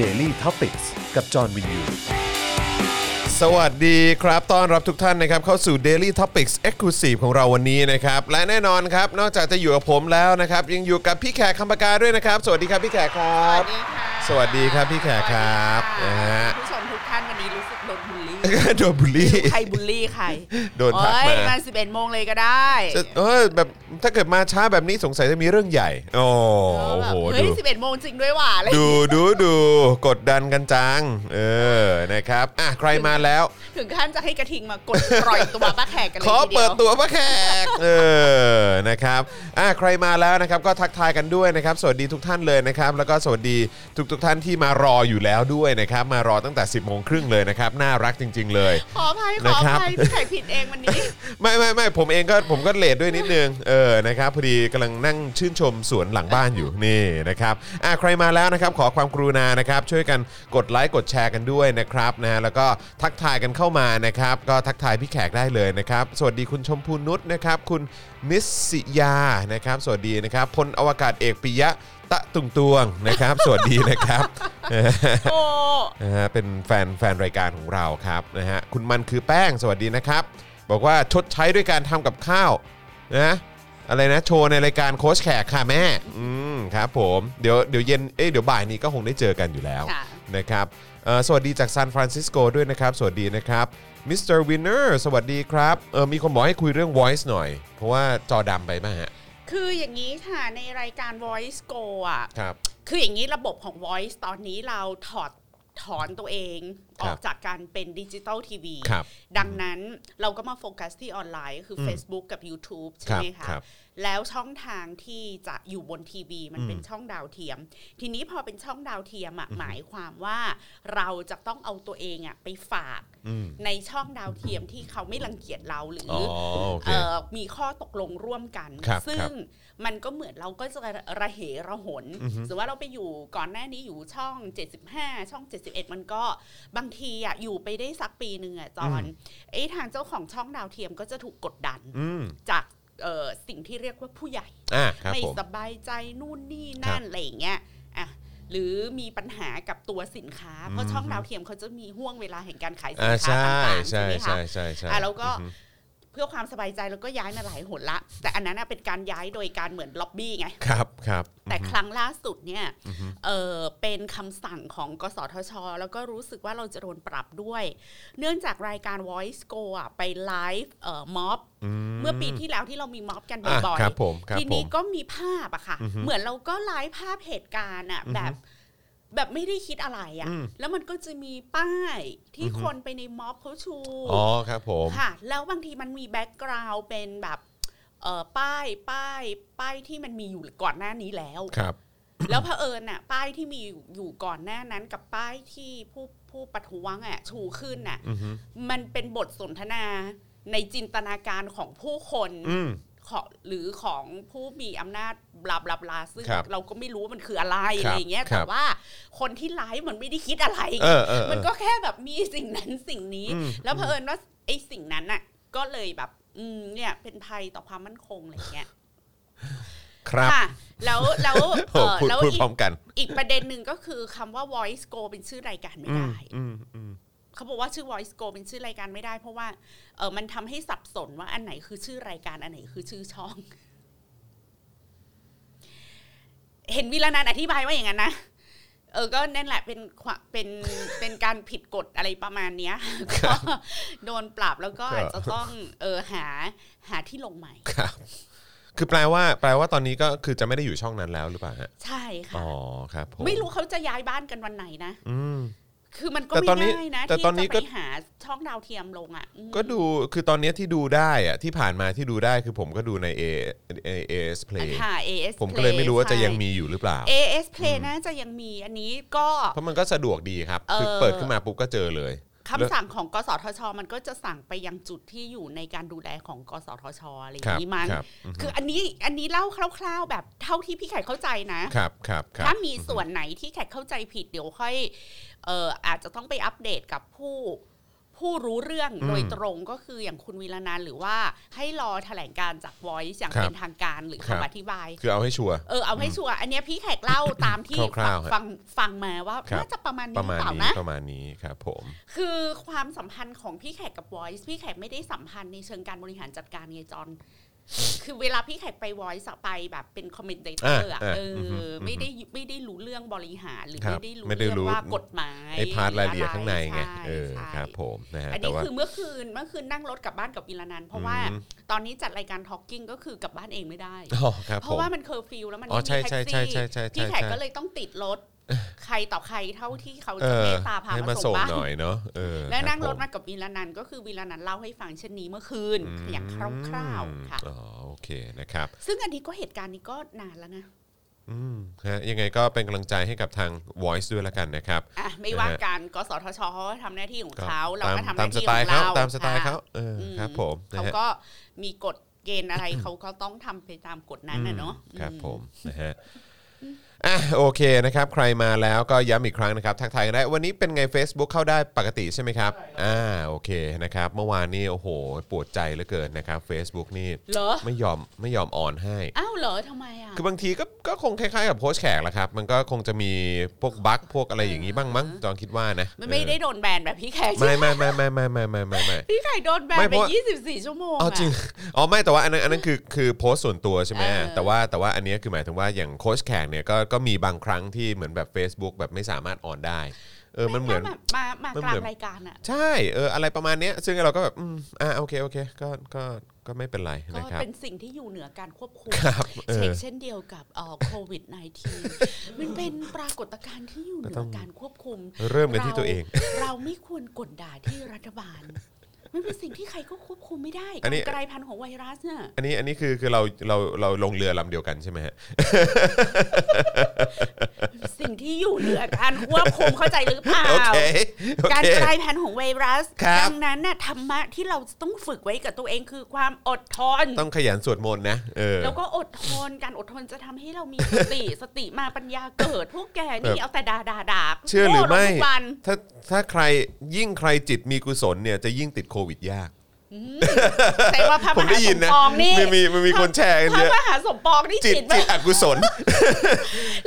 Daily t o p i c กกับจอห์นวินยู สวัสดีครับ ต้อนรับทุกท่านนะครับเข้าสู่ Daily Topics Exclusive ของเราวันนี้นะครับ และแน่นอนครับ นอกจากจะอยู่กับผมแล้วนะครับ ยังอยู่กับพี่แขกคำปากาด้วยนะครับ สวัสดีครับพี่แขกครั ส บ วัสดีค่ะ สวัสดีครับพี่แขกครับ สวัสนะดีฮะ ค่ะผู้ชมทุกท่านวันนี้รู้สึกโดนบูลลี่ โดนบูลลี่ ใครบูลลี่ใคร โดนทักมา โอ้ยมา11โมงเลยก็ได้ จะเออแบบถ้าเกิดมาช้าแบบนี้สงสัยจะมีเรื่องใหญ่ โอ้โห เฮ้ ดู ย 11 โมงจริงด้วยว่ะอะไร ดูดูดูกดดันกันจัง เออนะครับอ่ะใครมาแล้ว ถึงขั้นจะให้กระทิงมากดปล่อยตัวป้าแขกกันเล ข ย อ ทีเดี เปิ ย ด ว ตัวป้าแข ก เออ นะครับอ่ะใครมาแล้วนะครับก็ทักทายกันด้วยนะครับ สวัสดีทุกท่านเลยนะครับ แล้วก็สวัสดีทุกทท่านที่มารออยู่แล้วด้วยนะครับ มารอตั้งแต่ 10บโมงครึ่งเลยนะครับ น่ารักจริง ๆ เลย ขออภัยข นะ ออ ครับ ภัยพี่แขกผิดเองวัน นี้ ไม่ไม่ไม่ผมเองก็ผมก็เลทด้วยนิดนึง เออ นะครับพอดีกำลังนั่งชื่นชมสวนหลังบ้านอยู่ นี่นะครับอ่ะใครมาแล้วนะครับ ขอความกรุณานะครับ ช่วยกันกดไลค์กดแชร์กันด้วยนะครับนะฮะแล้วก็ทักทายกันเข้ามานะครับ ก็ทักทายพี่แขกได้เลยนะครับ สวัสดีคุณชมพูนุชนะครับ คุณนิสิยานะครับ สวัสดีนะครับพลอวกาศเอกปิยะตะตุงตวงนะครับ สวัสดีนะครับ โอ้ นะฮะเป็นแฟนแฟนรายการของเราครับนะฮะคุณมันคือแป้งสวัสดีนะครับ บอกว่าชดใช้ด้วยการทำกับข้าวนะอะไรนะโชว์ในรายการโค้ชแขกค่ะแม่อืมครับผมเดี๋ยวเดี๋ยวเย็นเอ้ยเดี๋ยวบ่ายนี้ก็คงได้เจอกันอยู่แล้ว ค่ะ นะครับเอ่อสวัสดีจากซานฟรานซิสโกด้วยนะครับ สวัสดีนะครับมิสเตอร์วินเนอร์สวัสดีครับเออมีคนบอกให้คุยเรื่อง voice หน่อย เพราะว่าจอดำไปป่ะฮะ คืออย่างนี้ค่ะในรายการ Voice Go อ่ะ ครับ คืออย่างนี้ระบบของ Voice ตอนนี้เราถอดถอนตัวเอง ครั อบ อกจากการเป็นดิจิ t a ลทีวี ครับ ดังนั้นเราก็มาโฟกัสที่ออนไลน์ก็คืออ Facebook กับ YouTube ใช่ไหม ครับคะครับ แล้วช่องทางที่จะอยู่บนทีวี มัน อืม เป็นช่องดาวเทียม ทีนี้พอเป็นช่องดาวเทียมอะหมายความว่าเราจะต้องเอาตัวเองอะไปฝาก อืม ในช่องดาวเทียมที่เขาไม่รังเกียจเราหรือ อ๋อโอเค เอ่อมีข้อตกลงร่วมกัน ครับ ซึ่ ครังบ มันก็เหมือนเราก็จะระเหระหน อือฮึ สมมติว่าเราไปอยู่ก่อนหน้านี้อยู่ช่อง 75 ช่อง 71 มันก็บางทีอ่ะอยู่ไปได้สักปีหนึ่งอ่ะจอน อืม ไอ้ยทางเจ้าของช่องดาวเทียมก็จะถูกกดดัน อืม จากเอ่อสิ่งที่เรียกว่าผู้ใหญ่ อ่ะครับ ไม่ ผม สบายใจนู่นนี่ ครั นั่ บ นอะไรอย่างเงี้ยอ่ะหรือมีปัญหากับตัวสินค้า เพ อื ราะ ม ช่องดาวเทียมเขาจะมีห่วงเวลาแห่งการขายสิ อ่าน ค้า ใช่ ต่างๆ ใช่ ใช่ไหมคะ ใช่ใช่ใช่ อ่ะแล้วก็ อือฮึ เพื่อความสบายใจแล้วก็ย้ายมาหลายหนละ แต่อันนั้นนะเป็นการย้ายโดยการเหมือนล็อบบี้ไง ครับครับ แต่ครั้งล่าสุดเนี่ย อือฮึ เออเป็นคำสั่งของกสทช แล้วก็รู้สึกว่าเราจะโดนปรับด้วย เนื่องจากรายการ Voice Go อ่ะไปไลฟ์เอ่อม็อบ เมื่อปีที่แล้วที่เรามีม็อบกัน อ่ะ บ่อย ครับผมครับ ที ผ นี้ ม ก็มีภาพอะค่ะ อือฮึ เหมือนเราก็ไลฟ์ภาพเหตุการณ์อะ อือฮึ แบบแบบไม่ได้คิดอะไรอะ อืม แล้วมันก็จะมีป้ายที่คนไปในม็อบเขาชู อ๋อครับผม ค่ะ แล้วบางทีมันมีแบ็กกราวด์เป็นแบบเอ่อป้ายป้ายป้ายที่มันมีอยู่ก่อนหน้านี้แล้ว ครับ แล้วเผอิญน่ะป้ายที่มีอยู่อยู่ก่อนหน้านั้นกับป้ายที่ผู้ผู้ประท้วงอ่ะชูขึ้นน่ะ อือฮึ มันเป็นบทสนทนาในจินตนาการของผู้คน อืม ขอหรือของผู้มีอำนาจบลาบลาบลาซึ่ง ครับ เราก็ไม่รู้ว่ามันคืออะไร ครั อะ บ ไรอย่างเงี้ย ครั แต่ บ ว่าคนที่ไลฟ์มันไม่ได้คิดอะไร เออเออเออ มันก็แค่แบบมีสิ่งนั้นสิ่งนี้ อืม แล้วเผอิญว่าไอ้สิ่งนั้นน่ะ ก็เลยแบบ อืมเนี่ยเป็นภัยต่อความมั่นคงอะไรเงี้ย ครับ ค่ะ แล้วแล้ว โอ้ เออ พูด แล้ว พูด อีก พร้อมกัน อีกประเด็นหนึ่งก็คือคำว่า voice go เป็นชื่อรายการไม่ อืม ได้ อืมอืม เขาบอกว่าชื่อ voice go เป็นชื่อรายการไม่ได้ เพราะว่าเออมันทำให้สับสนว่าอันไหนคือชื่อรายการอันไหนคือชื่อช่อง เห็นวิรนันท์อธิบายว่าอย่างนั้นนะเออก็นั่นแหละเป็นควะเป็นเป็นการผิดกฎอะไรประมาณเนี้ย ก็โดนปรับแล้วก็อาจจะต้องเออหาหาที่ลงใหม่ ครับ คือแปลว่า แปลว่าตอนนี้ก็คือจะไม่ได้อยู่ช่องนั้นแล้วหรือเปล่าฮะ ใช่ค่ะ อ๋อครับผม ไม่รู้เขาจะย้ายบ้านกันวันไหนนะ อืม คือมันก็ แต่ ไม่ ตอนนี้ ง่ายนะ แต่ ที่ ตอนนี้ จะ ก็ ไปหาช่องดาวเทียมลงอ่ะอืม ก็ดูคือตอนเนี้ยที่ดูได้อะที่ผ่านมาที่ดูได้คือผมก็ดูใน A A S Play ค่ะ AS ผมก็เลยไม่รู้ว่าจะยัง ใช่ มีอยู่หรือเปล่า AS Play น่าจะยังมีอันนี้ก็ เพราะมันก็สะดวกดีครับ เอ่อ คือเปิดขึ้นมาปุ๊บก็เจอเลย คำสั่งของกสทช มันก็จะสั่งไปยังจุดที่อยู่ในการดูแลของกสทชอะไรอย่า ครั ง บ นี้มัน ครับอือฮึ คืออันนี้อันนี้เล่าคร่าว ๆ แบบเท่าที่พี่ไข่เข้าใจนะ ครับครับครับ ถ้ามีส่วนไหนที่แขกเข้าใจผิดเดี๋ยวค่อยเอ่ออาจจะต้องไปอัปเดตกับผู้ ผู้รู้เรื่องโดย อืม ตรงก็คืออย่างคุณวีระนันท์หรือว่าให้รอแถลงการณ์จาก voice อย่าง ครับ เป็นทางการหรือ ครับ คำอธิบาย คือเอาให้ชัวร์ เออเอาให้ชัวร์อันเนี้ยพี่แขกเล่าตามที่ คร่าวๆฮะ ฟังฟังมาว่า ครับ น่าจะประมาณ ป นี้ ระ หรื มาณ อนี้เปล่านะ ประมาณนี้ครับผม คือความสัมพันธ์ของพี่แขกกับ Voice พี่แขกไม่ได้สัมพันธ์ในเชิงการบริหารจัดการไงจอน คือเวลาพี่แขกไป Voice อะไปแบบเป็นคอมเมนเตอร์อะ า เอออ ม ไม่ได้ไม่ได้รู้เรื่องบริหารหรือ ครับ ไม่ได้รู้ ไม่ได้ เรื่อง รู้ ว่ากฎหมาย ไอพาร์ทรายละเอียดข้างในไง ช่ เออ ใช่ ครับผมนะฮะ อัน แต่ นี้ ว่า คือเมื่อคืนเมื่อคืนนั่งรถกลับบ้านกับวิลานันท์เพราะว่า อืม ตอนนี้จัดรายการทอล์กกิ้งก็คือกลับบ้านเองไม่ได้ อ๋อครับ เพ ผ ราะ ม ว่ามันเคอร์ฟิวแล้วมัน อ๋อ ไม่มี ใช่ แท็ก ใช่ใช่ใช่ใช่ ซี่ ใช่ พี่แขก ใช่ ก็เลยต้องติดร ถใครต่อใครเท่าที่เขา เอ จะเม อ ตตาพา ให้ มา มา ส่ ส่ ง ง บ้าง หน่อยเนาะเออ และนั่งรคถบ มากับวิลานันท์ก็คือวิลานันท์เล่าให้ฟังเช่นนี้เมื่อคืน ผม อย่างคร่าวๆค่ะ อ๋อโอเคนะครับ ซึ่งอันนี้ก็เหตุการณ์นี้ก็นานแล้วนะ อืมฮะยังไงก็เป็นกำลังใจให้กับทาง Voice ด้วยละกันนะครับ อ่ะไม่ว่าการกสทชเขาก็ทำหน้าที่ของเขาเราก็ทำห ตามสน้าที่ ไต ของ ล์เขา เรา ตามสไตล์ ค่ะ เขาเอออ ม ครับผมนะ เขา ฮะ ก็มีกฎเกณฑ์อะไร เขาก็ต้องทำไปตามกฎนั้นนะเนาะ ครับ อืม ผมนะฮะอ่ะโอเคนะครับ ใครมาแล้วก็ย้ำอีกครั้งนะครับ ทักทายกันได้ วันนี้เป็นไง Facebook เข้าได้ปกติใช่ไหมครับอ่าโอเคนะครับ เมื่อวานนี้โอ้โห ปวดใจเหลือเกินนะครับ Facebook นี่ เหรอ ไม่ยอมไม่ยอมออนให้ อ้าวเหรอทำไมอ่ะ คือบางทีก็ก็คงคล้ายๆกับโค้ชแขกแหละครับ มันก็คงจะมีพวกบั๊กพวกอะไรอย่างนี้บ้างมั้งจองคิดว่านะ มันไม่ได้โดนแบนแบบพี่แขก เออ ใช่ไหม ไม่ไม่ไม่ไม่ไม่ไม่ไม่ไม่ไม่ พี่ไข่โดนแบน ไม่เพ ไป ราะ 24 ชั่วโมง อ๋อ อะ จริง อ๋อไม่แต่ว่าอันนั้นอันนั้นคือคือโพสต์ส่วนตัวใช่ไหม เออ แต่ว่าแต่ว่าอันเนี้ยคือหมายถึงว่าอย่างโค้ชแขกเนี่ยก็ก็มีบางครั้งที่เหมือนแบบ Facebook แบบไม่สามารถออนได้ เออมันเหมือน แบบมามาน ก เหมือลาน งรายการอ่ะ ใช่เอออะไรประมาณเนี้ยซึ่งเราก็แบบอืมอ่าโอเคโอเคก็ก็ก็ไม่เป็นไร ก็ นะครับ เป็นสิ่งที่อยู่เหนือการควบคุม ครับเออ เช็คเช่นเดียวกับเอ่อโควิด -19 มันเป็นปรากฏการณ์ที่อยู่เหนื ก็ต้ อ อง การควบคุม เริ่มกันที่ตัวเอง ราเราไม่ควรกดด่าที่รัฐบาล มันเป็นสิ่งที่ใครก็ควบคุมไม่ได้ อัน กา นี้ รกลายพันธุ์ของไวรัสเนี่ย อันนี้อันนี้คือคือเราเราเราลงเรือลำเดียวกันใช่ไหมฮะ สิ่งที่อยู่เหนือการควบคุมเข้าใจหรือเปล่า โอเคโอ การ เค กลายพันธุ์ของไวรัส ครับ ดันั้นน่ะธรรมะที่เราต้องฝึกไว้กับตัวเองคือความอดทน ต้องขยันสวดมนต์นะเออ แล้วก็อดทน การอดทนจะทำให้เรามีสติ สติมาปัญญาเกิด พวกแกนี่ แบบ เอาแต่ด่าด่าด่า เชื่อหรือไม่ โลงทุกวัน ถ้าถ้าใครยิ่งใครจิตมีกุศลเนี่ยจะยิ่งติดโควิดยาก แต่ว่าพระ ผม มหา ได้ ส ยิน ม นะ ปองนี่ มันมีมันมีคนแชร์กัน พ เยอะระมหาสมปองนี่ จิต จิต จิ มา ตอกุศล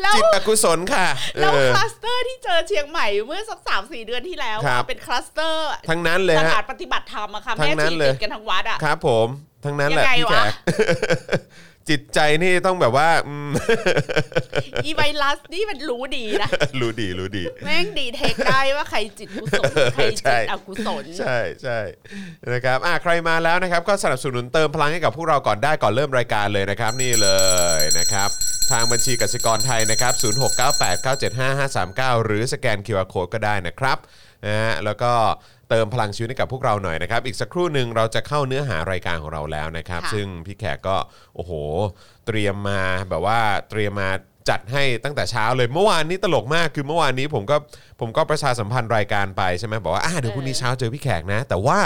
แล้ว จิตอกุศลค่ะเอ แล้ว อ คลัสเตอร์ที่เจอเชียงใหม่เมื่อสักสามสี่เดือนที่แล้วอะ ครับ เป็นคลัสเตอร์ ทั้งนั้นเลย ต ฮะ ลาดปฏิบัติธรรมอะค่ะ ทั้ แม่ งนั้น ชี เลย ติดกันทั้งวัดอะ ครับผมทั้งนั้นแหละ ยังไง พี่แข วะ ก จิตใจนี่ต้องแบบว่าอืม อีไวรัสนี่มันรู้ดีนะ รู้ดีรู้ดี แม่งดีเทคได้ว่าใครจิตกุศลใคร ใช่ จิตอกุศล ใช่ใช่นะครับอ่ะใครมาแล้วนะครับ ก็สนับสนุนเติมพลังให้กับพวกเราก่อนได้ก่อนเริ่มรายการเลยนะครับ นี่เลยนะครับ ทางบัญชีกสิกรไทยนะครับ 0698975539 หรือสแกน QR Code ก็ได้นะครับนะฮะแล้วก็เติมพลังชีวิตให้กับพวกเราหน่อยนะครับ อีกสักครู่หนึ่งเราจะเข้าเนื้อหารายการของเราแล้วนะครับ ค่ะ ซึ่งพี่แขกก็โอ้โห เตรียมมาแบบว่าเตรียมมาจัดให้ตั้งแต่เช้าเลยเมื่อวานนี้ตลกมากคือเมื่อวานนี้ผมก็ผมก็ประชาสัมพันธ์รายการไปใช่ไหมบอกว่าอ่ะเดี๋ยวพรุ่งนี้เช้าเจอพี่แขกนะ แต่ว่า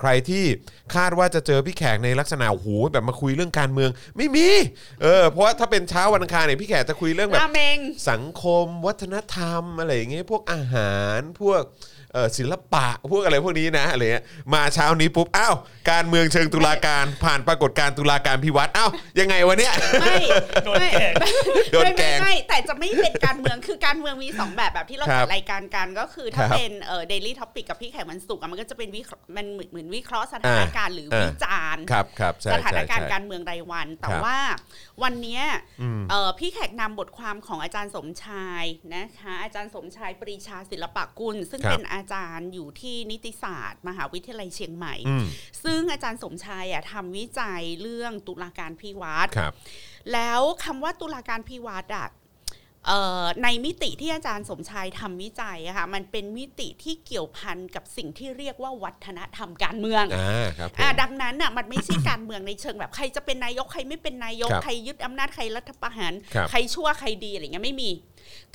ใครที่คาดว่าจะเจอพี่แขกในลักษณะโอ้โหแบบมาคุยเรื่องการเมือง ไม่มีเออเพราะว่าถ้าเป็นเช้าวันอังคารเนี่ยพี่แขกจะคุยเรื่องแบบ ราเมง สังคมวัฒนธรรมอะไรอย่างเงี้ยพวกอาหารพวกเอ่อศิลปะพวกอะไรพวกนี้นะอะไรเงี้ยมาเช้านี้ปุ๊บอ้าวการเมืองเชิงตุลาการผ่านปรากฏการณ์ตุลาการพิวัตรอ้าวยังไงวะเนี่ย ไม่ โดนแกล้ง ไม่ โดนแกล้ง ไม่ไม่ไม่แต่จะไม่เป็นการเมืองคือการเมืองมีสองแบบแบบที่เรา ครั จั บ ดรายการกันก็คือถ้า ครับ เป็นเอ่อ daily topic กับพี่แขกมันสุกร์อะมันก็จะเป็นวิเคราะห์มันเหมือนเหมือนวิเคราะห์สถานการณ์หรืออา วิจารณ์ ครับครับใช่ สถา ใช่ นการณ์ ใช่ การเมืองรายวัน แต่ ครับ ว่าวันเนี้ย อืม เอ่อพี่แขกนำบทความของอาจารย์สมชายนะคะ อาจารย์สมชายปรีชาศิลปกุล ซึ่ง ครับ เป็นอาจารย์อยู่ที่นิติศาสตร์ มหาวิทยาลัยเชียงใหม่ อืม ซึ่งอาจารย์สมชายอ่ะทำวิจัยเรื่องตุลาการพิวัตร ครับ แล้วคำว่าตุลาการพิวัตรอ่ะเอ่อในมิติที่อาจารย์สมชายทำวิจัยอะค่ะมันเป็นมิติที่เกี่ยวพันกับสิ่งที่เรียกว่าวัฒนธรรมการเมือง อ่าครับผม อ่ะดังนั้นน่ะมันไม่ใช่การเมืองในเชิงแบบใครจะเป็นนายกใครไม่เป็นนายก ครับ ใครยึดอำนาจใครรัฐประหาร ครับ ใครชั่วใครดีอะไรเงี้ยไม่มี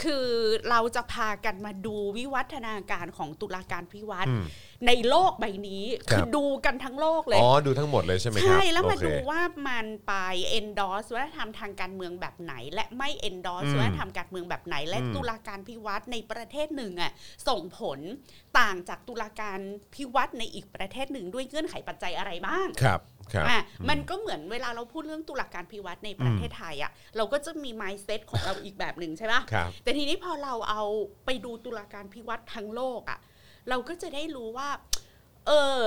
คือเราจะพากันมาดูวิวัฒนาการของตุลาการพิวัตร อืม ในโลกใบนี้ ครับ คือดูกันทั้งโลกเลย อ๋อดูทั้งหมดเลยใช่ไหมครับ ใช่ แล้วมา โอเค ดูว่ามันไป endorse วัฒนธรรมทางการเมืองแบบไหน และไม่ endorse อืม วัฒนธรรมการเมืองแบบไหน และ อืม ตุลาการพิวัตรในประเทศหนึ่งอ่ะส่งผลต่างจากตุลาการพิวัตรในอีกประเทศหนึ่งด้วยเงื่อนไขปัจจัยอะไรบ้าง ครับครับ อ่ะมันก็เหมือนเวลาเราพูดเรื่องตุลาการพิวัตรในประเทศไทยอ่ะเราก็จะมี mindset ของเราอีกแบบหนึ่งใช่ปะ ครับ แต่ทีนี้พอเราเอาไปดูตุลาการพิวัตรทั้งโลกอ่ะเราก็จะได้รู้ว่า เออ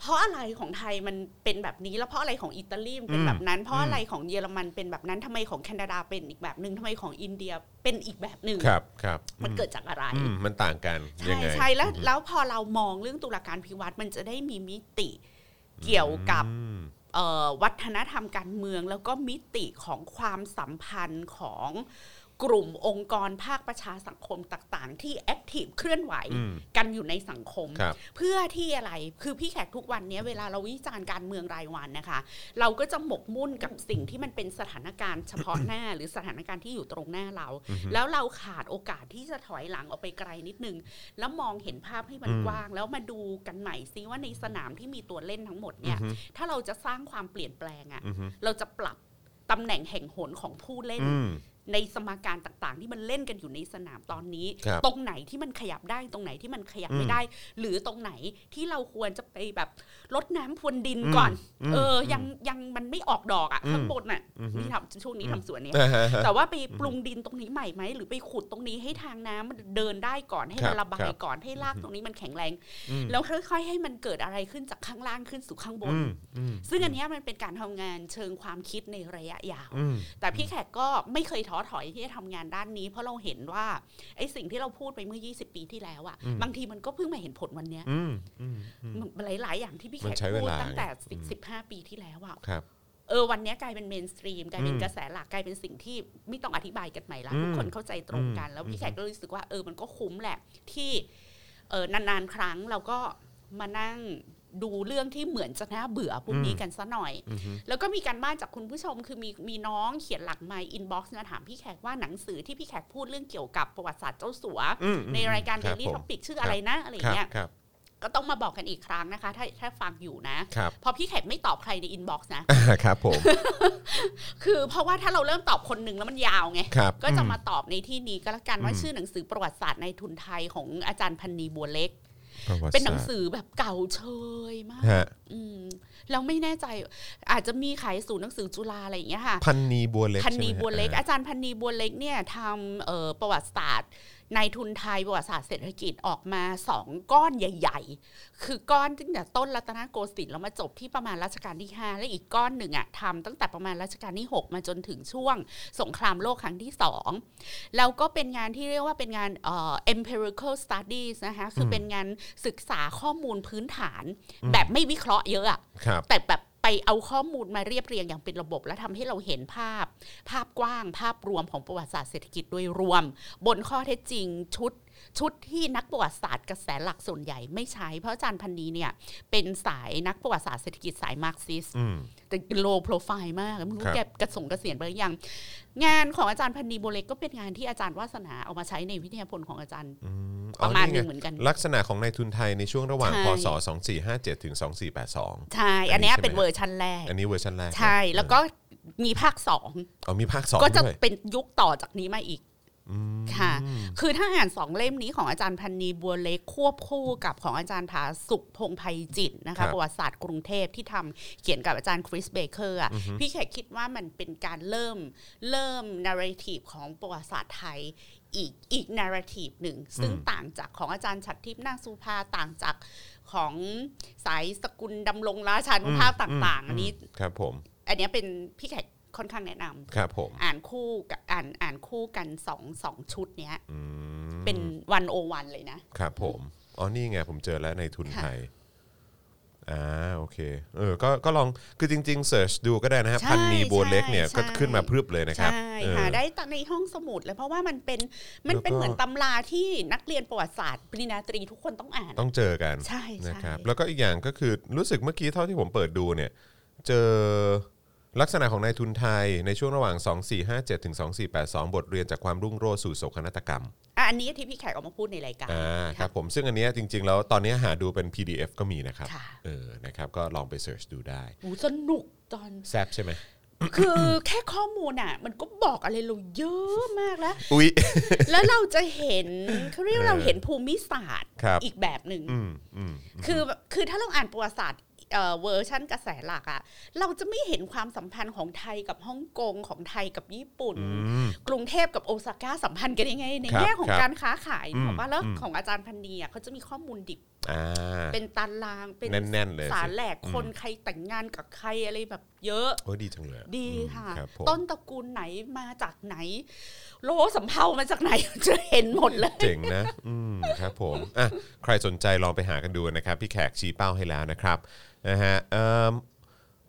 เพราะอะไรของไทยมันเป็นแบบนี้ แล้วเพราะอะไรของอิตาลีมันเป็นแบบนั้น เพราะอะไรของเยอรมันเป็นแบบนั้นทำไมของแคนาดาเป็นอีกแบบหนึ่งทำไมของอินเดียเป็นอีกแบบหนึ่ง ครับครับ มันเกิดจากอะไร อืมมันต่างกัน ใช่ ยังไง ใช่แล้วแล้วพอเรามองเรื่องตุลาการพิวัตรมันจะได้มีมิติเกี่ยวกับ อืม เอ่อวัฒนธรรมการเมืองแล้วก็มิติของความสัมพันธ์ของกลุ่มองค์กรภาคประชาสังคมต่างๆ ที่แอคทีฟเคลื่อนไหว อืม กันอยู่ในสังคม ครับ เพื่อที่อะไรคือพี่แขกทุกวันเนี้ยเวลาเราวิจารณ์การเมืองรายวันนะคะ เราก็จะหมกมุ่นกับสิ่งที่มันเป็นสถานการณ์เฉพาะหน้า หรือสถานการณ์ที่อยู่ตรงหน้าเรา แล้วเราขาดโอกาสที่จะถอยหลังออกไปไกลนิดนึง แล้วมองเห็นภาพให้มัน อืม กว้าง แล้วมาดูกันใหม่ซิว่าในสนามที่มีตัวเล่นทั้งหมดเนี่ย ถ้าเราจะสร้างความเปลี่ยนแปลงอะ อือฮึ เราจะปรับตำแหน่งแห่งหนของผู้เล่น อืม ในสมการต่างๆ ที่มันเล่นกันอยู่ในสนามตอนนี้ ครับ ตรงไหนที่มันขยับได้ตรงไหนที่มันขยับไม่ได้ หรือตรงไหนที่เราควรจะไปแบบลดน้ำพรวนดิน อืม ก่อน อืม เออยังยังมันไม่ออกดอกอะ อืม ข้างบนน่ะ อือฮึ นี่ทำช่วงนี้ทำส วนเนี่ย อ่าฮะ แต่ว่าไปปรุงดินตรงนี้ใหม่ไหมหรือไปขุดตรงนี้ให้ทางน้ำมันเดินได้ก่อนให้ ครั มั บ นระบา ค ย รับ ก่อนให้รากตรงนี้มันแข็งแรง อืม แล้วค่อยๆให้มันเกิดอะไรขึ้นจากข้างล่างขึ้นสู่ข้างบน อืมอืม ซึ่งอันเนี้ยมันเป็นการทำงานเชิงความคิดในระยะยาว อืม แต่พี่แขกก็ไม่เคยท้อถอยที่จะทำงานด้านนี้ เพราะเราเห็นว่าไอ้สิ่งที่เราพูดไปเมื่อ 20 ปีที่แล้วอะ อืม บางทีมันก็เพิ่งมาเห็นผลวันเนี้ย อืมอืมอืม หลายๆ อย่างที่พี่แข มั ก นใช้เว พูด ลา ตั้งแต่ ไงอืม สิบห้าปีที่แล้วอะ ครับ เออวันเนี้ยกลายเป็นเมนสตรีมกลายเป็น อืม กระแสหลักกลายเป็นสิ่งที่ไม่ต้องอธิบายกันใหม่ละ อืม ทุกคนเข้าใจตรงกัน อืม แล้วพี่แขกก็รู้สึกว่าเออมันก็คุ้มแหละที่เออนานๆครั้งเราก็มานั่งดูเรื่องที่เหมือนจะน่าเบื่อพวกนี้กันซะหน่อย อือฮึ แล้วก็มีการบ้านจากคุณผู้ชมคือมีมีน้องเขียนหลักไมอินบ็อกซ์มาถามพี่แขกว่าหนังสือที่พี่แขกพูดเรื่องเกี่ยวกับประวัติศาสตร์เจ้าสัว อืมอืม ในรายการ ครับ Daily ผม Topic ชื่อ ครับ อะไรนะอะไร ครับ เงี้ย ครับ ก็ต้องมาบอกกันอีกครั้งนะคะ ถ้าถ้าฟังอยู่นะครับ เพอพี่แขกไม่ตอบใครในอินบ็อกซ์นะ อ่าครับ ผม คือเพราะว่าถ้าเราเริ่มตอบคนหนึ่งแล้วมันยาวไง ครับ ก็จะ อื มาตอบในที่นี้ก็แล้วกันว่า อืม ชื่อหนังสือประวัติศาสตร์ในทุนไทยของอาจารย์พันนีบัวเล็ก ประวัติ เป็นหนัง ศาสตร์ สือแบบเก่าเชยมาก ฮะ อืมเราไม่แน่ใจอาจจะมีขายสู่หนังสือจุฬาอะไรอย่างเงี้ยค่ะ พันนีบัวเล็ก พันนี ใช่ไหมฮะ บัวเล็ก อ่า อาจารย์พันนีบัวเล็กเนี่ยทำเอ่อประวัติศาสตร์นายทุนไทยประวัติศาสตร์เศรษฐกิจออกมาสองก้อนใหญ่ ๆ คือก้อนตั้งแต่ต้นรัตนโกสินทร์แล้วมาจบที่ประมาณรัชกาลที่ 5 และอีกก้อนหนึ่งอ่ะทำตั้งแต่ประมาณรัชกาลที่ 6 มาจนถึงช่วงสงครามโลกครั้งที่ 2 แล้วก็เป็นงานที่เรียกว่าเป็นงานเอ่อ empirical studies นะคะคือเป็นงานศึกษาข้อมูลพื้นฐาน อืม แบบไม่วิเคราะห์เยอะอะ ครับ แต่แบบไปเอาข้อมูลมาเรียบเรียงอย่างเป็นระบบ และทำให้เราเห็นภาพ ภาพกว้าง ภาพรวมของประวัติศาสตร์เศรษฐกิจโดยรวม บนข้อเท็จจริงชุด ชุดที่นักประวัติศาสตร์กระแสหลักส่วนใหญ่ไม่ใช้ เพราะอาจารย์พันนีเนี่ย เป็นสายนักประวัติศาสตร์เศรษฐกิจสายมาร์กซิสต์ อืม แต่โลโปรไฟล์มากไม่รู้ ครับ แกกระสงเกษียณไปหรือยัง งานของอาจารย์พันนีโบเล็กก็เป็นงานที่อาจารย์วาสนาเอามาใช้ในวิทยาพลของอาจารย์ อืม ป อ๋อ ระมาณห ไง นึ่งเหมือนกัน ลักษณะของนายทุนไทยในช่วงระหว่าง ใช่ พศ 2457 ถึง 2482 ใช่อันเนี้ยเป็นเวอร์ชันแรก อันนี้เวอร์ชันแรก ใช่แล้วก็มีภาคสอง อ๋อมีภาคสอง ก็จะ ด้วย เป็นยุคต่อจากนี้มาอีก อืม ค่ะ คือถ้าอ่านสองเล่มนี้ของอาจารย์พันนีบัวเล็กควบคู่กับของอาจารย์ผาสุขพงษ์ไพจิตรนะคะประวัติศาสตร์กรุงเทพที่ทำเขียนกับอาจารย์คริสเบเกอร์อะพี่แขกคิดว่ามันเป็นการเริ่มเริ่มนาร์ทีฟของประวัติศาสตร์ไทยอีกอีกนาร์ทีฟหนึ่ง ซึ่งต่างจากของอาจารย์ฉัตรทิพย์นางสุภาต่างจากของสายสกุลดำรงราชานุภาพต่างๆอันนี้ ครับผม อันเนี้ยเป็นพี่แขกค่อนข้างแนะนำ ครับผม อ่านคู่กับอ่านอ่านคู่กันสองสองชุดเนี้ย อืม เป็นวันโอวันเลยนะ ครับผม อ๋อ นี่ไง ผมเจอแล้วในทุน ค่ะ ไทย อ่า โอเค เออ ก็ ก็ลอง คือจริง ๆ เสิร์ชดูก็ได้นะฮะ พันนีบัวเล็กเนี่ย ใช่ ก็ขึ้นมาพรึบเลยนะครับ ใช่ เออ หาได้ตามในห้องสมุดเลยเพราะว่ามันเป็นมันเป็น แล้วก็ เหมือนตำราที่นักเรียนประวัติศาสตร์ปริญญาตรีทุกคนต้องอ่าน ต้องเจอกัน ใช่ นะ ใช่ ครับ แล้วก็อีกอย่างก็คือ รู้สึกเมื่อกี้เท่าที่ผมเปิดดูเนี่ย เจอ ลักษณะของนายทุนไทยในช่วงระหว่าง 2457ถึง2482 บทเรียนจากความรุ่งโรจน์สู่โศกนาฏกรรม อ่ะอันนี้ที่พี่แขกออกมาพูดในรายการ อ่าครับผมซึ่งอันเนี้ยจริง ๆ แล้วตอนเนี้ยหาดูเป็น PDF ก็มีนะครับ ค่ะ เออนะครับก็ลองไปเสิร์ชดูได้ โอ้สนุกต อน แซบใช่ไหม คือแค่ข้อมูลอ่ะ มันก็บอกอะไรเราเยอะมากแล้ว อุ๊ย แล้วเราจะเห็นเขาเรียกว่าเราเห็นภูมิศาสตร์ ครับ อีกแบบหนึ่ง อืมอืม คือแบบคือถ้าเราอ่านประวัติศาสตร์เอ่อเวอร์ชันกระแสหลักอะเราจะไม่เห็นความสัมพันธ์ของไทยกับฮ่องกงของไทยกับญี่ปุ่น อืม กรุงเทพกับโอซาก้าสัมพันธ์กันยังไง ใน ครับ แง่ของ ครับ การค้าขาย อืม ถูกปะแล้ว อืม ของอาจารย์พันนีอะเขาจะมีข้อมูลดิบ อ่า เป็นตารางเป็น แน่นๆเลย สาร สิ แหลกคน อืม ใครแต่งงานกับใครอะไรแบบเยอะ โอ้ยดีจังเลยอ ดี อืม ค่ะ รับผม ต้นตระกูลไหนมาจากไหน โลสำเภามาจากไหน จะเห็นหมดเลย เจ๋งนะ อืมครับผมอ่ะใครสนใจลองไปหากันดูนะครับ พี่แขกชี้เป้าให้แล้วนะครับนะฮะเอิ่ม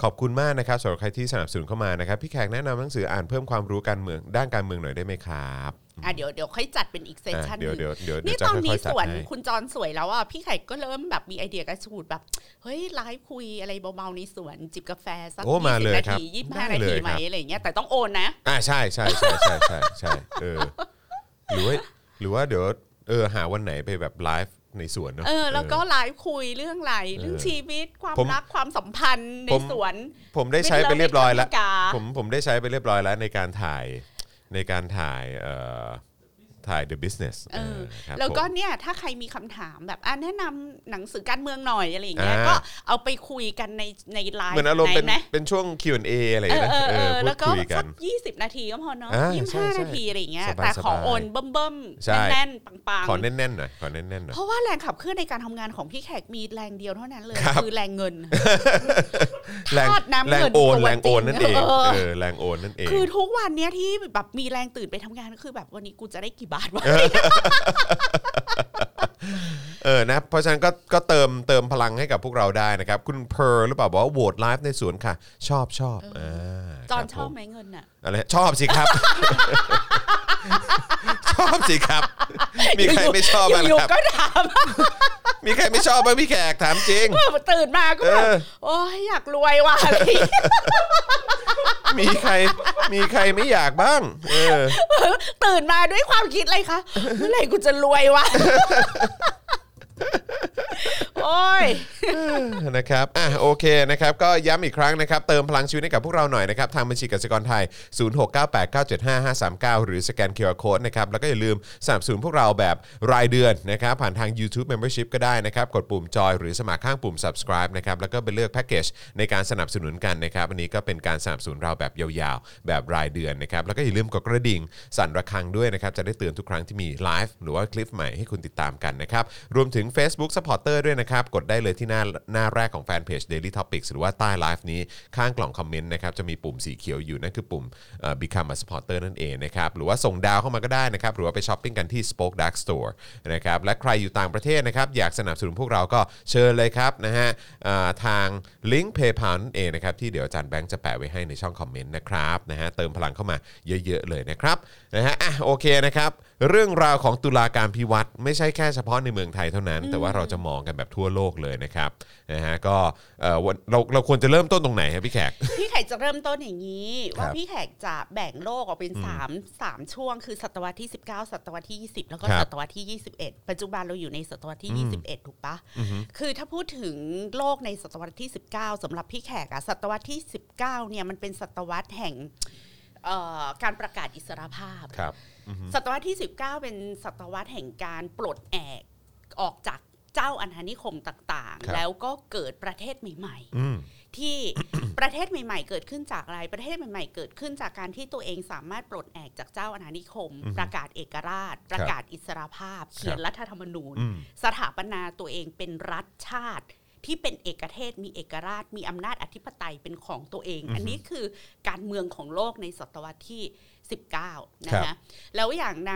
ขอบคุณมากนะครับสำหรับใครที่สนับสนุนเข้ามานะครับ พี่แขกแนะนำหนังสืออ่านเพิ่มความรู้การเมืองด้านการเมืองหน่อยได้ไหมครับ อ่ะเดี๋ยวเดี๋ยวค่อยจัดเป็นอีกเซส อ่ะ ชั่นห เดี๋ยว นึ่ง เดี๋ยวเดี๋ยวเดี๋ย นี่ วจะ ตอน ค่ นี้ อยๆจัด สวน ให้ คุณจรสวยแล้วอ่ะพี่ไข่ก็เริ่มแบบมีไอเดียกระสูตรแบบ เฮ้ยไลฟ์คุยอะไรเบาๆในสวนจิบกาแฟสัก โอ้มา ยี่สิ เลยบนา ครับ ทียี่สิบห้า ได้ นา เล ที ย ไหม ครับ อะไรอย่างเงี้ยแต่ต้องโอนนะ อ่ะใช่ใช่ใช่ใช่ใช่ใช่ใช่เออหรือว่าหรือว่าเดี๋ยวเออหาวันไหนไปแบบไลฟ์ในสวนเนอะ เออแล้วก็ไลฟ์คุยเรื่องอะไรเรื่องชีวิตความ ผม รักความสัมพันธ์ใน ผม สวน ผมได้ใช้ไปเรียบร้อยแล้ว วิทาา ผมผมได้ใช้ไปเรียบร้อยแล้วในการถ่ายในการถ่ายเอ่อถ่าย The Business เออ เออครับ แล้วก็ ผม เนี่ยถ้าใครมีคำถามแบบอ่ะแนะนำหนังสือการเมืองหน่อยอะไรอย่างเงี้ย อ่า ก็เอาไปคุยกันในในไลฟ์ เหมือนอารมณ์เป็น ไหนไหม เป็นช่วง Q&A อะไรอ เอย่าง อ เงี้ยนะเอเออเอ อ อ พู แล้ ด วก็ คุยกั สั น กยี่สิบนาทีก็พอเนาะ อ่า ยี่สิบห้า ใช่ใช่ นาทีอะไรอย่างเงี้ย สบาย แต่ขอ สบาย โอนเบิ่มเบิ่ม ใช่ แน่นๆปัง ขอแน่นๆหน่อยขอแน่นๆหน่อยเพราะว่าแรงขับเคลื่อนในการทำงานของพี่แขกมีแรงเดียวเท่านั้นเลย ครับ คือแรงเงิน แรง ทอดน้ำ แรง เงิน โอน ตัว แรงโอน จริง นั่นเอง เออ เออแรงโอนนั่นเอง คือทุกวันเนี้ยที่แบบมีแรงตื่นไปทำงานก็คือแบบวันนี้กูจะได้กี่บาทวะ เออนะเพราะฉะนั้นก็ก็เติมเติมพลังให้กับพวกเราได้นะครับ คุณเพร์ลหรือเปล่าบอกว่าโหวตไลฟ์ในสวนค่ะ ชอบชอบอ่า จอน ครั ชอบ ผม ไหมเงินอ่ะ อะไรฮะชอบสิครับ ชอบสิครับ มีใครไม่ชอบบ้าง อยู่ ครับ ๆก็ถาม มีใครไม่ชอบบ้างพี่แขกถามจริง ว่าตื่นมาก็ เอ แบบ อ โอ้ยอยากรวยว่ะ อะไรอย่างเงี้ย มีใครมีใครไม่อยากบ้าง เออ ตื่นมาด้วยความคิดอะไรคะเมื่อไหร่กูจะรวยวะ โอ้ย นะครับอ่ะโอเคนะครับ ก็ย้ำอีกครั้งนะครับ เติมพลังชีวิตให้กับพวกเราหน่อยนะครับ ทางบัญชีกสิกรไทย 0698975539 หรือสแกน QR Code นะครับ แล้วก็อย่าลืมสนับสนุนพวกเราแบบรายเดือนนะครับ ผ่านทาง YouTube Membership ก็ได้นะครับ กดปุ่มจอยหรือสมัครข้างปุ่ม subscribe นะครับ แล้วก็ไปเลือกแพ็กเกจในการสนับสนุนกันนะครับ อันนี้ก็เป็นการสนับสนุนเราแบบยาวๆ แบบรายเดือนนะครับ แล้วก็อย่าลืมกดกระดิ่งสั่นระฆังด้วยนะครับ จะได้เตือนทุกครั้งที่มีไลฟ์หรือว่าคลิปใหม่ให้คุณติดตามกันนะครับ รวมถึง Facebook Supporter ด้วยนะครับ กดได้เลยที่หน้าหน้าแรกของแฟนเพจ Daily Topics หรือว่าใต้ไลฟ์นี้ข้างกล่องคอมเมนต์นะครับ จะมีปุ่มสีเขียวอยู่ นั่นคือปุ่มเอ่อ Become a Supporter นั่นเองนะครับ หรือว่าส่งดาวเข้ามาก็ได้นะครับ หรือว่าไปช้อปปิ้งกันที่ Spoke Dark Store นะครับ และใครอยู่ต่างประเทศนะครับ อยากสนับสนุนพวกเราก็เชิญเลยครับนะฮะเอ่อทางลิงก์เพย์พานั่นเองนะครับ ที่เดี๋ยวอาจารย์แบงค์จะแปะไว้ให้ในช่องคอมเมนต์นะครับนะฮะเติมพลังเข้ามาเยอะๆเลยนะครับนะฮะอ่ะโอเคนะครับ เรื่องราวของตุลาการพิวัตรไม่ใช่แค่เฉพาะในเมืองไทยเท่านั้น แต่ว่าเราจะมองกันแบบทั่วโลกเลยนะครับนะฮะก็เอ่อวันเราเราควรจะเริ่มต้นตรงไหนครับพี่แขก พี่แขกจะเริ่มต้นอย่างนี้ ครับ ว่าพี่แขกจะแบ่งโลกออกเป็นสามสามช่วง คือศตวรรษที่ 19 ศตวรรษที่ 20 แล้วก็ ครับ ศตวรรษที่ 21 ปัจจุบันเราอยู่ในศตวรรษที่ 21 ถูกปะคือถ้าพูดถึงโลกในศตวรรษที่ 19สำหรับพี่แขกอะศตวรรษที่ 19 เนี่ยมันเป็นศตวรรษแห่งเอ่อการประกาศอิสรภาพ ศตวรรษที่ 19 เป็นศตวรรษแห่งการปลดแอกออกจากเจ้าอาณานิคมต่าง ครับ ๆ แล้วก็เกิดประเทศใหม่ ๆ อืม ที่ ประเทศใหม่ ๆ เกิดขึ้นจากอะไร ประเทศใหม่ ๆ เกิดขึ้นจากการที่ตัวเองสามารถปลดแอกจากเจ้าอาณานิคม อือฮึ ประกาศเอกราช ประกาศอิสรภาพ เขียนรัฐธรรมนูญ อืม สถาปนาตัวเองเป็นรัฐชาติ ที่เป็นเอกเทศมีเอกราช มีอำนาจอธิปไตยเป็นของตัวเอง อันนี้คือการเมืองของโลกในศตวรรษที่ 19 นะ ครั คะ บ แล้วอย่างใน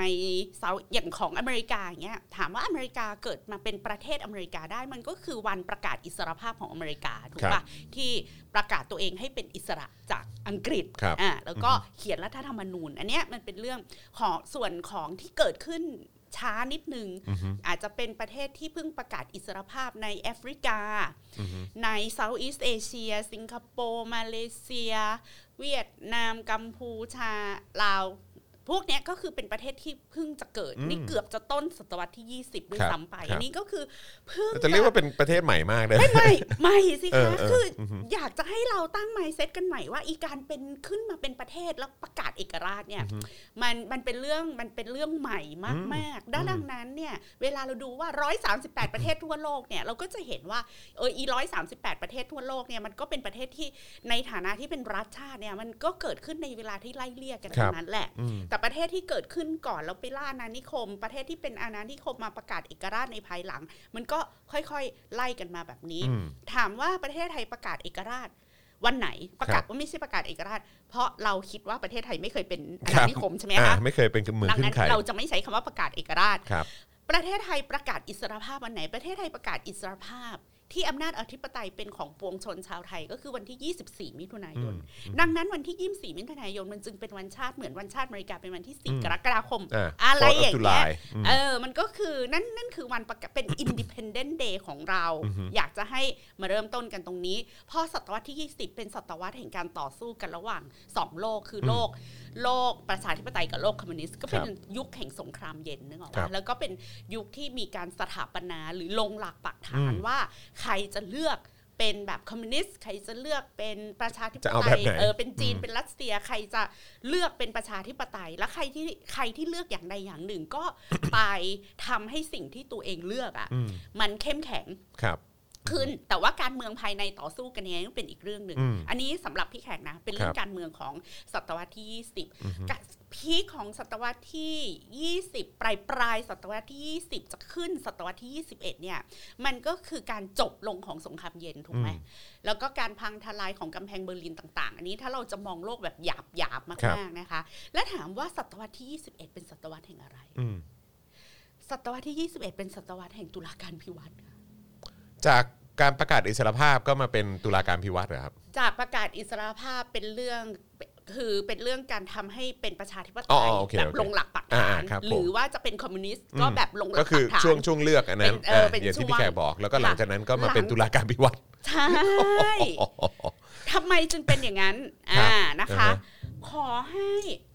เซาอย่างของอเมริกาอย่างเงี้ยถามว่าอเมริกาเกิดมาเป็นประเทศอเมริกาได้มันก็คือวันประกาศอิสรภาพของอเมริกาถูก ครั ปะ บ ที่ประกาศตัวเองให้เป็นอิสระจากอังกฤษ ครับ อ่าแล้วก็เขียนรัฐธรรมนูญ อันเนี้ยมันเป็นเรื่องของส่วนของที่เกิดขึ้นช้านิดนึง อาจจะเป็นประเทศที่เพิ่งประกาศอิสรภาพในแอฟริกา ในเซาท์อีสเอเชีย สิงคโปร์ มาเลเซีย เวียดนามกัมพูชาลาว พวกเนี้ยก็คือเป็นประเทศที่เพิ่งจะเกิด อืม นี่เกือบจะต้นศตวรรษที่ 20ด้วย ครับ ซ้ำไป ครับ อันนี้ก็คือเพิ่ง จะเรียกว่าเป็นประเทศใหม่มากเลย ไม่ไม่ไม่สิ เออ คะ เออ คืออ อหือ อยากจะให้เราตั้งไมเซ็ตกันใหม่ว่าอีการเป็นขึ้นมาเป็นประเทศแล้วประกาศเอกราชเนี่ย มันมันเป็นเรื่องมันเป็นเรื่องใหม่มากๆดังดังนั้นเนี่ย เวลาเราดูว่า 138 ประเทศทั่วโลกเนี่ย เราก็จะเห็นว่าเอออี138 ประเทศทั่วโลกเนี่ยมันก็เป็นประเทศที่ในฐานะที่เป็นรัฐชาติเนี่ยมันก็เกิดขึ้นในเวลาที่ไล่เลี่ยกัน ครั ทั้ บ งนั้นแหละ อืม แต่ประเทศที่เกิดขึ้นก่อนแล้วไปล่าอาณานิคม ประเทศที่เป็นอาณานิคมมาประกาศเอกราชในภายหลัง มันก็ค่อยๆ ไล่กันมาแบบนี้ อืม ถามว่าประเทศไทยประกาศเอกราช วันไหนประกาศว่าไม่ใช่ประกาศเอกราช เพราะเราคิดว่าประเทศไทยไม่เคยเป็นอา ครั ณา บ นิคมใช่ไหม อ่า คะ ไม่เคยเป็นเหมือง ดั ขึ้ นั้น นไข่ เราจะไม่ใช้คำว่าประกาศเอกราช ครับ ประเทศไทยประกาศอิสรภาพวันไหน ประเทศไทยประกาศอิสรภาพ ที่อำนาจอธิปไตยเป็นของปวงชนชาวไทยก็คือวันที่ 24 มิถุนายน ดังนั้นวันที่ 24 มิถุนายนมันจึงเป็นวันชาติเหมือนวันชาติอเมริกาเป็นวันที่ อืม 4 กรกฎาคม อ่า อะไร Fourth of อย่างเงี้ย July อืม เออ มันก็คือนั่นนั่นคือวันประกาศเป็น Independent Day ของเรา อือฮึ อยากจะให้มาเริ่มต้นกันตรงนี้ เพราะศตวรรษที่ 20 เป็นศตวรรษแห่งการต่อสู้กันระหว่างสองโลกคือโลก โลกประชาธิปไตยกับโลกคอมมิวนิสต์ก็เป็นยุคแห่งสงครามเย็นนึกออก ครั ปะ บ แล้วก็เป็นยุคที่มีการสถาปนาหรือลงหลักปักฐาน อืม ว่าใครจะเลือกเป็นแบบคอมมิวนิสต์ใครจะเลือกเป็นประชาธิป จะเอา ไต แบบ ย ไหน เออเป็นจีนเป็นรัสเซียใครจะเลือกเป็นประชาธิปไตย และใครที่ใครที่เลือกอย่างใดอย่างหนึ่งก็ ไปทำให้สิ่งที่ตัวเองเลือกอะ่ะ อืม มันเข้มแข็ง ครับ ขึ้น แต่ว่าการเมืองภายในต่อสู้กันเนี่ยก็เป็นอีกเรื่องหนึ่ง อืม อันนี้สำหรับพี่แขกนะ เป็นเรื่คอรั ง บ การเมืองของศตวรรษที่ 20 อือฮึ กับพีคของศตวรรษที่ 20 ปลายปลายศตวรรษที่ 20 จะขึ้นศตวรรษที่ 21 เนี่ย มันก็คือการจบลงของสงครามเย็นถูกไหม อืม แล้วก็การพังทลายของกำแพงเบอร์ลินต่างๆ อันนี้ถ้าเราจะมองโลกแบบหยาบหยาบคๆรับ มากๆนะคะ และถามว่าศตวรรษที่ 21 เป็นศตวรรษแห่งอะไร อืม ศตวรรษที่ 21 เป็นศตวรรษแห่งตุลาการพิวัตรค่ะ จากการประกาศอิสรภาพก็มาเป็นตุลาการพิวัตรเหรอครับ จากประกาศอิสรภาพเป็นเรื่อง คือเป็นเรื่องการทำให้เป็นประชาธิปไต อ๋อย โอเค แบบ โอเค ลงหลักปักฐา อ่าน ครับผม หรือว่าจะเป็นคอมมิวนิสต์ก็แบบลงหลัก ก็ ปักฐาน คือช่วงช่วงเลือกอันนั้น เป็นเออ อ่า เป็น อย่างที่ ช่วง พี่แขกบอก แล้วก็หลัง ค่ะ จากนั้นก็มาเป็นตุลาการพิวัตร ใช่ ทำไมจึงเป็นอย่างนั้น ครับ อ่า นะคะ อ่าฮะ ขอให้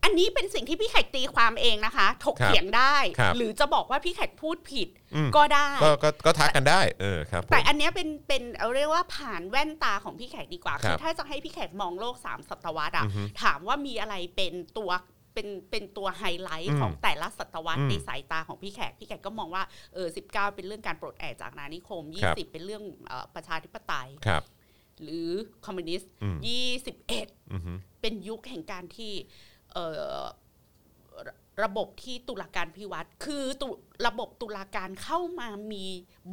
อันนี้เป็นสิ่งที่พี่แขกตีความเองนะคะ ถกเถียงได้ ครับ หรือจะบอกว่าพี่แขกพูดผิด อืม ก็ได้ ก็ก็ก็ทักกันได้ เออครับผม แต่อันเนี้ยเป็นเป็นเอาเรียกว่าผ่านแว่นตาของพี่แขกดีกว่า ครับ ถ้าจะให้พี่แขกมองโลกสามศตวรรษอะ อือฮึ ถามว่ามีอะไรเป็นตัวเป็นเป็นตัวไฮไล อื ท์ ม ของแต่ละศตวรร อื ษ ม ในสายตาของพี่แขกพี่แขกก็มองว่าเออสิเป็นเรื่องการปลดแอกจากอาณานิคม ครับ 20 เป็นเรื่องเอ่อประชาธิปไตย ครับ หรือคอมมิวนิสต์ อืม ยี่สิบเอ็ด อือฮึ เป็นยุคแห่งการที่เอ่อระระบบที่ตุลาการพิวัตรคือตุระบบตุลาการเข้ามามี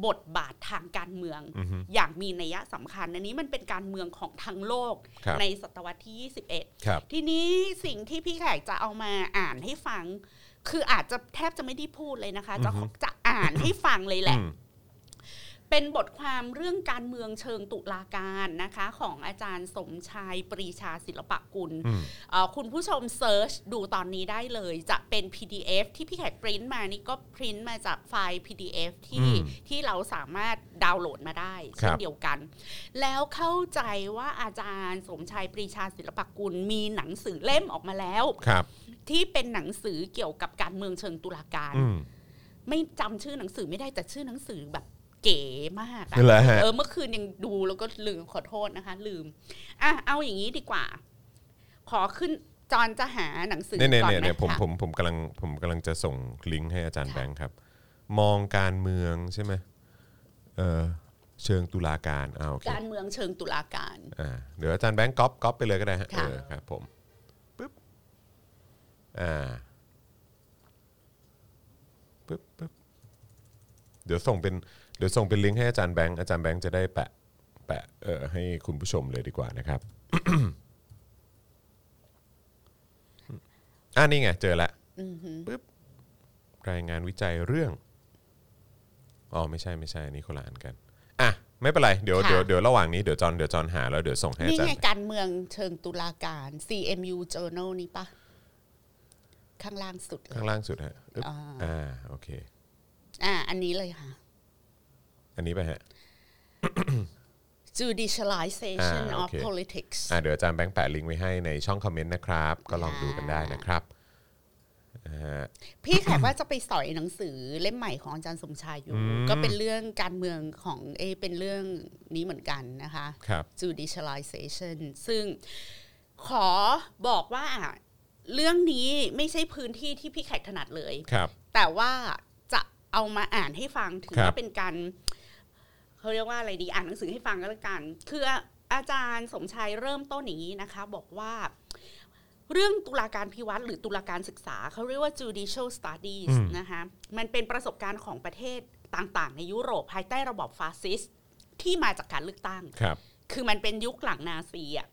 บทบาททางการเมือง อือฮึ อย่างมีนัยสำคัญ อันนี้มันเป็นการเมืองของทั้งโลก ครับ ในศตวรรษที่ 21 ครับ ทีนี้สิ่งที่พี่แขกจะเอามาอ่านให้ฟัง คืออาจจะแทบจะไม่ได้พูดเลยนะคะ จะ อือฮึ จะอ่านให้ฟังเลยแหละ อืม เป็นบทความเรื่องการเมืองเชิงตุลาการนะคะ ของอาจารย์สมชายปรีชาศิลปกุล อืม เอ่อคุณผู้ชมเซิร์ชดูตอนนี้ได้เลย จะเป็น PDF ที่พี่แขกปริ้นมานี่ก็ปริ้นมาจากไฟล์ PDF ที่ อืม ที่เราสามารถดาวน์โหลดมาได้ ครั เช่น บ เดียวกัน แล้วเข้าใจว่าอาจารย์สมชายปรีชาศิลปกุลมีหนังสือเล่มออกมาแล้ว ครับ ที่เป็นหนังสือเกี่ยวกับการเมืองเชิงตุลาการ อืม ไม่จำชื่อหนังสือไม่ได้แต่ชื่อหนังสือแบบเก๋มากอะ นี่แหละฮะ เออเมื่อคืนยังดูแล้วก็ลืมขอโทษนะคะ ลืม อ่ะเอาอย่างนี้ดีกว่า ขอขึ้นจอนจะหาหนังสือ เนี่ยเนี่ย ก่อน เนี่ย นะ เนี่ยผม คะ ผมผมกำลังผมกำลังจะส่งลิงก์ให้อาจารย์ ค่ะ แบงค์ครับ มองการเมืองใช่ไหมเออเชิงตุลาการเอาโอเค การเมืองเชิงตุลาการ อ่าเดี๋ยวอาจารย์แบงค์ก๊อปก๊อปไปเลยก็ได้ฮะ ค่ะ เออครับผมปึ๊บอ่าปึ๊บปึ๊บเดี๋ยวส่งเป็นเดี๋ยวส่งเป็นลิงก์ให้อาจารย์แบงค์อาจารย์แบงค์จะได้แปะแปะเออให้คุณผู้ชมเลยดีกว่านะครับ อ่านี่ไงเจอละ อือหือ ปึ๊บรายงานวิจัยเรื่อง อ๋อไม่ใช่ไม่ใช่อันนี้คนละอันกัน อ่ะ ไม่เป็นไร เดี๋ยวเดี๋ยวเดี๋ยวระหว่างนี้เดี๋ยวจอนเดี๋ยวจอนหาแล้วเดี๋ยวส่งให้อา นี่ จาร ไง ย์ การเมืองเชิงตุลาการ CMU Journal นี่ปะข้างล่างสุดเลย ข้างล่างสุดฮะอึ๊บ อ่า อ่าโอเค อ่ะอันนี้เลยค่ะ อันนี้ไปฮะ จ judicialization อ่าโอ of เค politics อ่ะเดี๋ยวอาจารย์แบงค์แปะลิงก์ไว้ให้ในช่องคอมเมนต์นะครับ ก็ลองดูกันได้นะครับอ่า พี่แขกว่าจะไปสอยหนังสือเล่มใหม่ของอาจารย์สมชายอยู่ อืม ก็เป็นเรื่องการเมืองของเอยเป็นเรื่องนี้เหมือนกันนะคะ ครับ judicialization ซึ่งขอบอกว่าเรื่องนี้ไม่ใช่พื้นที่ที่พี่แขกถนัดเลย ครับ แต่ว่าจะเอามาอ่านให้ฟังถือ ครั ว่า บ เป็นการเขาเรียกว่าอะไรดีอ่านหนังสือให้ฟังก็แล้วกัน คืออาจารย์สมชัยเริ่มต้นอย่างนี้นะคะ บอกว่า เรื่องตุลาการพิวัตรหรือตุลาการศึกษา เขาเรียกว่า judicial studies อืม นะคะมันเป็นประสบการณ์ของประเทศต่างๆ ในยุโรปภายใต้ระบอบฟาสซิสต์ที่มาจากการเลือกตั้ง ครับ คือมันเป็นยุคหลังนาซีอะ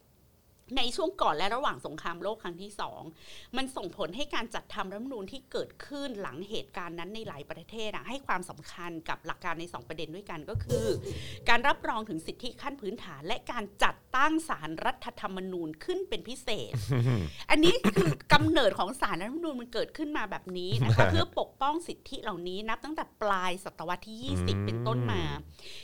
ในช่วงก่อนและระหว่างสงครามโลกครั้งที่สอง มันส่งผลให้การจัดทำรัฐธรรมนูญที่เกิดขึ้นหลังเหตุการณ์นั้นในหลายประเทศอะให้ความสำคัญกับหลักการใน 2 ประเด็นด้วยกันก็คือ การรับรองถึงสิทธิขั้นพื้นฐาน และการจัดตั้งสารรัฐธรรมนูญขึ้นเป็นพิเศษ อันนี้คือกำเนิดของสารรัฐธรรมนูญมันเกิดขึ้นมาแบบนี้นะ ครั คะ บ เพื่อปกป้องสิทธิเหล่านี้นับตั้งแต่ปลายศตวรรษที่ 20 เป็นต้นมา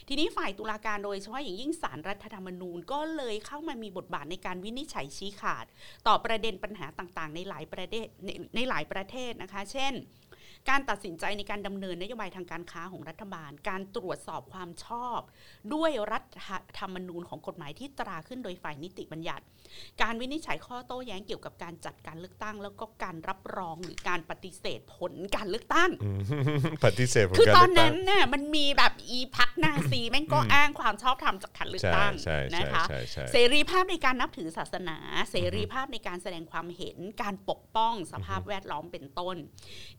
ทีนี้ฝ่ายตุลาการโดยเฉพาะอย่างยิ่งสารรัฐธรรมนูญก็เลยเข้ามามีบทบาทในการวินิจฉัยชี้ขาด ต่อประเด็นปัญหาต่างๆ ในหลายประเด็นในในหลายประเทศนะคะ เช่น การตัดสินใจในการดำเนินนโยบายทางการค้าของรัฐบาล การตรวจสอบความชอบ ด้วยรัฐธรรมนูญของกฎหมายที่ตราขึ้นโดยฝ่ายนิติบัญญัติ การวินิจฉัยข้อโต้แย้งเกี่ยวกับการจัดการเลือกตั้ง แล้วก็การรับรองหรือการปฏิเสธผลการเลือกตั้ง ปฏิเสธผล คือ การ ตอ เลือกนตั้ นั้ ง นน่ะมันมีแบบอีพักนาซีแม่งก็ อืม อ้างความชอบธรรมจากการเลือก ใช่ ตั้ง ใช่ใช่ นะคะ ใช่ใช่ เสรีภาพในการนับถือศาสนา เสรีภาพในการแสดงความเห็น การปกป้องสภาพแวดล้อมเป็นต้น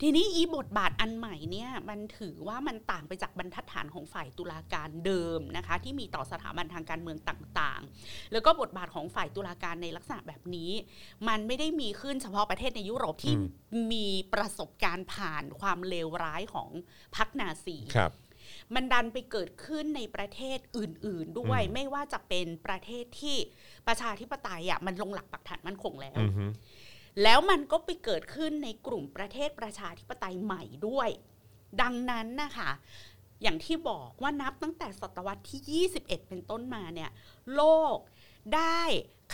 ทีนี้อีบทบาทอันใหม่เนี่ยมันถือว่ามันต่างไปจากบรรทัดฐานของฝ่ายตุลาการเดิมนะคะ ที่มีต่อสถาบันทางการเมืองต่างๆ แล้วก็บทบาทของฝ่ายตุลาการในลักษณะแบบนี้ มันไม่ได้มีขึ้นเฉพาะประเทศในยุโรปที่มีประสบการณ์ผ่านความเลวร้ายของพรรคนาซี ครับ มันดันไปเกิดขึ้นในประเทศอื่น ๆ ด้วย อืม ไม่ว่าจะเป็นประเทศที่ประชาธิปไตยอ่ะมันลงหลักปักฐานมั่นคงแล้ว อือฮึ แล้วมันก็ไปเกิดขึ้นในกลุ่มประเทศประชาธิปไตยใหม่ด้วย ดังนั้นนะคะอย่างที่บอกว่านับตั้งแต่ศตวรรษที่ 21 เป็นต้นมาเนี่ยโลกได้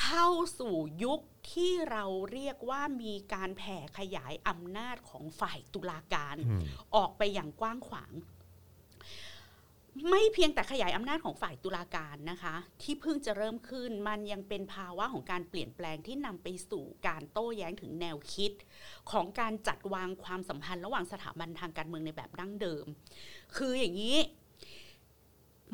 เข้าสู่ยุคที่เราเรียกว่ามีการแผ่ขยายอำนาจของฝ่ายตุลาการ อืม ออกไปอย่างกว้างขวาง ไม่เพียงแต่ขยายอำนาจของฝ่ายตุลาการนะคะ ที่เพิ่งจะเริ่มขึ้นมันยังเป็นภาวะของการเปลี่ยนแปลงที่นำไปสู่การโต้แย้งถึงแนวคิด ของการจัดวางความสัมพันธ์ระหว่างสถาบันทางการเมืองในแบบดั้งเดิม คืออย่างนี้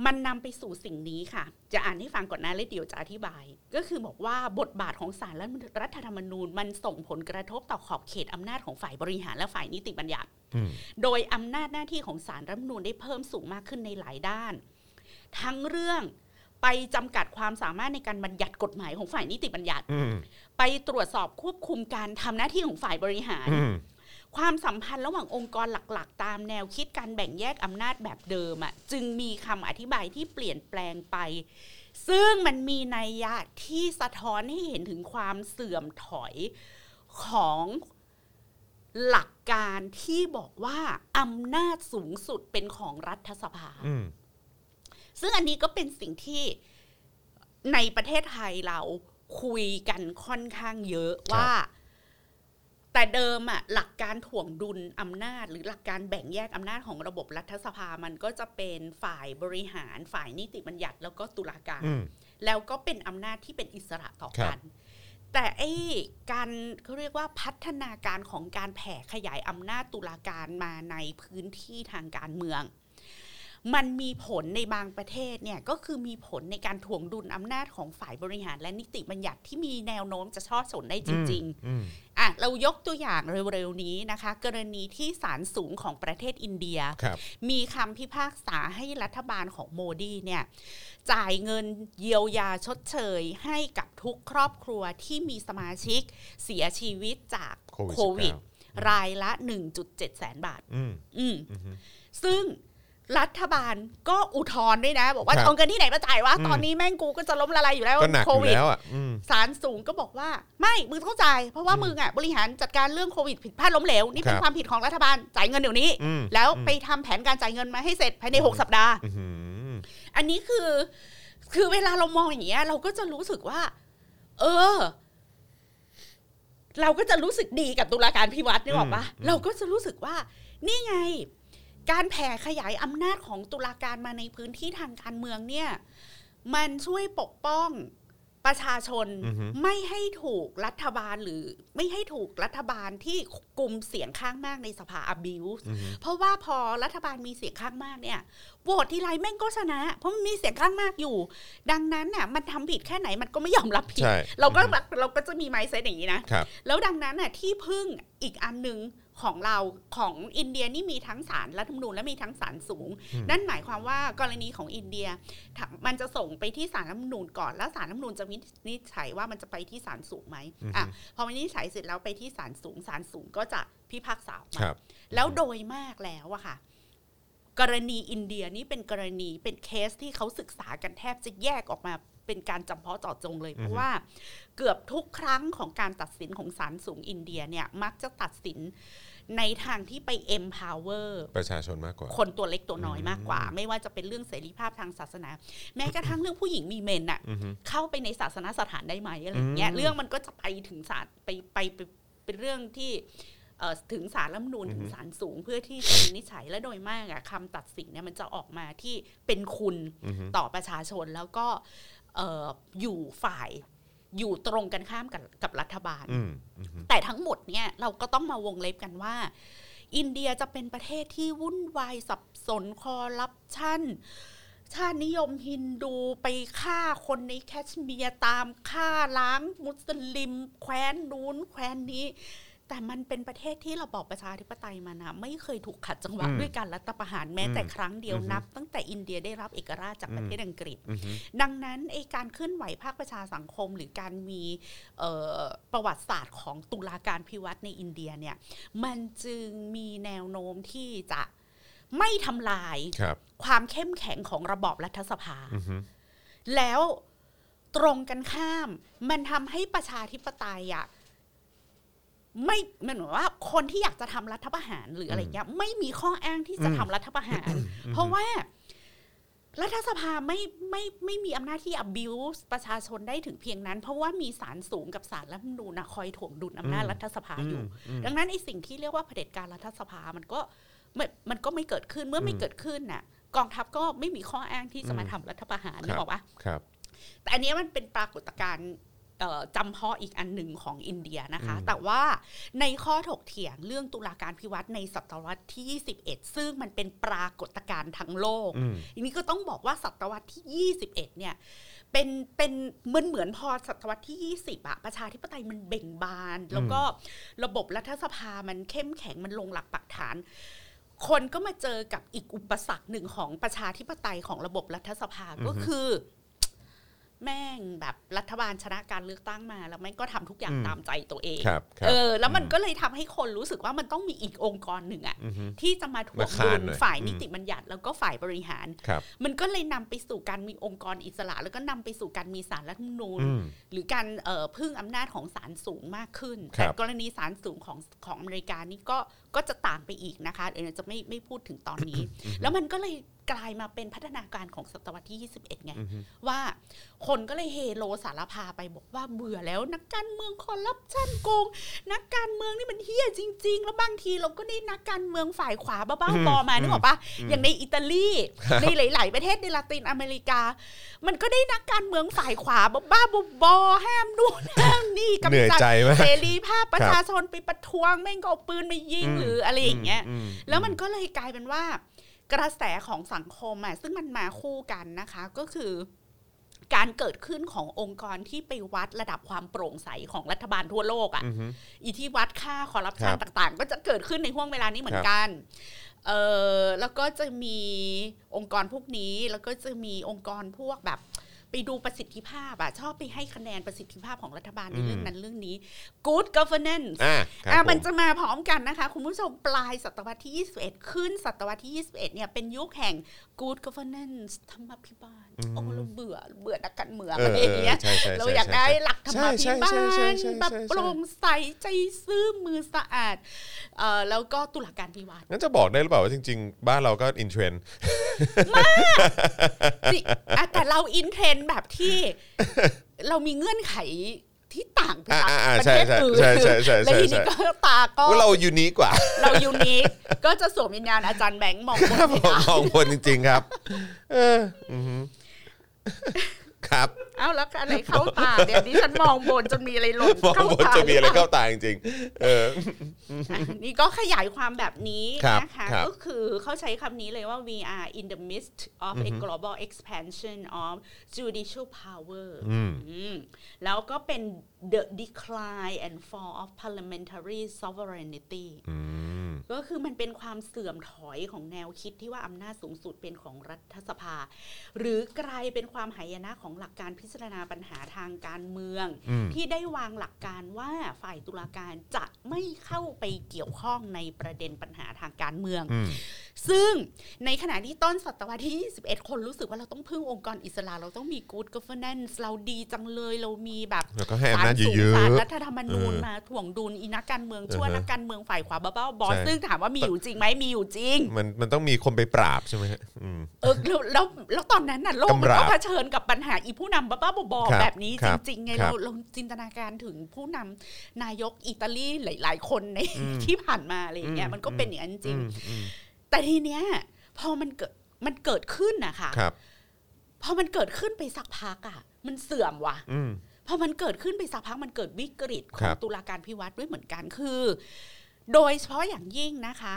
มันนำไปสู่สิ่งนี้ค่ะ จะอ่านให้ฟังก่อนนะแล้วเดี๋ยวจะอธิบาย ก็คือบอกว่าบทบาทของสารรัฐธรรมนูญ มันส่งผลกระทบต่อขอบเขตอำนาจของฝ่ายบริหารและฝ่ายนิติบัญญัติ อืม โดยอำนาจหน้าที่ของสารรัฐธรรมนูญได้เพิ่มสูงมากขึ้นในหลายด้าน ทั้งเรื่องไปจำกัดความสามารถในการบัญญัติกฎหมายของฝ่ายนิติบัญญัติ อืม ไปตรวจสอบควบคุมการทำหน้าที่ของฝ่ายบริหาร อืม ความสัมพันธ์ระหว่างองค์กรหลักๆ ตามแนวคิดการแบ่งแยกอำนาจแบบเดิมอะจึงมีคำอธิบายที่เปลี่ยนแปลงไป ซึ่งมันมีนัยยะที่สะท้อนให้เห็นถึงความเสื่อมถอยของหลักการที่บอกว่าอำนาจสูงสุดเป็นของรัฐสภา อืม ซึ่งอันนี้ก็เป็นสิ่งที่ในประเทศไทยเราคุยกันค่อนข้างเยอะ ครับ ว่า แต่เดิมอะหลักการถ่วงดุลอำนาจ หรือหลักการแบ่งแยกอำนาจของระบบรัฐสภามันก็จะเป็นฝ่ายบริหาร ฝ่ายนิติบัญญัติ แล้วก็ตุลาการ อืม แล้วก็เป็นอำนาจที่เป็นอิสระต่อ ครั กับ น แต่ไอ้การเขาเรียกว่าพัฒนาการของการแผ่ขยายอำนาจตุลาการมาในพื้นที่ทางการเมือง มันมีผลในบางประเทศเนี่ยก็คือมีผลในการถ่วงดุลอำนาจของฝ่ายบริหารและนิติบัญญัติที่มีแนวโน้มจะช่อชนได้จริง ๆ อืม อ่ะเรายกตัวอย่างเร็วๆนี้นะคะ กรณีที่ศาลสูงของประเทศอินเดีย ครับ มีคำพิพากษาให้รัฐบาลของโมดีเนี่ยจ่ายเงินเยียวยาชดเชยให้กับทุกครอบครัวที่มีสมาชิกเสียชีวิตจาก โค โค วิ วิ ด ด รายละ 1.7 แสนบาท อืม อืม อือฮึ ซึ่งรัฐบาลก็อุทธรณ์ด้วยนะ บอกว่า ครับ เอาเงินที่ไหนมาจ่ายวะ อืม ตอนนี้แม่งกูก็จะล้มละลายอยู่แล้ว ก็หนัก โค อยู่ วิด แล้วอ่ะ อืม ศาลสูงก็บอกว่าไม่มึงเข้าใจ เพราะว่ามึงอ่ะบริหารจัดการเรื่องโควิดผิดพลาดล้มเหลว นี่เป็ คน รับ ความผิดของรัฐบาลจ่ายเงินเดี๋ยวนี้ อืม แล้วไปทำแผนการจ่ายเงินมาให้เสร็จภายใน 6 สัปดาห์ อื้อหือ อันนี้คือ คือเวลาเรามองอย่างเงี้ย เราก็จะรู้สึกว่า เออ เราก็จะรู้สึกดีกับตุลาการพิวัตรนี่บอกปะ อืม เราก็จะรู้สึกว่า นี่ไง การแผ่ขยายอำนาจของตุลาการมาในพื้นที่ทางการเมืองเนี่ย มันช่วยปกป้องประชาชน อือฮึ ไม่ให้ถูกรัฐบาลหรือ ไม่ให้ถูกรัฐบาลที่กลุ่มเสียงข้างมากในสภาอบิว อืม เพราะว่าพอรัฐบาลมีเสียงข้างมากเนี่ยโหวตทีไรแม่งก็ชนะ เพราะมันมีเสียงข้างมากอยู่ ดังนั้นน่ะ มันทำผิดแค่ไหนมันก็ไม่ยอมรับผิด ใช่ เราก็ อืม แบบเราก็จะมีไมซ์เซตอย่างนี้นะ ครับ แล้วดังนั้นน่ะที่พึ่งอีกอันหนึ่งของเราของอินเดียนี่มีทั้งศาลรัฐธรรมนูญและมีทั้งศาลสูง อืม นั่นหมายความว่ากรณีของอินเดียถ้ามันจะส่งไปที่ศาลรัฐธรรมนูญก่อนแล้วศาลรัฐธรรมนูญจะวินิจฉัยว่ามันจะไปที่ศาลสูงไหมอ่ะพอวินิจฉัยเสร็จแล้วไปที่ศาลสูงศาลสูงก็จะพิพากษาออก ค มา รับ แล้วโดยมากแล้วอะค่ะ กรณีอินเดียนี่เป็นกรณีเป็นเคสที่เขาศึกษากันแทบจะแยกออกมาเป็นการจำเพาะเจาะจงเลย อือฮึ เพราะว่าเกือบทุกครั้งของการตัดสินของศาลสูงอินเดียเนี่ย มักจะตัดสินในทางที่ไป empower ประชาชนมากกว่า คนตัวเล็กตัวน้อยมากกว่า อืม ไม่ว่าจะเป็นเรื่องเสรีภาพทางศาสนา แม้กระทั่งเรื่องผู้หญิงมีเมนน่ะ อือฮึ เข้าไปในศาสนสถานได้ไหมอะไรอย่างเงี้ย อืม เรื่องมันก็จะไปถึงศาลไปไปไปเป็นเรื่องที่เอ่อถึงศาลรัฐธรรมนูญ อือฮึ ถึงศาลสูงเพื่อที่จะวินิจฉัยและโดยมากอะคำตัดสินเนี่ยมันจะออกมาที่เป็นคุณ อือฮึ ต่อประชาชนแล้วก็เอ่ออยู่ฝ่ายอยู่ตรงกันข้ามกับกับรัฐบาล อืมอืม แต่ทั้งหมดเนี่ยเราก็ต้องมาวงเล็บกันว่า อินเดียจะเป็นประเทศที่วุ่นวายสับสนคอร์รัปชัน ชาตินิยมฮินดูไปฆ่าคนในแคชเมียร์ตามฆ่าล้าง มุสลิม แคว้นนู้นแคว้นนี้ แต่มันเป็นประเทศที่ระบอบประชาธิปไตยมานะไม่เคยถูกขัดจังหวะ อืม ด้วยการรัฐประหารแม้แต่ อืม ครั้งเดียว อือฮึ นับ ตั้งแต่อินเดียได้รับเอกราชจากประเทศอังกฤษ อือฮึ ดังนั้นไอการเคลื่อนไหวภาคประชาสังคม หรือการมีเอ่อประวัติศาสตร์ของตุลาการพิวัตรในอินเดียเนี่ย มันจึงมีแนวโน้มที่จะไม่ทำลาย ครับ ความเข้มแข็งของระบอบรัฐสภา อือฮึ แล้วตรงกันข้าม มันทำให้ประชาธิปไตยอะไม่มันเหมือนว่า คนที่อยากจะทำรัฐประหารหรืออะไรเงี้ยไม่มีข้ออ้างที่จะ อืม ทำรัฐประหาร เพราะว่า รัฐสภาไม่ไม่ไม่มีอำนาจที่ abuse ประชาชนได้ถึงเพียงนั้น เพราะว่ามีศาลสูงกับศาลรัฐธรรมนูญนะคอยถ่วงดุลอำนาจรัฐสภาอยู่ ม ดังนั้นไอ้สิ่งที่เรียกว่าเผด็จการรัฐสภามันก็ไม่มันก็ไม่เกิดขึ้นเมื่อไม่ อืม เกิดขึ้นน่ะ กองทัพก็ไม่มีข้ออ้างที่จะมา อืม ทำรัฐประหาร ครับ นึกออกปะ ครับ แต่อันเนี้ยมันเป็นปรากฏการณ์เอ่อจำเพาะอีกอันหนึ่งของอินเดียนะคะ อืม แต่ว่าในข้อถกเถียงเรื่องตุลาการพิวัตรในศตวรรษที่ 21 ซึ่งมันเป็นปรากฏการณ์ทั้งโลก อืม ทีนี้ก็ต้องบอกว่าศตวรรษที่ 21 เนี่ย เป็นเป็นเหมือนเหมือนพอศตวรรษที่ 20อะประชาธิปไตยมันเบ่งบาน แล้วก็ระบบรัฐสภามันเข้มแข็งมันลงหลักปักฐาน คนก็มาเจอกับอีกอุปสรรคหนึ่งของประชาธิปไตยของระบบรัฐสภา อือฮึ ก็คือ แม่งแบบรัฐบาลชนะการเลือกตั้งมา แล้วแม่งก็ทำทุกอย่าง อืม ตามใจตัวเอง ครับครับ เออ แล้วมัน อืม ก็เลยทำให้คนรู้สึกว่ามันต้องมีอีกองค์กรหนึ่งอะ อือฮึ ที่จะมาถ่ว มางคา ดุ น ล หน่อย ฝ่าย อืม นิติบัญญัติแล้วก็ฝ่ายบริหาร ครับ มันก็เลยนำไปสู่การมีองค์กรอิสระ แล้วก็นำไปสู่การมีสารรัฐธรรมนูญ อืม หรือการเอ่อพึ่งอำนาจของศาลสูงมากขึ้น ครับ แต่กรณีศาลสูงของของอเมริกานี่ก็ก็จะต่างไปอีกนะคะเดี๋ยวเราจะไม่ไม่พูดถึงตอนนี้ แล้วมันก็เลยกลายมาเป็นพัฒนาการของศตวรรษที่ 21 ไง อือฮึ ว่าคนก็เลยเฮโลสารพาไปบอกว่าเบื่อแล้วนักการเมืองคอร์รัปชันโกง นักการเมืองนี่มันเฮี้ยจริง ๆ แล้วบางทีเราก็ได้นักการเมืองฝ่ายขวาบ้าๆบอมานึกออกปะอย่างในอิตาลีในหลาย ๆ ประเทศในลาตินอเมริกา มันก็ได้นักการเมืองฝ่ายขวาบ้าๆบอๆห้ามนู่นห้ามนี่ เหนื่อย กำจัด ใจมาก เสรีภาพประชาชนไปประท้วงแม่งก็เอาปืนมายิง อืม หรืออะไรอย่างเงี้ย มอื แล้วมันก็เลยกลายเป็นว่ากระแสของสังคมอ่ะซึ่งมันมาคู่กันนะคะ ก็คือ การเกิดขึ้นขององค์กรที่ไปวัดระดับความโปร่งใสของรัฐบาลทั่วโลกอ่ะ อือฮึ อีที่วัดค่าคอร์รัปชัน ครับ ต่างๆ ก็จะเกิดขึ้นในห่วงเวลานี้เหมือนกันเออแล้วก็จะมีองค์กรพวกนี้ แล้วก็จะมีองค์กรพวกแบบ ไปดูประสิทธิภาพอ่ะชอบไปให้คะแนนประสิทธิภาพของรัฐบาลในเรื่อง อืม นั้นเรื่องนี้ good governance อ่าครับ อ่ะ ผ มันจะมาพร้อมกันนะคะ คุณผู้ชมปลายศตวรรษที่ 21 ขึ้นศตวรรษที่ 21 เนี่ย เป็นยุคแห่ง good governance ธรรมพิบาล อืม โอ้เราเบื่อเบื่อนักการเมือง เอ อะ อ ไร เอ อย่าง อ เงี้ย ใช่ใช่ เรา ใช่ อยาก ใช่ ได้หลักธรรมพิบา ใช่ใช่ ล ใช่ใช่ แบบ ใช่ โปร่งใสใจซื่อมือสะอาดเอ่อแล้วก็ตุลาการพิวัตร งั้นจะบอกได้หรือเปล่าว่าจริง ๆ บ้านเราก็อินเทรนด์ สิอ่ะแต่เราอินเทรน เป็นแบบที่ เรามีเงื่อนไขที่ต่างไปจาก อ่าอ่า ประเทศ ใช่ อื่น ใช่ใช่ใช่ใช่ และที ใช่ นี้ก็ตาก็ ว่าเรายูนิค กว่า เรายูนิคก็จะสวมวิญญาณอาจารย์แบงค์มองบน ครับ ไป ผม ตาม องคนจริง ๆ ครับ เอออือหือครับ เอ้าแล้วอะไรเข้าตาเดี๋ยวนี้ฉันมองบนจนมีอะไรหล่น มอง เข้า บน ตา จะมีอะไร ห เข้า เปล่ ตาจริงๆเออ อ่ะนี่ก็ขยายความแบบนี้ ครับ นะคะ ครับ ก็คือเขาใช้คำนี้เลยว่า we are in the midst of a global expansion of judicial power อืม อืมแล้วก็เป็น the decline and fall of parliamentary sovereignty อืม ก็คือมันเป็นความเสื่อมถอยของแนวคิดที่ว่าอำนาจสูงสุดเป็นของรัฐสภา หรือกลายเป็นความหายนะของหลักการพิจารณาปัญหาทางการเมือง อืม ที่ได้วางหลักการว่าฝ่ายตุลาการจะไม่เข้าไปเกี่ยวข้องในประเด็นปัญหาทางการเมือง อืม ซึ่งในขณะที่ต้นศตวรรษที่ 21 คนรู้สึกว่าเราต้องพึ่งองค์กรอิสระ เราต้องมี good governance เราดีจังเลยเรามีแบบ แล้วก็ให้อำนาจ ศลสูง เยอะ ศาลรัฐธรรมนูญ เออ มาถ่วงดุลอีนักการเมือง เออ ชั่ว ฮะ นักการเมืองฝ่ายขวาบ้าบ้าบอล ใช่ ซึ่งถามว่ามีอยู่จริงไหมมีอยู่จริง ๆมันมันต้องมีคนไปปราบใช่ไหมฮะอืม เออแล้วแล้วแล้วตอนนั้นน่ะโลก กำราบ มันก็เผชิญกับปัญหาอีผู้นำบ้าบ้าบอ ครับ ๆแบบนี้ ค จ รับ ริงๆไง ครั เรา บ เราจินตนาการถึงผู้นำนายกอิตาลีหลาย ๆ คนในที่ผ่านมาอะไรอย่างเงี้ อื ย ม มันก็เป็นอย่างนั้นจริง อืมอืม แต่ทีเนี้ยพอมันเกิดมันเกิดขึ้นนะคะ ครับ พอมันเกิดขึ้นไปสักพักอ่ะ มันเสื่อมว่ะ อืม พอมันเกิดขึ้นไปสักพักมันเกิดวิกฤตข ค อ รั ง บ ตุลาการพิวัตรด้วยเหมือนกันคือ โดยเฉพาะอย่างยิ่งนะคะ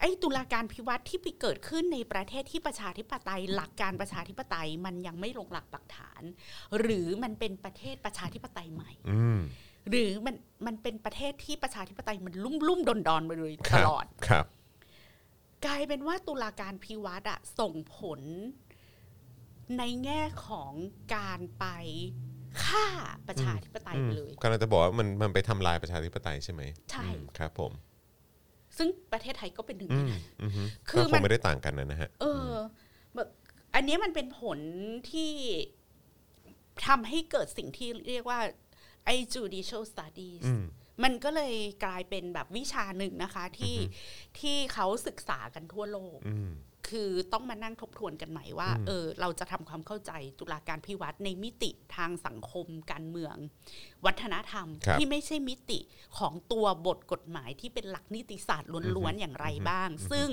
ไอ้ตุลาการพิวัตรที่ไปเกิดขึ้นในประเทศที่ประชาธิปไตย หลักการประชาธิปไตยมันยังไม่ลงหลักปักฐาน หรือมันเป็นประเทศประชาธิปไตยใหม่ อืม หรือมันมันเป็นประเทศที่ประชาธิปไตยมันลุ่มลุ่มๆดอนดอนๆไปเลย ค ต รับ ลอด ครับ กลายเป็นว่าตุลาการพิวัตรอะส่งผลในแง่ของการไปฆ่าประชาธิปไตยไปเลย อืมกำลังจะบอกว่ามันมันไปทำลายประชาธิปไตยใช่ไหม ใช่ อืมครับ ผม ซึ่งประเทศไทยก็เป็นหนึ่ง อืมในนั้น อือฮึ คื ก็ อ ค มั ง น ไม่ได้ต่างกันนะฮะ เออแบบอันนี้มันเป็นผลที่ทำให้เกิดสิ่งที่เรียกว่าไอ judicial studies อืม มันก็เลยกลายเป็นแบบวิชาหนึ่งนะคะ ที่ที่เขาศึกษากันทั่วโลก อืม คือต้องมานั่งทบทวนกันใหม่ว่า อืม เออ เราจะทำความเข้าใจตุลาการพิวัตรในมิติทางสังคมการเมือง วัฒนธรรม ครับ ที่ไม่ใช่มิติของตัวบทกฎหมายที่เป็นหลักนิติศาสตร์ล้วนๆอย่างไรบ้าง ซึ่ง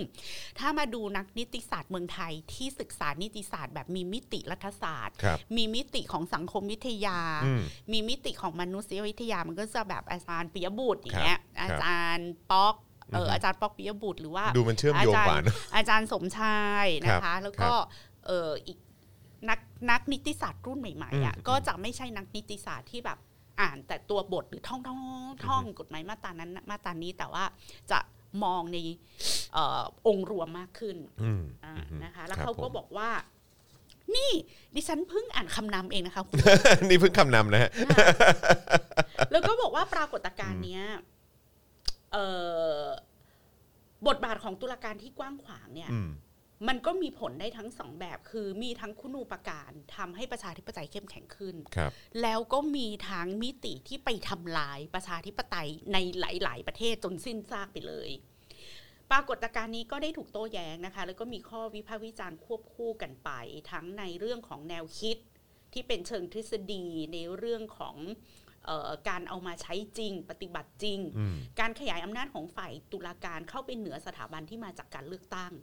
ถ้ามาดูนักนิติศาสตร์เมืองไทยที่ศึกษานิติศาสตร์แบบมีมิติรัฐศาสตร์ ครับ มีมิติของสังคมวิทยา อืม มีมิติของมนุษยวิทยามันก็จะแบบอาจารย์ปิยบุตรอย่างเงี้คยรับ อาจารย์ป๊อกเออ ม ออาจารย์ป๊อกปิยบุตรหรือว่า ดูมันเชื่อมโยงกว่านะ อาจารย์สมชายนะ ครั คะ บ แล้วก็เอออีกนักนักนิติศาสตร์รุ่นใหม่ๆอ่ะ อืม ก็จะไม่ใช่นักนิติศาสตร์ที่แบบอ่านแต่ตัวบทหรือท่องท่องท่องกฎหมายมาตรานั้นมาตรานี้แต่ว่าจะมองในเออองค์รวมมากขึ้นอ่านะคะ แล้วเขาก็ ครับผม บอกว่า นี่ดิฉันเพิ่งอ่านคำนำเองนะคะ คุณ นี่เพิ่งคำนำนะฮะ แล้วก็บอกว่าปรากฏการณ์เนี้ยเอ่อบทบาทของตุลาการที่กว้างขวางเนี่ย อืม มันก็มีผลได้ทั้งสองแบบ คือมีทั้งคุณูปการทำให้ประชาธิปไตยเข้มแข็งขึ้น ครับ แล้วก็มีทั้งมิติที่ไปทำลายประชาธิปไตยในหลาย ๆ ประเทศจนสิ้นซากไปเลย ปรากฏการณ์นี้ก็ได้ถูกโต้แย้งนะคะ แล้วก็มีข้อวิพากษ์วิจารณ์ควบคู่กันไป ทั้งในเรื่องของแนวคิดที่เป็นเชิงทฤษฎีในเรื่องของเออการเอามาใช้จริง ปฏิบัติจริง อืม การขยายอำนาจของฝ่ายตุลาการเข้าไปเหนือสถาบันที่มาจากการเลือกตั้ง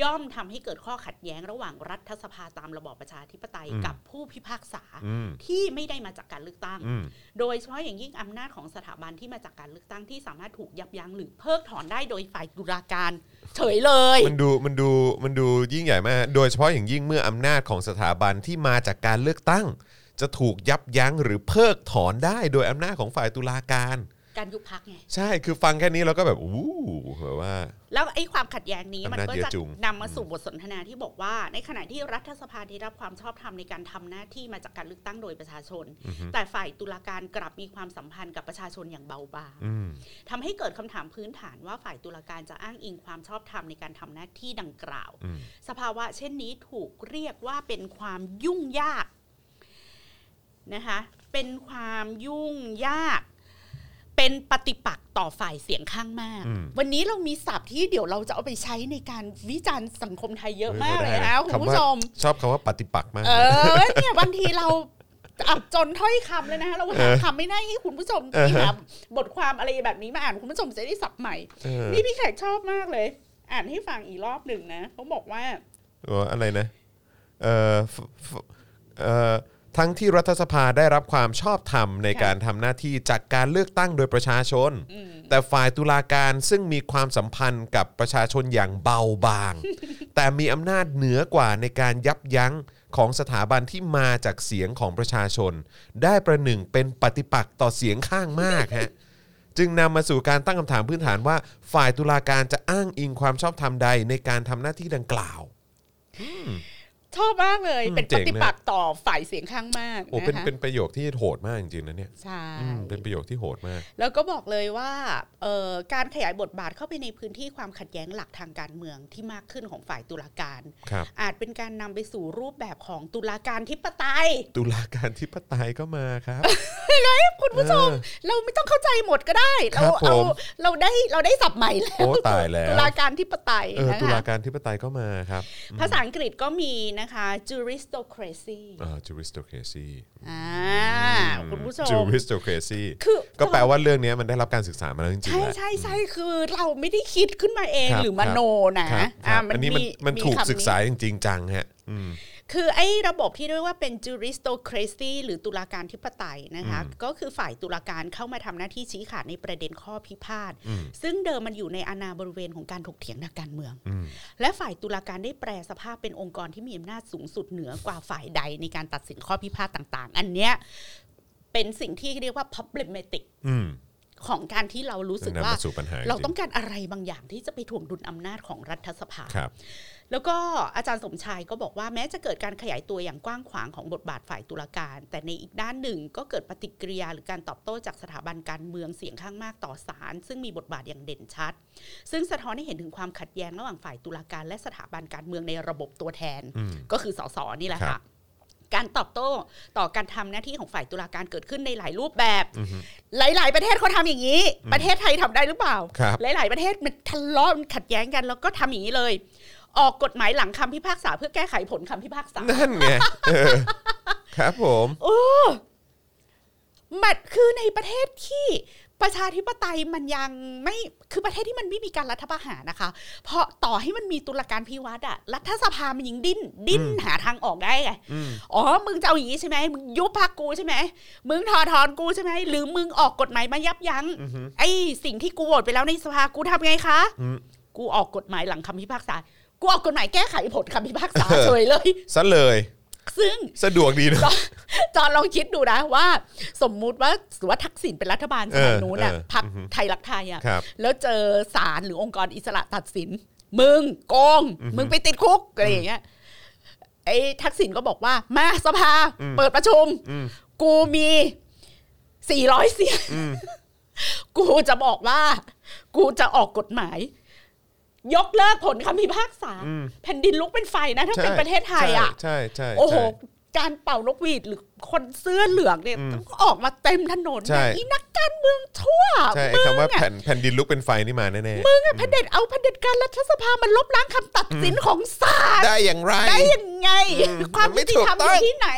ย่อมทำให้เกิดข้อขัดแย้งระหว่างรัฐสภาตามระบอบประชาธิปไตย อืม กับผู้พิพากษา อืม ที่ไม่ได้มาจากการเลือกตั้ง อืม โดยเฉพาะอย่างยิ่งอำนาจของสถาบันที่มาจากการเลือกตั้งที่สามารถถูกยับยั้งหรือเพิกถอนได้โดยฝ่ายตุลาการ เฉยเลย มันดูมันดูมันดูยิ่งใหญ่มาก โดยเฉพาะอย่างยิ่งเมื่ออำนาจของสถาบันที่มาจากการเลือกตั้ง จะถูกยับยั้งหรือเพิกถอนได้โดยอำนาจของฝ่ายตุลาการ การยุบพักไง ใช่ คือฟังแค่นี้เราก็แบบ อู้แบบว่า แล้วไอ้ความขัดแย้งนี้มันอำก็นาจเย จะ อะจุง นำมาสู่บทสนทนาที่บอกว่า ในขณะที่รัฐสภาได้รับความชอบธรรมในการทำหน้าที่มาจากการเลือกตั้งโดยประชาชน แต่ฝ่ายตุลาการกลับมีความสัมพันธ์กับประชาชนอย่างเบาบาง อืม ทำให้เกิดคำถามพื้นฐานว่าฝ่ายตุลาการจะอ้างอิงความชอบธรรมในการทำหน้าที่ดังกล่าว อืม สภาวะเช่นนี้ถูกเรียกว่าเป็นความยุ่งยากนะคะ เป็นความยุ่งยาก เ เป็นปฏิปักษ์ต่อฝ่ายเสียงข้างมาก อืม วันนี้เรามีศัพท์ที่เดี๋ยวเราจะเอาไปใช้ในการวิจารณ์สังคมไทยเยอะ เฮ้ย มาก ไม่ เล ได้ ยนะนะคุณ คำว่า ผู้ชม ชอบคำว่าปฏิปักษ์มาก เออเนี่ยบางทีเราอับจนถ้อยคำเลยนะเราหาคำไม่ได้ให้คุณผู้ชม เออ ที่หาบทความอะไรแบบนี้มาอ่านคุณผู้ชมจะได้สับใหม่ เออ นี่พี่แขกชอบมากเลย อ่านให้ฟังอีกรอบหนึ่งนะเขาบอกว่า เอออะไรนะเออฟฟเออทั้งที่รัฐสภาได้รับความชอบธรรมใน ค่ะ การทำหน้าที่จากการเลือกตั้งโดยประชาชน อืม แต่ฝ่ายตุลาการซึ่งมีความสัมพันธ์กับประชาชนอย่างเบาบาง แต่มีอำนาจเหนือกว่าในการยับยั้งของสถาบันที่มาจากเสียงของประชาชน ได้ประหนึ่งเป็นปฏิปักษ์ต่อเสียงข้างมากฮะ จึงนำมาสู่การตั้งคำถามพื้นฐานว่า ฝ่ายตุลาการจะอ้างอิงความชอบธรรมใดในการทำหน้าที่ดังกล่าว ชอบมากเลย อืม เป็น เจ๋ ป งนะ ฏิปักษ์ต่อฝ่ายเสียงข้างมาก โอ้ นะ เป็น คะ เป็นประโยคที่โหดมากจริงๆนะเนี่ย ใช่ อืมเป็นประโยคที่โหดมาก แล้วก็บอกเลยว่าเอ่อการขยายบทบาทเข้าไปในพื้นที่ความขัดแย้งหลักทางการเมืองที่มากขึ้นของฝ่ายตุลาการ ครับ อาจเป็นการนำไปสู่รูปแบบของตุลาการทิปไตย ตุลาการธิปไตยก็มาครับ คุณผู้ชม เออ เราไม่ต้องเข้าใจหมดก็ได้ ค เรา รับ เอา ผม เราได้เราได้สับใหม่แล้ว โอ้ตายแล้ว ตุลาการทิปไตย เออ นะ ตุลา คะ การธิปไตยก็มาครับ ภาษาอังกฤษก็มีนะคะ juristocracy เอ่อ juristocracy อ่าคุณผู้ชม juristocracy คือ ก็แปลว่าเรื่องเนี้ยมันได้รับการศึกษามาแล้วจริงๆ ใช่ แหละ ใช่ใช่คือเราไม่ได้คิดขึ้นมาเอง ครับ หรือมโนนะครับ อ่า อันนี้มันมันถูก คำ ศึกษาอย่างจริงจังฮะอืม คือไอ้ระบบที่เรียกว่าเป็น juristocracy หรือตุลาการธิปไตยนะคะก็คือฝ่ายตุลาการเข้ามาทำหน้าที่ชี้ขาดในประเด็นข้อพิพาท อืม ซึ่งเดิมมันอยู่ในอาณาบริเวณของการถกเถียงทางการเมือง อืม และฝ่ายตุลาการได้แปรสภาพเป็นองค์กรที่มีอำนาจสูงสุดเหนือกว่าฝ่ายใดในการตัดสินข้อพิพาทต่าง ๆ อันเนี้ยเป็นสิ่งที่เรียกว่า problematic อืม ของการที่เรารู้สึก นำ ว่า มาสู่ปัญหา เราต้องการอะไรบางอย่างที่จะไปถ่วงดุลอำนาจของรัฐสภา ครับ แล้วก็อาจารย์สมชายก็บอกว่าแม้จะเกิดการขยายตัวอย่างกว้างขวางของบทบาทฝ่ายตุลาการ แต่ในอีกด้านหนึ่งก็เกิดปฏิกิริยาหรือการตอบโต้จากสถาบันการเมืองเสียงข้างมากต่อศาลซึ่งมีบทบาทอย่างเด่นชัด ซึ่งสะท้อนให้เห็นถึงความขัดแย้งระหว่างฝ่ายตุลาการและสถาบันการเมืองในระบบตัวแทน อืม ก็คือสสนี่แหละ ครั ค่ะ บ การตอบโต้ต่อการทำหน้าที่ของฝ่ายตุลาการเกิดขึ้นในหลายรูปแบบ อือฮึ หลาย ๆ ประเทศเขาทำอย่างนี้ อืม ประเทศไทยทำได้หรือเปล่า ครับ หลาย ๆ ประเทศมันทะเลาะมันขัดแย้งกัน แล้วก็ทำอย่างนี้เลย ออกกฎหมายหลังคำพิพากษาเพื่อแก้ไขผลคำพิพากษา นั่นไงเออครับผม มันคือในประเทศที่ประชาธิปไตยมันยังไม่คือประเทศที่มันไม่มีการรัฐประหารนะคะ เพราะต่อให้มันมีตุลาการพิวัตรอะรัฐสภามันยังดิ้นดิ้นหาทางออกได้ไง อืม อ๋อ มึงจะเอาอย่างนี้ใช่ไหมมึงยุบพักกูใช่ไหม มึงถอดถอนกูใช่ไหม หรือมึงออกกฎหมายมายับยั้ง อือฮึ ไอ้สิ่งที่กูโหวตไปแล้วในสภา กูทำไงคะ อืม กูออกกฎหมายหลังคำพิพากษา กูออกกฎหมายแก้ไขผลคำพิพากษาเฉยเลย ซะเลย ซึ่ง สะดวกดี นะ จอนลองคิดดูนะว่า สมมุติว่าสมมุติว่าทักษิณเป็นรัฐบาลสมัยนู้นอ่ะ เออเออ พัก อือฮึ ไทยรักไทยอ่ะ ครับ แล้วเจอศาลหรือองค์กรอิสระตัดสิน มึงโกง อือฮึ มึงไปติดคุกอะไรอย่างเงี้ยไอ้ทักษิณก็บอกว่ามาสภา อืม เปิดประชุม อืม กูมี 400 เสียง อืม กูจะบอกว่า กูจะออกกฎหมาย ยกเลิกผลคำพิพากษา อืม แผ่นดินลุกเป็นไฟนะ ถ้า ใช่ เป็นประเทศไทยอ่ะ ใช่ใช่ใช่ โอ้โห การเป่านกหวีดหรือคนเสื้อเหลืองเนี่ย อืม ต้องออกมาเต็มถนน ใช่ นะอีนักการเมืองชั่ว ใช่ไอ้ มึง คำว่า อะ แผ่นแผ่นดินลุกเป็นไฟนี่มาแน่ มึงอะเผด็จเอาเผด็จการรัฐสภามันลบล้างคำตัดสินของศาล ๆได้อย่างไร ได้ยังไง อืม ความ มันไม่ ยุติธรรม ถูกต้ อ อง ยู่ที่ไหน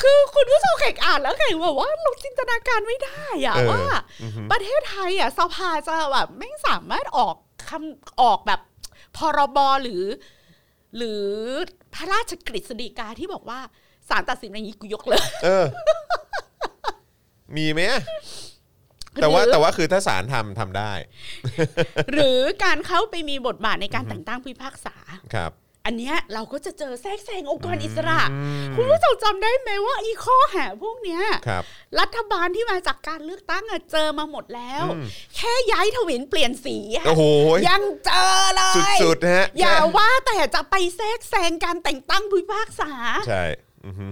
คือคุณผู้ชมแขกอ่านแล้วแขกแบบว่าเราจินตนาการไม่ได้อะ เออ ว่า อือฮึ ประเทศไทยอ่ะสภาจะแบบไม่สามารถออกคำออกแบบพรบหรือ หรือพระราชกฤษฎีกาที่บอกว่าสารตัดสินอย่างนี้กูยกเลย เออ มีไหมอะแต่ว่าแต่ว่าคือถ้าศาลทำทำได้ หรือการเข้าไปมีบทบาทในการแต่งตั้งผู้พิพากษา ครับ อันเนี้ยเราก็จะเจอแทรกแซงองค์กรอิสระ อืม คุณผู้ชมจำได้ไหมว่าอีข้อหาพวกเนี้ย ครับ รัฐบาลที่มาจากการเลือกตั้งอะเจอมาหมดแล้ว อืม แค่ย้ายทวินเปลี่ยนสีอะ โอ้โห ยังเจอเลย สุดๆนะฮะ อย่าว่าแต่จะไปแทรกแซงการแต่งตั้งผู้พิพากษา ใช่อือฮึ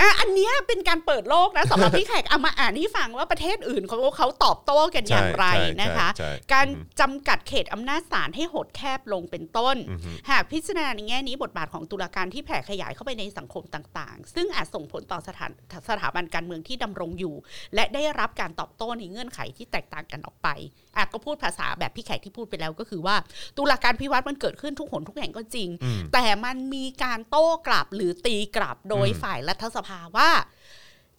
อ่ะอันเนี้ยเป็นการเปิดโลกนะสำหรับพี่แขกเอามาอ่านให้ฟังว่าประเทศอื่นเขาเขาตอบโต้กันอย่างไร ใช่ใช่ นะคะ ใช่ใช่ การ อืม จำกัดเขตอำนาจศาลให้หดแคบลงเป็นต้น อือฮึ หากพิจารณาในแง่นี้บทบาทของตุลาการที่แผ่ขยายเข้าไปในสังคมต่างๆ ซึ่งอาจส่งผลต่อสถานสถาบันการเมืองที่ดำรงอยู่ และได้รับการตอบโต้ในเงื่อนไขที่แตกต่างกันออกไปอ่ะก็พูดภาษาแบบพี่แขกที่พูดไปแล้วก็คือว่า ตุลาการพิวัตรมันเกิดขึ้นทุกหนทุกแห่งก็จริง อืม แต่มันมีการโต้กลับหรือตีกลับโดย อืม ฝ่ายรัฐสภาว่า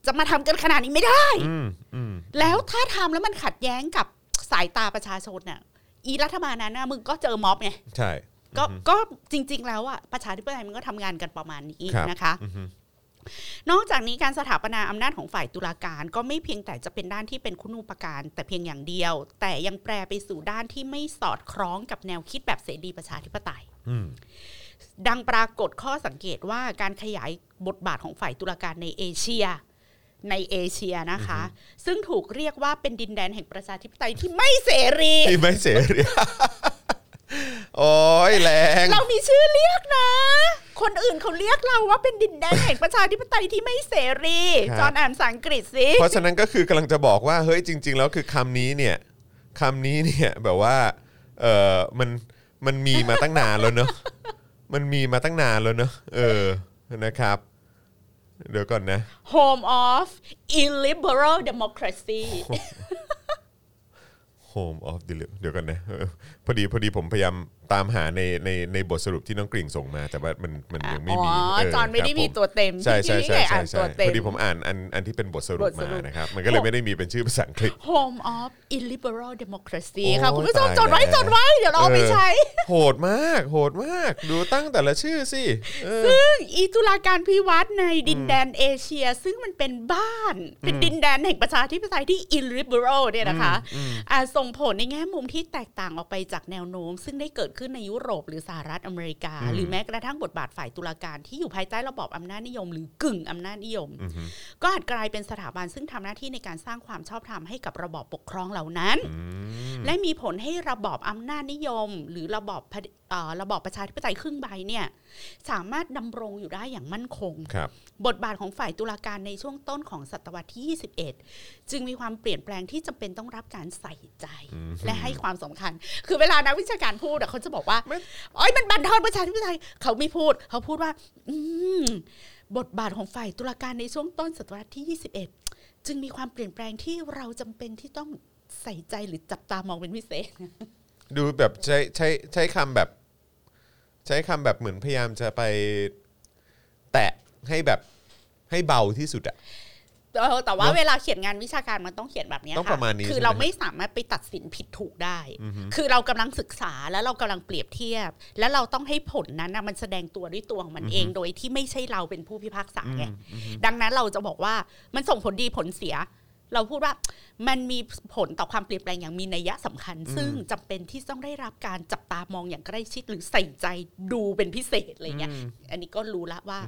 จะมาทำกันขนาดนี้ไม่ได้ อืมอืม แล้วถ้าทำแล้วมันขัดแย้งกับสายตาประชาชนน่ะ อีรัฐบาลนั้นนะมึงก็เจอม็อบไง ใช่ ก็ก็จริง ๆ แล้วอ่ะประชาธิปไตยมันก็ทำงานกันประมาณนี้ รับ นะคะ อือฮึ นอกจากนี้การสถาปนาอำนาจของฝ่ายตุลาการก็ไม่เพียงแต่จะเป็นด้านที่เป็นคุณูปการ แต่เพียงอย่างเดียว แต่ยังแปรไปสู่ด้านที่ไม่สอดคล้องกับแนวคิดแบบเสรีประชาธิปไตย อืม ดังปรากฏข้อสังเกตว่าการขยายบทบาทของฝ่ายตุลาการในเอเชีย ในเอเชียนะคะ ซึ่งถูกเรียกว่าเป็นดินแดนแห่งประชาธิปไตยที่ไม่เสรี ที่ไม่เสรี โอ้ยแรง เรามีชื่อเรียกนะ คนอื่นเขาเรียกเราว่าเป็นดินแดนแห่งประชาธิปไตยที่ไม่เสรี ครับ จอนอ่านภาษาอังกฤษสิ เพราะฉะนั้นก็คือกำลังจะบอกว่า เฮ้ยจริง ๆ แล้วคือคำนี้เนี่ยคำนี้เนี่ยแบบว่า เออมันมันมีมาตั้งนานแล้วเนอะมันมีมาตั้งนานแล้วเนอะเออนะครับ เดี๋ยวก่อนนะ Home of illiberal democracy Home of the Li- เดี๋ยวกันนะเออพอดีพอดีผมพยายามตามหาในในในบทสรุปที่น้องกลิ่งส่งมา แต่ว่ามันมันยังไม่ อ๋อ มีเ จอนไม่คได้รับ มี ผ ตัวเต็ม ใช่ใช่ ที่ ใช่ ไง ใช่ อ่าน ใช่ ตัวเต็ พ ม อดีผมอ่านอันอันที่เป็นบทสรุ บ ป ทส มา รุป นะครับ มันก็เลยไม่ได้มีเป็นชื่อภาษาอังกฤษ Home of illiberal democracy โอ้ ค่ะ คุณผู้ชม ตาย จดไว้ แล้ว จดไว้ เดี๋ยวเราเอาไป เออ ใช้ โหดมาก โหดมาก ดูตั้งแต่ละชื่อสิเออ ซึ่งอีตุลาการพิวัตรในดินแดนเอเชีย ซึ่งมันเป็นบ้าน เป็นดินแดนแห่งประชาธิปไตยที่ illiberal เนี่ยนะคะอาจส่งผลในแง่มุมที่แตกต่างออกไปจากแนวโน้ม ซึ่งได้เกิดขึ้นในยุโรปหรือสหรัฐอเมริกา หรือแม้กระทั่งบทบาทฝ่ายตุลาการที่อยู่ภายใต้ระบอบอำนาจนิยม หรือกึ่งอำนาจนิยม ก็อาจกลายเป็นสถาบันซึ่งทำหน้าที่ในการสร้างความชอบธรรมให้กับระบอบปกครองเหล่านั้น และมีผลให้ระบอบอำนาจนิยม หรือระบอบเผดเอ่อระบอบประชาธิปไตยครึ่งใบเนี่ย สามารถดำรงอยู่ได้อย่างมั่นคง ครับ บทบาทของฝ่ายตุลาการในช่วงต้นของศตวรรษที่ 21 จึงมีความเปลี่ยนแปลงที่จำเป็นต้องรับการใส่ใจ และให้ความสำคัญ คือเวลานักวิชาการพูดอะเขาจะบอกว่า ไม่ โอ้ยมันบันทอนประชาธิปไตยเขาไม่พูด เขาพูดว่า อืมบทบาทของฝ่ายตุลาการในช่วงต้นศตวรรษที่ 21 จึงมีความเปลี่ยนแปลงที่เราจำเป็นที่ต้องใส่ใจหรือจับตามองเป็นพิเศษ ดูแบบใช้ใช้ใช้คำแบบ ใช้คำแบบเหมือนพยายามจะไป แตะให้แบบให้เบาที่สุดอะ เออแต่ว่า เนอะ เวลาเขียนงานวิชาการมันต้องเขียนแบบเนี้ย ต้องประมาณนี้ ค่ ใช่ คื ไห อ ม เราไม่สามารถไปตัดสินผิดถูกได้ คือเรากำลังศึกษาแล้วเรากำลังเปรียบเทียบ แล้วเราต้องให้ผลนั้นนะมันแสดงตัวด้วยตัวของมันเอง โดยที่ไม่ใช่เราเป็นผู้พิพากษาไงดังนั้นเราจะบอกว่ามันส่งผลดีผลเสีย เราพูดว่ามันมีผลต่อความเปลี่ยนแปลงอย่างมีนัยสำคัญ ซึ่งจำเป็นที่ต้องได้รับการจับตามองอย่างใกล้ชิดหรือใส่ใจดูเป็นพิเศษอะไรเงี้ยอันนี้ก็รู้ละว่า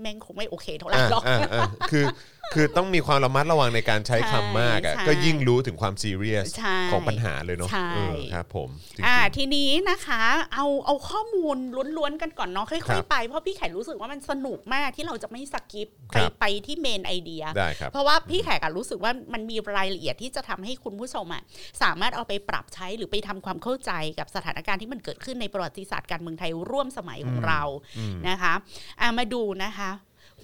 แม่งคงไม่โอเคเท่าไหร่ อ่ะ หรอก อ่ะอ่ะคือคือต้องมีความระมัดระวังในการใช้คำมากอะ ใช่ ก็ยิ่งรู้ถึงความซีเรียส ใช่ ของปัญหาเลยเนาะ ใช่ เออครับ ผมจริงๆ อ่าทีนี้นะคะเอาเอาข้อมูลล้วนๆกันก่อนเนาะ ครั ค่อย บ ๆไป เพราะพี่แขกรู้สึกว่ามันสนุกมากที่เราจะไม่สกิป ค ไป รับ ไปที่เมนไอเดีย ได้ครับ เพราะว่าพี่แขกอะรู้สึกว่ามันมีรายละเอียดที่จะทำให้คุณผู้ชมอะสามารถเอาไปปรับใช้หรือไปทำความเข้าใจกับสถานการณ์ที่มันเกิดขึ้นในประวัติศาสตร์การเมืองไทยร่วมสมัยของเรานะคะอ่ะมาดูนะคะ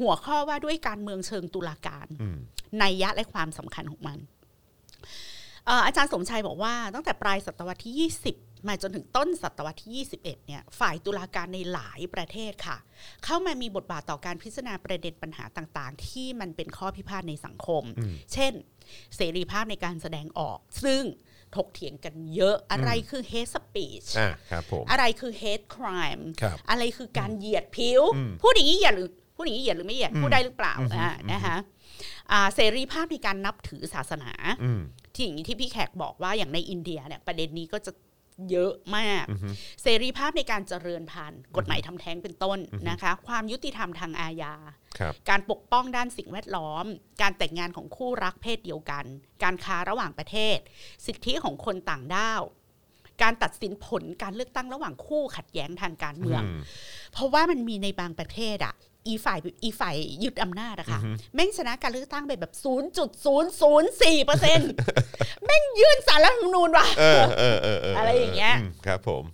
หัวข้อว่าด้วยการเมืองเชิงตุลาการ อืม นัยยะและความสำคัญของมันเอ่ออาจารย์สมชัยบอกว่า ตั้งแต่ปลายศตวรรษที่ 20 มาจนถึงต้นศตวรรษที่ 21 เนี่ย ฝ่ายตุลาการในหลายประเทศค่ะ เข้ามามีบทบาทต่อการพิจารณาประเด็นปัญหาต่างๆ ที่มันเป็นข้อพิพาทในสังคม เช่น เสรีภาพในการแสดงออก ซึ่งถกเถียงกันเยอะอะไรคือ hate speech อ่ะครับผม อะไรคือ hate crime ครับ อะไรคือการเหยียดผิว อืม พูดอย่างนี้เหยียดหรือพูดอย่างนี้เหยียดหรือไม่เหยียด อืม พูดได้หรือเปล่า อืม อ่านะคะอ่าเสรีภาพในการนับถือศาสนา อืม ที่อย่างนี้ที่พี่แขกบอกว่าอย่างในอินเดียเนี่ยประเด็นนี้ก็จะเยอะมาก อือฮึ เสรีภาพในการเจริญพันธุ์กฎหมายทำแท้งเป็นต้น อือฮึ นะคะ ความยุติธรรมทางอาญา ครับ การปกป้องด้านสิ่งแวดล้อม การแต่งงานของคู่รักเพศเดียวกัน การค้าระหว่างประเทศ สิทธิของคนต่างด้าว การตัดสินผลการเลือกตั้งระหว่างคู่ขัดแย้งทางการเมือง อืม เพราะว่ามันมีในบางประเทศอะ อีฝ่ายอีฝ่ายยึดอำนาจอะค่ะแม่งชนะการเลือกตั้งไปแบบ 0.004เปอร์เซ็น ต์แม่งยื่นสารรัฐธรรมนูญว่ะ เออเออเออเออ อะไรอย่างเงี้ย มครับผม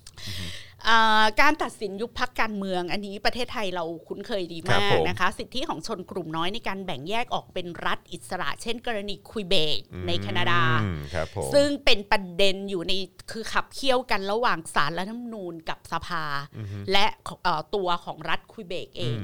เอ่อการตัดสินยุบพักการเมือง อันนี้ประเทศไทยเราคุ้นเคยดี ครั มา บ ก ผม นะคะ สิทธิของชนกลุ่มน้อยในการแบ่งแยกออกเป็นรัฐอิสระ เช่น กรณีคุยเบกในแคนาดา อืมครับผม ซึ่งเป็นประเด็นอยู่ในคือขับเคี่ยวกันระหว่างสารรัฐธรรมนูญกับสภา และเอ่อตัวของรัฐคุยเบกเอง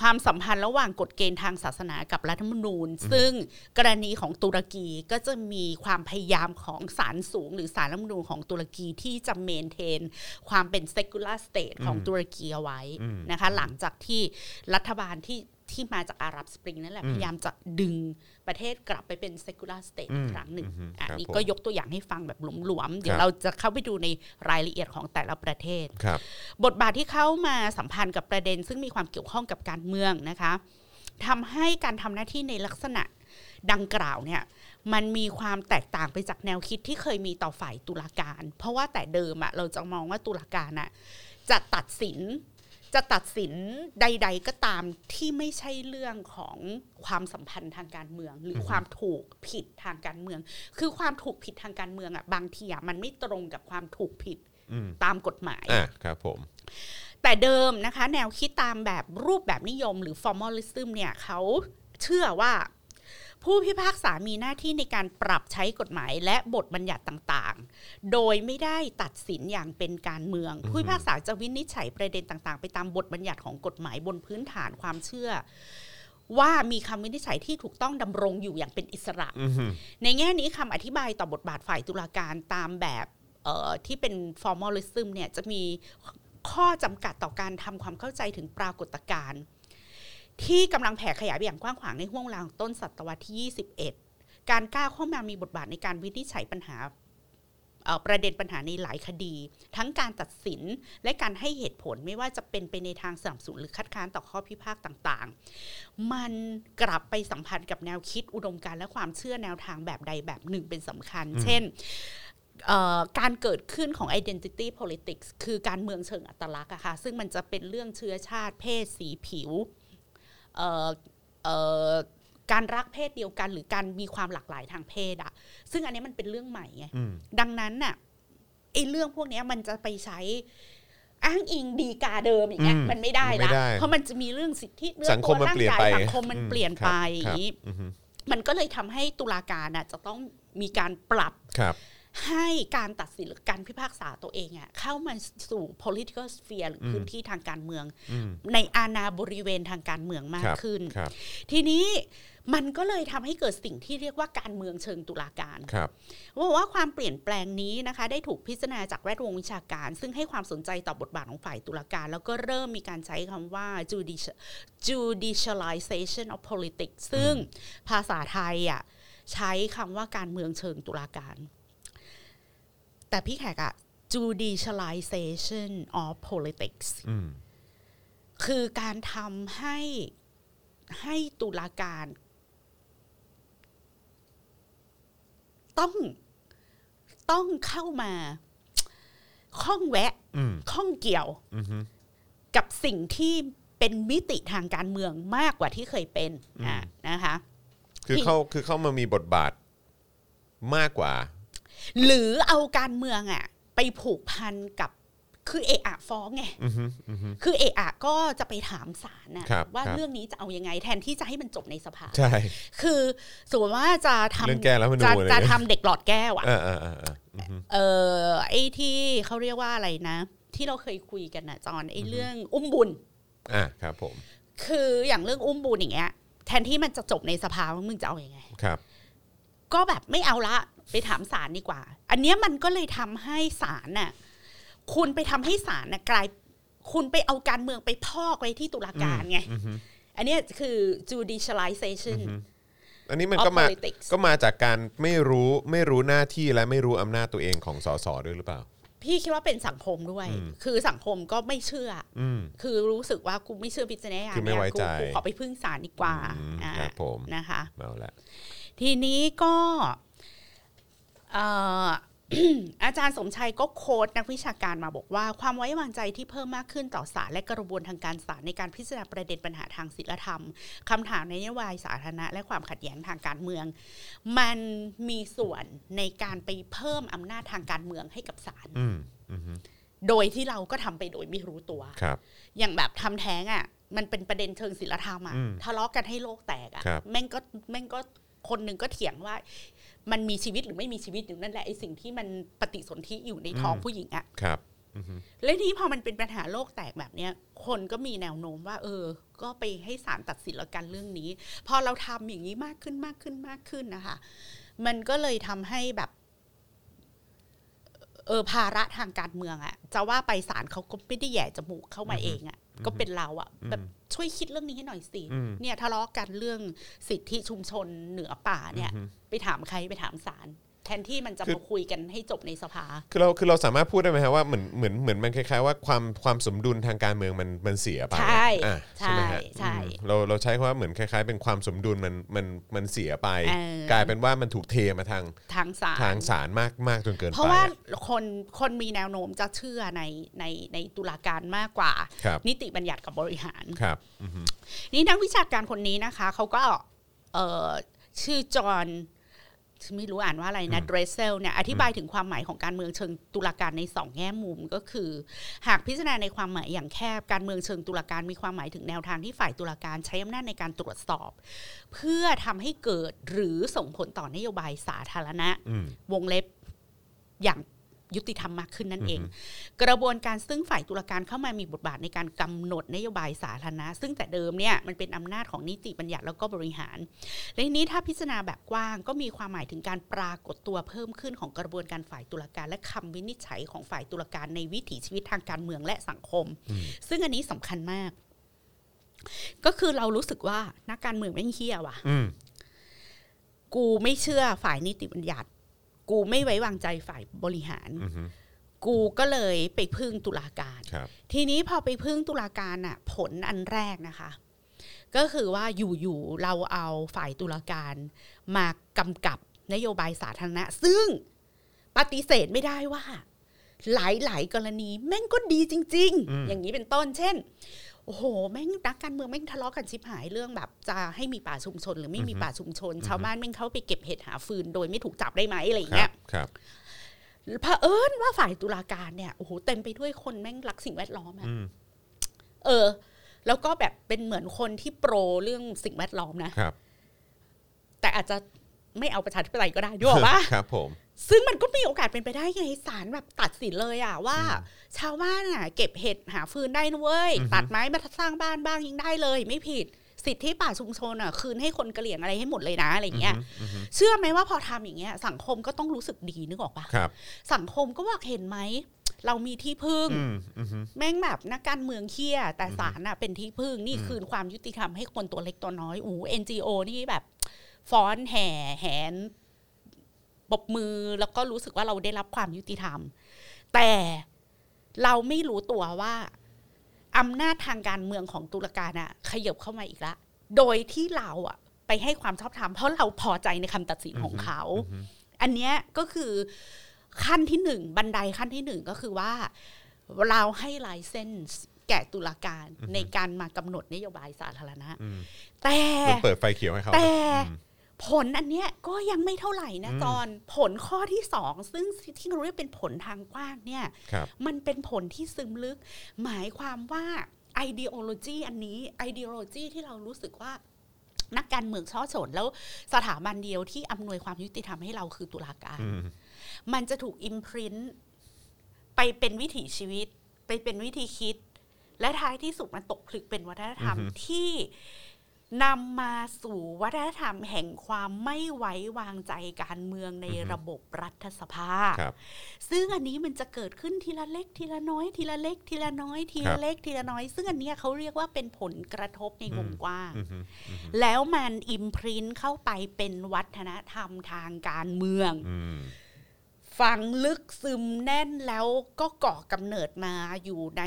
ความสัมพันธ์ระหว่างกฎเกณฑ์ทางศาสนากับรัฐธรรมนูญ ซึ่งกรณีของตุรกีก็จะมีความพยายามของศาลสูง หรือศาลรัฐธรรมนูญของตุรกีที่จะเมนเทน ความเป็น secular state ของตุรกีเอาไว้นะคะหลังจากที่รัฐบาลที่ที่มาจากอาหรับสปริงนั่นแหละพยายามจะดึงประเทศกลับไปเป็น secular state อีกครั้งหนึ่ง อืมอืม อัน ครับ นี้ ผม ก็ยกตัวอย่างให้ฟังแบบหลวมๆเดี๋ยวเราจะเข้าไปดูในรายละเอียดของแต่ละประเทศ ครับ บทบาทที่เข้ามาสัมพันธ์กับประเด็น ซึ่งมีความเกี่ยวข้องกับการเมืองนะคะทำให้การทำหน้าที่ในลักษณะดังกล่าวเนี่ยมันมีความแตกต่างไปจากแนวคิดที่เคยมีต่อฝ่ายตุลาการ เพราะว่าแต่เดิมอะเราจะมองว่าตุลาการอะจะตัดสินจะตัดสินใด ๆ ก็ตามที่ไม่ใช่เรื่องของความสัมพันธ์ทางการเมือง หรือความถูกผิดทางการเมือง คือความถูกผิดทางการเมืองอะบางทีอะมันไม่ตรงกับความถูกผิด อืม ตามกฎหมาย อ่ะครับผม แต่เดิมนะคะ แนวคิดตามแบบรูปแบบนิยมหรือ formalism เนี่ยเขาเชื่อว่า ผู้พิพากษามีหน้าที่ในการปรับใช้กฎหมายและบทบัญญัติต่างๆ โดยไม่ได้ตัดสินอย่างเป็นการเมือง ผู้พิพากษาจะวินิจฉัยประเด็นต่างๆ ไปตามบทบัญญัติของกฎหมายบนพื้นฐานความเชื่อ ว่ามีคำวินิจฉัยที่ถูกต้องดำรงอยู่อย่างเป็นอิสระ อืม ในแง่นี้คำอธิบายต่อบทบาทฝ่ายตุลาการตามแบบเอ่อที่เป็น formalism เนี่ยจะมีข้อจำกัดต่อการทำความเข้าใจถึงปรากฏการณ์ที่กำลังแผ่ขยายไปอย่างกว้างขวางในห้วงเวลาของต้นศตวรรษที่ 21 การกล้าเข้ามามีบทบาทในการวินิจฉัยปัญหาเอ่อประเด็นปัญหาในหลายคดี ทั้งการตัดสินและการให้เหตุผลไม่ว่าจะเป็นไปในทางสนับสนุนหรือคัดค้านต่อข้อพิพาทต่าง ๆ มันกลับไปสัมพันธ์กับแนวคิดอุดมการณ์และความเชื่อแนวทางแบบใดแบบหนึ่งเป็นสำคัญ เช่นเอ่อการเกิดขึ้นของ identity politics คือการเมืองเชิงอัตลักษณ์อะค่ะ ซึ่งมันจะเป็นเรื่องเชื้อชาติ เพศสีผิวเอ่อเอ่อการรักเพศเดียวกันหรือการมีความหลากหลายทางเพศอะซึ่งอันนี้มันเป็นเรื่องใหม่ไง อืม ดังนั้นน่ะไอ้เรื่องพวกเนี้ยมันจะไปใช้อ้างอิงดีกาเดิมอย่างเงี้ย อืม มันไม่ได้ ไม่ ละ ได้ เพราะมันจะมีเรื่องสิทธิ เรื่อง สังคมมัน ตัวร่า เปลี่ยนไป กายสังคมมันเปลี่ยนไป อืม อ ครับ ย่างนี้มันก็เลยทำให้ตุลาการน่ะจะต้องมีการปรับ ครับ ให้การตัดสินหรือการพิพากษาตัวเองอ่ะเข้ามาสู่ political sphere หรือพื้นที่ทางการเมือง อืม ในอาณาบริเวณทางการเมืองมาก ครับ ขึ้น ครับ ทีนี้มันก็เลยทำให้เกิดสิ่งที่เรียกว่าการเมืองเชิงตุลาการ ครับ ว่าว่าความเปลี่ยนแปลงนี้นะคะ ได้ถูกพิจารณาจากแวดวงวิชาการ ซึ่งให้ความสนใจต่อบทบาทของฝ่ายตุลาการ แล้วก็เริ่มมีการใช้คำว่า judici- judicialization of politics ซึ่งภาษาไทยอ่ะใช้คำว่าการเมืองเชิงตุลาการ แต่พี่แขกอ่ะ judicialization of politics อืม คือการทำให้ให้ตุลาการ ต้องต้องเข้ามาข้องแวะ อืม ข้องเกี่ยว อืม กับสิ่งที่เป็นมิติทางการเมืองมากกว่าที่เคยเป็นอ่ะนะคะ คือเข้าคือเข้ามามีบทบาทมากกว่า หรือเอาการเมืองอะไปผูกพันกับคือเอะอะฟ้องไง อือฮึอือฮึ คือเอะอะก็จะไปถามศาลนะครับ ว่า ครับ เรื่องนี้จะเอายังไง แทนที่จะให้มันจบในสภา ใช่ คือสมมติว่าจะ เรื่อง ทำ แก้รัฐธรรมนูญ จะ อะไร จะ เงี้ย ทำเด็กหลอดแก้วอะ เออเออเออเอออือฮึ เออไอ้ที่เขาเรียกว่าอะไรนะ ที่เราเคยคุยกันนะจอนไอ้เรื่องอุ้มบุญ อ่ะครับผม คืออย่างเรื่องอุ้มบุญอย่างเงี้ยแทนที่มันจะจบในสภาว่ามึงจะเอาอยัางไง ครับ ก็แบบไม่เอาละไปถามศาลดีกว่า อันเนี้ยมันก็เลยทำให้ศาลน่ะคุณไปทำให้ศาลน่ะกลายคุณไปเอาการเมืองไปพอกไว้ที่ตุลาการไง อือฮึ อันเนี้ยคือ judicialization อันนี้มัน of ก็มา politics ก็มาจากการไม่รู้ไม่รู้หน้าที่และไม่รู้อำนาจตัวเองของสสด้วยหรือเปล่า พี่คิดว่าเป็นสังคมด้วย คือสังคมก็ไม่เชื่ออ อืม คือรู้สึกว่ากูไม่เชื่อพิจารณา คือไม่ไว้ใจ กูขอไปพึ่งศาลดีกว่า อืม อ่า ครับผม นะคะ เอาละ ทีนี้ก็เอ่อ อาจารย์สมชัยก็โค้ดนักวิชาการมาบอกว่า ความไว้วางใจที่เพิ่มมากขึ้นต่อศาลและกระบวนทางการศาลในการพิจารณาประเด็นปัญหาทางศีลธรรมคำถามในนโยบายสาธารณะ และความขัดแย้งทางการเมือง มันมีส่วนในการไปเพิ่มอำนาจทางการเมืองให้กับศาล อืมอืมฮึ โดยที่เราก็ทำไปโดยไม่รู้ตัว ครับ อย่างแบบทำแท้งอ่ะ มันเป็นประเด็นเชิงศิลธรรมอ่ะ อืม ทะเลาะกันให้โลกแตกอ่ะ ครับ แม่งก็แม่งก็คนหนึ่งก็เถียงว่า มันมีชีวิตหรือไม่มีชีวิตอยู่นั่นแหละไอสิ่งที่มันปฏิสนธิอยู่ในท้องผู้หญิงอ่ะ ครับอืมฮึ และทีนี้พอมันเป็นปัญหาโลกแตกแบบเนี้ย คนก็มีแนวโน้มว่า เออ ก็ไปให้ศาลตัดสินแล้วกันเรื่องนี้ พอเราทำอย่างนี้มากขึ้นมากขึ้นมากขึ้นนะคะ มันก็เลยทำให้แบบ เออภาระทางการเมืองอะจะว่าไปศาลเขาก็ไม่ได้แหย่จมูกเข้ามาเองอะก็เป็นเราอะแบบช่วยคิดเรื่องนี้ให้หน่อยสิ อืม เนี่ยทะเลาะกันเรื่องสิทธิชุมชนเหนือป่าเนี่ย อือฮึ ไปถามใครไปถามศาลแทนที่มันจะ คือ มาคุยกันให้จบในสภา คือเราคือเราสามารถพูดได้ไหมครับว่าเหมือนเหมือนเหมือนมันคล้ายๆว่าความความสมดุลทางการเมืองมันมันเสียไป ใช่ อ่ะ ใช่ ไหมฮะ ใช่ อืมเราเราใช้คำว่าเหมือนคล้าย ๆ เป็นความสมดุลมันมันมันเสียไป เออ กลายเป็นว่ามันถูกเทมาทาง ทางศาล ทางสารมากมากจนเกินไป เพราะว่า อ่ะ คนคนมีแนวโน้มจะเชื่อในในในตุลาการมากกว่า ครับ นิติบัญญัติกับบริหาร ครับอือฮึ นี่นักวิชาการคนนี้นะคะเขาก็เอ่อชื่อจอห์นไม่รู้อ่านว่าอะไรนะเดรเซลเนี่ยอธิบายถึงความหมายของการเมืองเชิงตุลาการในสองแง่มุมก็คือ หากพิจารณาในความหมายอย่างแคบการเมืองเชิงตุลาการมีความหมายถึงแนวทางที่ฝ่ายตุลาการใช้อำนาจในการตรวจสอบ เพื่อทำให้เกิดหรือส่งผลต่อนโยบายสาธารณะ อืม วงเล็บอย่างยุติธรรมมากขึ้นนั่นเอง อือฮึ กระบวนการซึ่งฝ่ายตุลาการเข้ามามีบทบาทในการกำหนดนโยบายสาธารณะ ซึ่งแต่เดิมเนี่ยมันเป็นอำนาจของนิติบัญญัติแล้วก็บริหาร และทีนี้ถ้าพิจารณาแบบกว้างก็มีความหมายถึงการปรากฏตัวเพิ่มขึ้นของกระบวนการฝ่ายตุลาการ และคำวินิจฉัยของฝ่ายตุลาการในวิถีชีวิตทางการเมืองและสังคม ซึ่งอันนี้สำคัญมาก ก็คือเรารู้สึกว่านักการเมืองแม่งเฮี้ยว่ะ อืม กูไม่เชื่อฝ่ายนิติบัญญัติ กูไม่ไว้วางใจฝ่ายบริหาร อือฮึ กูก็เลยไปพึ่งตุลาการ ครับ ทีนี้พอไปพึ่งตุลาการน่ะ ผลอันแรกนะคะ ก็คือว่าอยู่ๆเราเอาฝ่ายตุลาการมากำกับนโยบายสาธารณะ ซึ่งปฏิเสธไม่ได้ว่า หลายๆ กรณีแม่งก็ดีจริง ๆ อย่างนี้เป็นต้น เช่น โอ้โห แม่งนักการเมืองแม่งทะเลาะกันชิบหายเรื่องแบบ จะให้มีป่าชุมชน หรือไม่มีป่าชุมชน ชาวบ้านแม่งเข้าไปเก็บเห็ดหาฟืนโดยไม่ถูกจับได้ไหมอะไรอย่าง ครั เงี้ บ ย ครับ เผอิญว่าฝ่ายตุลาการเนี่ยโอ้โหเต็มไปด้วยคนแม่งรักสิ่งแวดล้อมอะ อืม เออ แล้วก็แบบเป็นเหมือนคนที่โปรเรื่องสิ่งแวดล้อมนะ ครับ แต่อาจจะไม่เอาประชาธิปไตยก็ได้ด้วยว่า ครับผม ซึ่งมันก็มีโอกาสเป็นไปได้ไงศาลแบบตัดสินเลยอะว่า ชาวบ้านอะเก็บเห็ดหาฟืนได้นะเว้ย ตัดไม้มาสร้างบ้านบ้างยังได้เลย ไม่ผิดสิทธิป่าชุมชนอะคืนให้คนกระเหลี่ยงอะไรให้หมดเลยนะอะไรอย่างเงี้ย อือฮึ เชื่อไหมว่าพอทำอย่างเงี้ย สังคมก็ต้องรู้สึกดีนึกออกปะ ครับ สังคมก็บอกเห็นไหมเรามีที่พึ่ง อืมอือฮึ แม่งแบบนักการเมืองเคี้ย แต่ศาลน่ะเป็นที่พึ่งนี่ อืม คืนความยุติธรรมให้คนตัวเล็กตัวน้อยโอ้เอ็นจีโอนี่แบบ ฟ้อนแห่แหนปรบมือแล้วก็รู้สึกว่าเราได้รับความยุติธรรม แต่เราไม่รู้ตัวว่าอำนาจทางการเมืองของตุลาการน่ะขยับเข้ามาอีกละ โดยที่เราอะไปให้ความชอบธรรมเพราะเราพอใจในคำตัดสินของเขา อันเนี้ยก็คือขั้นที่หนึ่งบันไดขั้นที่หนึ่งก็คือว่า เราให้ไลเซนส์แก่ตุลาการในการมากำหนดนโยบายสาธารณะ อืม แต่ เหมือนเปิดไฟเขียวให้เขา แต่ นะอืม ผลอันเนี้ยก็ยังไม่เท่าไหร่นะ อืม จอนผลข้อที่สองซึ่งที่เราเรียกเป็นผลทางกว้างเนี่ย ครับ มันเป็นผลที่ซึมลึก หมายความว่า ideology อันนี้ ideology ที่เรารู้สึกว่า นักการเมืองช่อฉนแล้วสถาบันเดียวที่อำนวยความยุติธรรมให้เราคือตุลาการ อืม มันจะถูกอิมพ i ิ t ไปเป็นวิถีชีวิต ไปเป็นวิธีคิด และท้ายที่สุดมันตกผลึกเป็นวัฒนธรรม อือหือ ที่นำมาสู่วัฒนธรรมแห่งความไม่ไว้วางใจการเมืองในระบบรัฐสภา ครับ ซึ่งอันนี้มันจะเกิดขึ้นทีละเล็กทีละน้อย ทีละเล็ก ทีละน้อย ที ครั ละ บ เล็กทีละน้อย ซึ่งอันเนี้ยเขาเรียกว่าเป็นผลกระทบในวง อืม กว้าง อือฮึ แล้วมันอิมพรินเข้าไปเป็นวัฒนธรรมทางการเมือง อืม ฝังลึกซึมแน่นแล้วก็ก่อกำเนิดมาอยู่ใน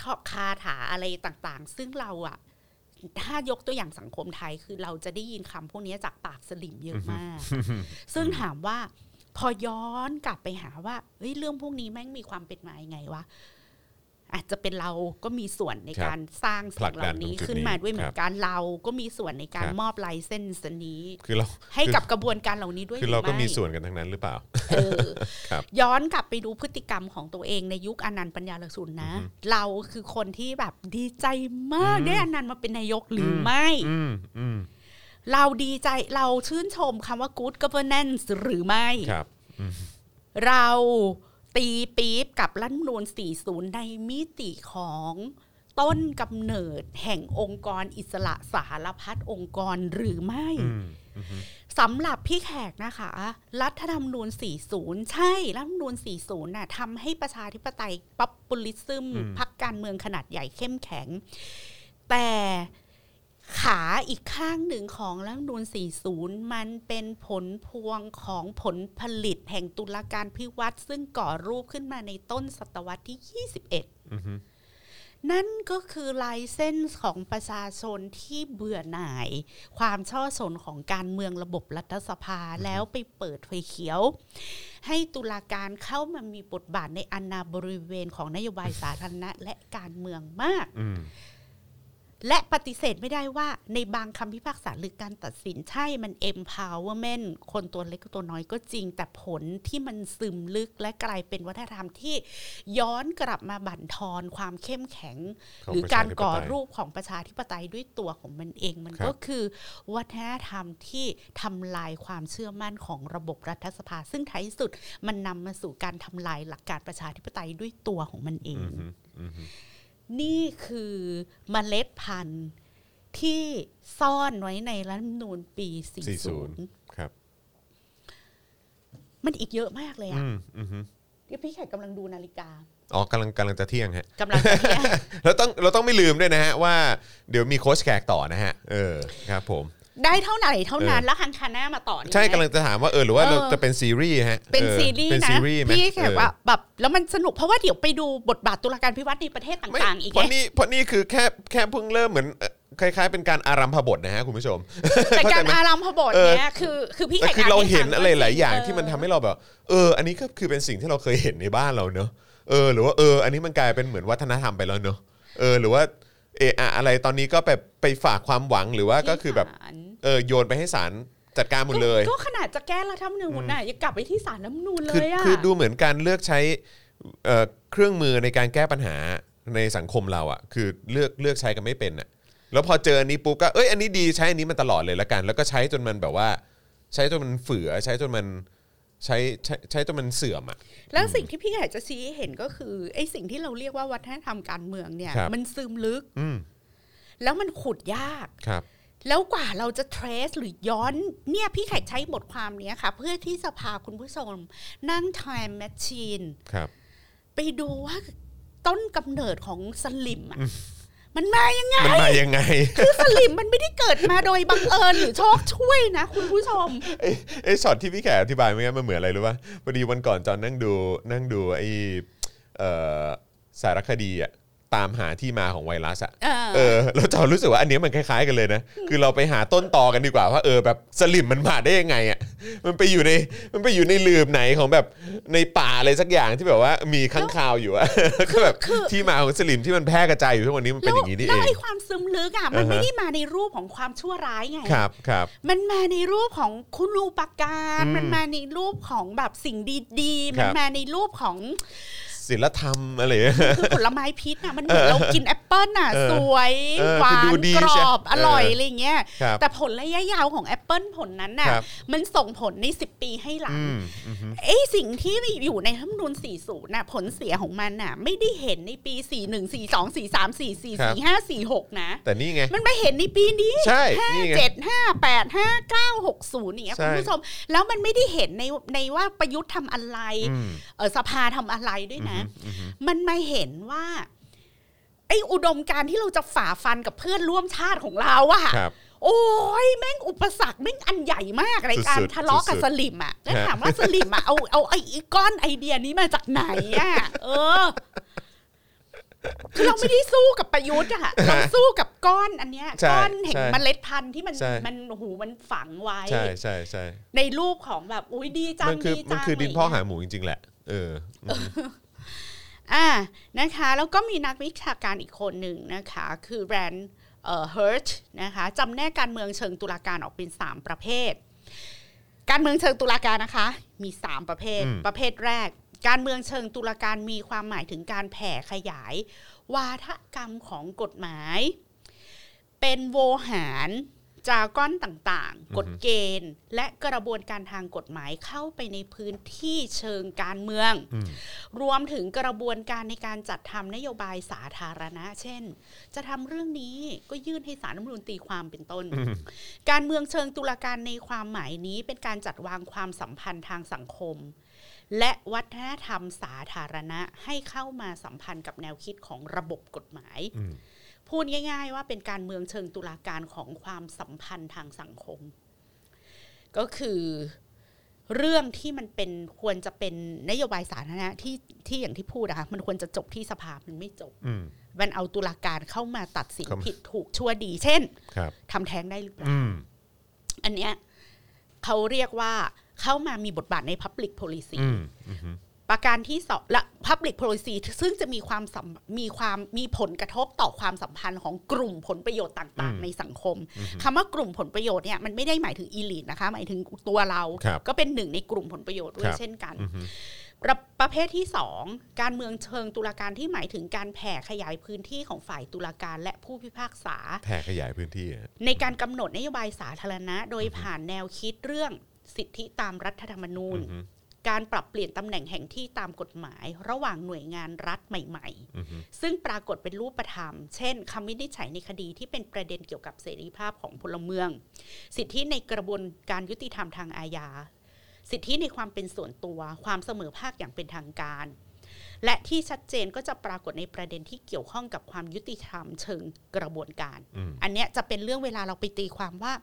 ทอคาถาอะไรต่างๆ ซึ่งเราอะถ้ายกตัวอย่างสังคมไทยคือเราจะได้ยินคำพวกนี้จากปากสลิมเยอะมาก ซึ่งถามว่า พอย้อนกลับไปหาว่าเฮ้ยเรื่องพวกนี้แม่งมีความเป็นมายังไงวะอาจจะเป็นเราก็มีส่วนใน ครับ การสร้าง ผลั สิ่ กดังเหล่าน นี้ ตรงจุด ขึ้นมา นี้ ด้วยเหมือนกันเราก็มีส่วนในการ ครับ มอบลายเส้นสนี้ คือเรา ให้ คือ กับกระบวนการเหล่านี้ด้วย คือเราก็ หไ มีส่วนกันทั้งนั้นหรือเปล่า เออ ครับ ย้อนกลับไปดูพฤติกรรมของตัวเองในยุคอนันต์ปัญญาลสุนนะ อือฮึ เราคือคนที่แบบดีใจมาก อืม ได้อนันต์มาเป็นนายกหรืออ ม ไม่ อืมอืม เราดีใจเราชื่นชมคำว่า good governance หรือไม่ ครับ เราตีปี๊บกับรัฐธรรมนูล40 ในมิติของต้นกำเนิดแห่งองค์กรอิสระสารพัดองค์กรหรือไม่ อืมอืม สำหรับพี่แขกนะคะ รัฐธรรมนูญ 40 ใช่ รัฐธรรมนูญ 40 น่ะทำให้ประชาธิปไตยป๊อปปูลิซึม อืม พักการเมืองขนาดใหญ่เข้มแข็ง แต่ขาอีกข้างหนึ่งของรัฐธรรมนูญ 40 มันเป็นผลพวงของผลผลิตแห่งตุลาการพิวัตรซึ่งก่อรูปขึ้นมาในต้นศตวรรษที่ 21 อืมอืม นั่นก็คือลายเส้นของประชาชนที่เบื่อหน่าย ความช่อชนของการเมืองระบบรัฐสภาแล้วไปเปิดไฟเขียว ให้ตุลาการเข้ามามีบทบาทในอนาบริเวณของนโยบายสาธารณะ และการเมืองมาก อืม และปฏิเสธไม่ได้ว่าในบางคำพิพากษาหรือการตัดสินใช่มัน empowerment คนตัวเล็กตัวน้อยก็จริง แต่ผลที่มันซึมลึกและกลายเป็นวัฒนธรรมที่ย้อนกลับมาบั่นทอนความเข้มแข็ง ของ หรือการก่อ ประชาธิปไตย รูปของประชาธิปไตยด้วยตัวของมันเอง มัน ครับ ก็คือวัฒนธรรมที่ทำลายความเชื่อมั่นของระบบรัฐสภา ซึ่งท้ายสุดมันนำมาสู่การทำลายหลักการประชาธิปไตยด้วยตัวของมันเอง อืมอืม นี่คือเมล็ดพันธุ์ที่ซ่อนไว้ในรัฐธรรมนูญปี 40 40 ครับ มันอีกเยอะมากเลย อื อะ มอืม เดี๋ยวพี่แขกกำลังดูนาฬิกา อ๋อกำลังกำลังจะเที่ยงฮะ กำลัง จะเนี่ย แล้วต้องเราต้องไม่ลืมด้วยนะฮะว่าเดี๋ยวมีโค้ชแขกต่อนะฮะ เออ ครับผม ได้เท่าไหร่เท่านั้น เออ แล้วฮันคาน่ามาต่อนี่ ใช่ ไหม กำลังจะถามว่าเออหรือว่า เออ เราจะเป็นซีรีส์ฮะ เป็น ออ ซีรีส์ เป็น นะ ซีรีส์ไหม พี่แขกว่า เอ แบบแล้วมันสนุกเพราะว่าเดี๋ยวไปดูบทบาทตุลาการพิวัตรในประเทศ อไม่ ต่างๆ อีก เพราะ ไง นี่เพราะนี่คือแค่แค่เพิ่งเริ่มเหมือนเอ่อคล้ายๆ เป็นการอารัมพบทนะฮะคุณผู้ชม แต่ เข้าใจ การ ไหม อารามพบทเนี้ยคือคือพี่แข แต่ ก คือเราเห็นอะไรหลายอย่าง เ ที่มันทำให้เราแบบ เออ อันนี้ก็คือเป็นสิ่งที่เราเคยเห็นในบ้านเราเนอะเออ หรือว่าเออ อันนี้มันกลายเป็นเหมือนวัฒนธรรมไปแล้วเนอะเออ หรือว่าเอออะอะไรตอนนี้ก็แบบไปฝากความหวังหรือว่าก็คือแบบ ที่ศาล เออโยนไปให้ศาลจัดการหมดเลย ก็ก็ขนาดจะแก้รัฐธรรมนูญน่ะยังกลับไปที่ศาลรัฐธรรมนูญเล คือย อ่ะ คือดูเหมือนการเลือกใช้เอ่อเครื่องมือในการแก้ปัญหาในสังคมเราอะคือเลือกเลือกใช้กันไม่เป็นอะแล้วพอเจออันนี้ปุ๊บก็เอ้ยอันนี้ดีใช้อันนี้มันตลอดเลยละกัน แล้วก็ใช้จนมันแบบว่า ใช้จนมันเฝือใช้จนมันใช้ใช้ใช้จนมันเสื่อมอะ แล้วสิ่งที่พี่อยากจะชี้ให้เห็นก็คือไอ้สิ่งที่เราเรียกว่าวัฒนธรรมการเมืองเนี่ย ครับ มันซึมลึก อืม แล้วมันขุดยาก ครับ แล้วกว่าเราจะ trace หรือย้อนเนี่ยพี่ไข่ใช้บทความเนี้ยค่ะ เพื่อที่จะพาคุณผู้ชมนั่ง time machine ครับ ไปดูว่าต้นกำเนิดของสลิมอ่ะมันมายังไง มันมายัง ไง คือสลิมมันไม่ได้เกิดมาโดยบังเอิญหรือโชคช่วยนะ คุณผู้ชม ไอ้ไอ้ช็อตที่พี่แขกอธิบายเมื่อกี้มันเหมือนอะไรรู้ป่ะพอดีวันก่อนจอนนั่งดูนั่งดูไอ้เอ่อสารคดีอะตามหาที่มาของไวรัสอะ เออ เออแล้วจอนรู้สึกว่าอันเนี้ยมันคล้าย ๆ กันเลยนะ คือเราไปหาต้นตอกันดีกว่าว่าเออแบบสลิมมันมาได้ยังไงอะมันไปอยู่ในมันไปอยู่ในลืมไหนของแบบในป่าอะไรสักอย่างที่แบบว่ามีข้างคาวอยู่อะ ก็แบบ คือ ที่มาของสลิมที่มันแพร่กระจายอยู่ทุกวันนี้มันเป็นอย่างนี้นี่เอ แล้ว ง ไอ้ความซึมลึกอ่ะมันไม่ อ่าฮะ ได้มาในรูปของความชั่วร้ายไง ครับครับ มันมาในรูปของคุณูปการ อืม มันมาในรูปของแบบสิ่งดี ครับๆมันมาในรูปของ ศิลธรรมอะไร คือผลไม้พิษน่ะ มันเหมือนเรากินแอปเปิ้ลน่ะ เออ สวย เออ หวา คือดู น ดี กร ใช่ อบอร่อย เอออ อะไรเงี้ย ครับ แต่ผลระยะยาวของแอปเปิ้ลผลนั้นน่ะ ครับ มันส่งผลใน 10 ปีให้หลัง อืมอืม ไอ้สิ่งที่อยู่ในรัฐธรรมนูญ40น่ะผลเสียของมันน่ะ ไม่ได้เห็นในปี 41 42 43 ครั 44 บ 45 46 นะ แต่นี่ไง มันมาเห็นในปีนี้ ใช่ ห้า นี่ไง เจ็ดห้าแปดห้าเก้าหกศูนย์อย่างเงี้ย ใช่ คุณผู้ชม แล้วมันไม่ได้เห็นในในว่าประยุทธ์ทำอะไร อืม เออสภาทำอะไรด้วยนะ อือหือ มันมาเห็นว่า ไอ้อุดมการณ์ที่เราจะฝ่าฟันกับเพื่อนร่วมชาติของเราอะ ครับ โอ้ยแม่งอุปสรรคแม่งอันใหญ่มากรายการ สุดๆ ทะเลาะกับ สุดๆ สลิมอะแล้ว ฮะ ถามว่า สลิมอะเอาเอาไอ้ก้อนไอเดียนี้มาจากไหนอะเออ คือเราไม่ได้สู้กับประยุทธ์อะเราสู้กับก้อนอันเนี้ย ใช่ ก้อนแห่ง ใช่ เมล็ดพันธุ์ที่มัน ใช่ มันโอ้โหูมันฝังไว้ ใช่ใช่ใช่ ในรูปของแบบอุ้ยดีจัง มันคือ ดีจัง มันคือะไรดิน ย่าง พ่อ เงี้ย หาหมูจริงๆแหละเอออืม อ่านะคะแล้วก็มีนักวิชาการอีกคนหนึ่งนะคะ คือแบรนด์เอ่อเฮิร์ชนะคะจำแนกการเมืองเชิงตุลาการออกเป็น 3 ประเภท การเมืองเชิงตุลาการนะคะ มี 3 ประเภท อืม ประเภทแรก การเมืองเชิงตุลาการมีความหมายถึงการแผ่ขยาย วาทกรรมของกฎหมาย เป็นโวหารจาก้อนต่างๆ กฎเกณฑ์ และกระบวนการทางกฎหมายเข้าไปในพื้นที่เชิงการเมือง อืม รวมถึงกระบวนการในการจัดทำนโยบายสาธารณะ เช่น จะทำเรื่องนี้ก็ยื่นให้สารรัฐธรรมนูญตีความเป็นต้น อืม การเมืองเชิงตุลาการในความหมายนี้เป็นการจัดวางความสัมพันธ์ทางสังคม และวัฒนธรรมสาธารณะให้เข้ามาสัมพันธ์กับแนวคิดของระบบกฎหมาย อืม พูดง่าย ๆ ว่าเป็นการเมืองเชิงตุลาการของความสัมพันธ์ทางสังคม ก็คือเรื่องที่มันเป็นควรจะเป็นนโยบายสาธารณะที่ที่อย่างที่พูดนะคะมันควรจะจบที่สภามันไม่จบ อืม มันเอาตุลาการเข้ามาตัดสิน ครับ ผิดถูกชั่วดี เช่น ครับ ทำแท้งได้หรือเปล่า อืม อันเนี้ยเขาเรียกว่าเข้ามามีบทบาทใน Public Policy อืมอืม ประการที่สองและ Public Policy ซึ่งจะมีความสัมมีความมีผลกระทบต่อความสัมพันธ์ของกลุ่มผลประโยชน์ต่าง ๆ ในสังคมคำว่ากลุ่มผลประโยชน์เนี่ยมันไม่ได้หมายถึงอีลิทนะคะหมายถึงตัวเรา ครับ ก็เป็นหนึ่งในกลุ่มผลประโยชน์ด้ควย รับ เช่นกัน อืม ประประเภทที่ 2 การเมืองเชิงตุลาการที่หมายถึงการแผ่ขยายพื้นที่ของฝ่ายตุลาการและผู้พิพากษา แผ่ขยายพื้นที่อะ ในการกำหนดนโยบายสาธารณะ โดยผ่านแนวคิดเรื่องสิทธิตามรัฐธรรมนู อื ญ มอืม การปรับเปลี่ยนตำแหน่งแห่งที่ตามกฎหมาย ระหว่างหน่วยงานรัฐใหม่ อืม ๆ ซึ่งปรากฏเป็นรูปธรรม เช่นคำวินิจฉัยในคดีที่เป็นประเด็นเกี่ยวกับเสรีภาพของพลเมือง สิทธิในกระบวนการยุติธรรมทางอาญา สิทธิในความเป็นส่วนตัว ความเสมอภาคอย่างเป็นทางการ และที่ชัดเจนก็จะปรากฏในประเด็นที่เกี่ยวข้องกับความยุติธรรมเชิงกระบวนการ อืม อันเนี้ยจะเป็นเรื่องเวลาเราไปตีความว่า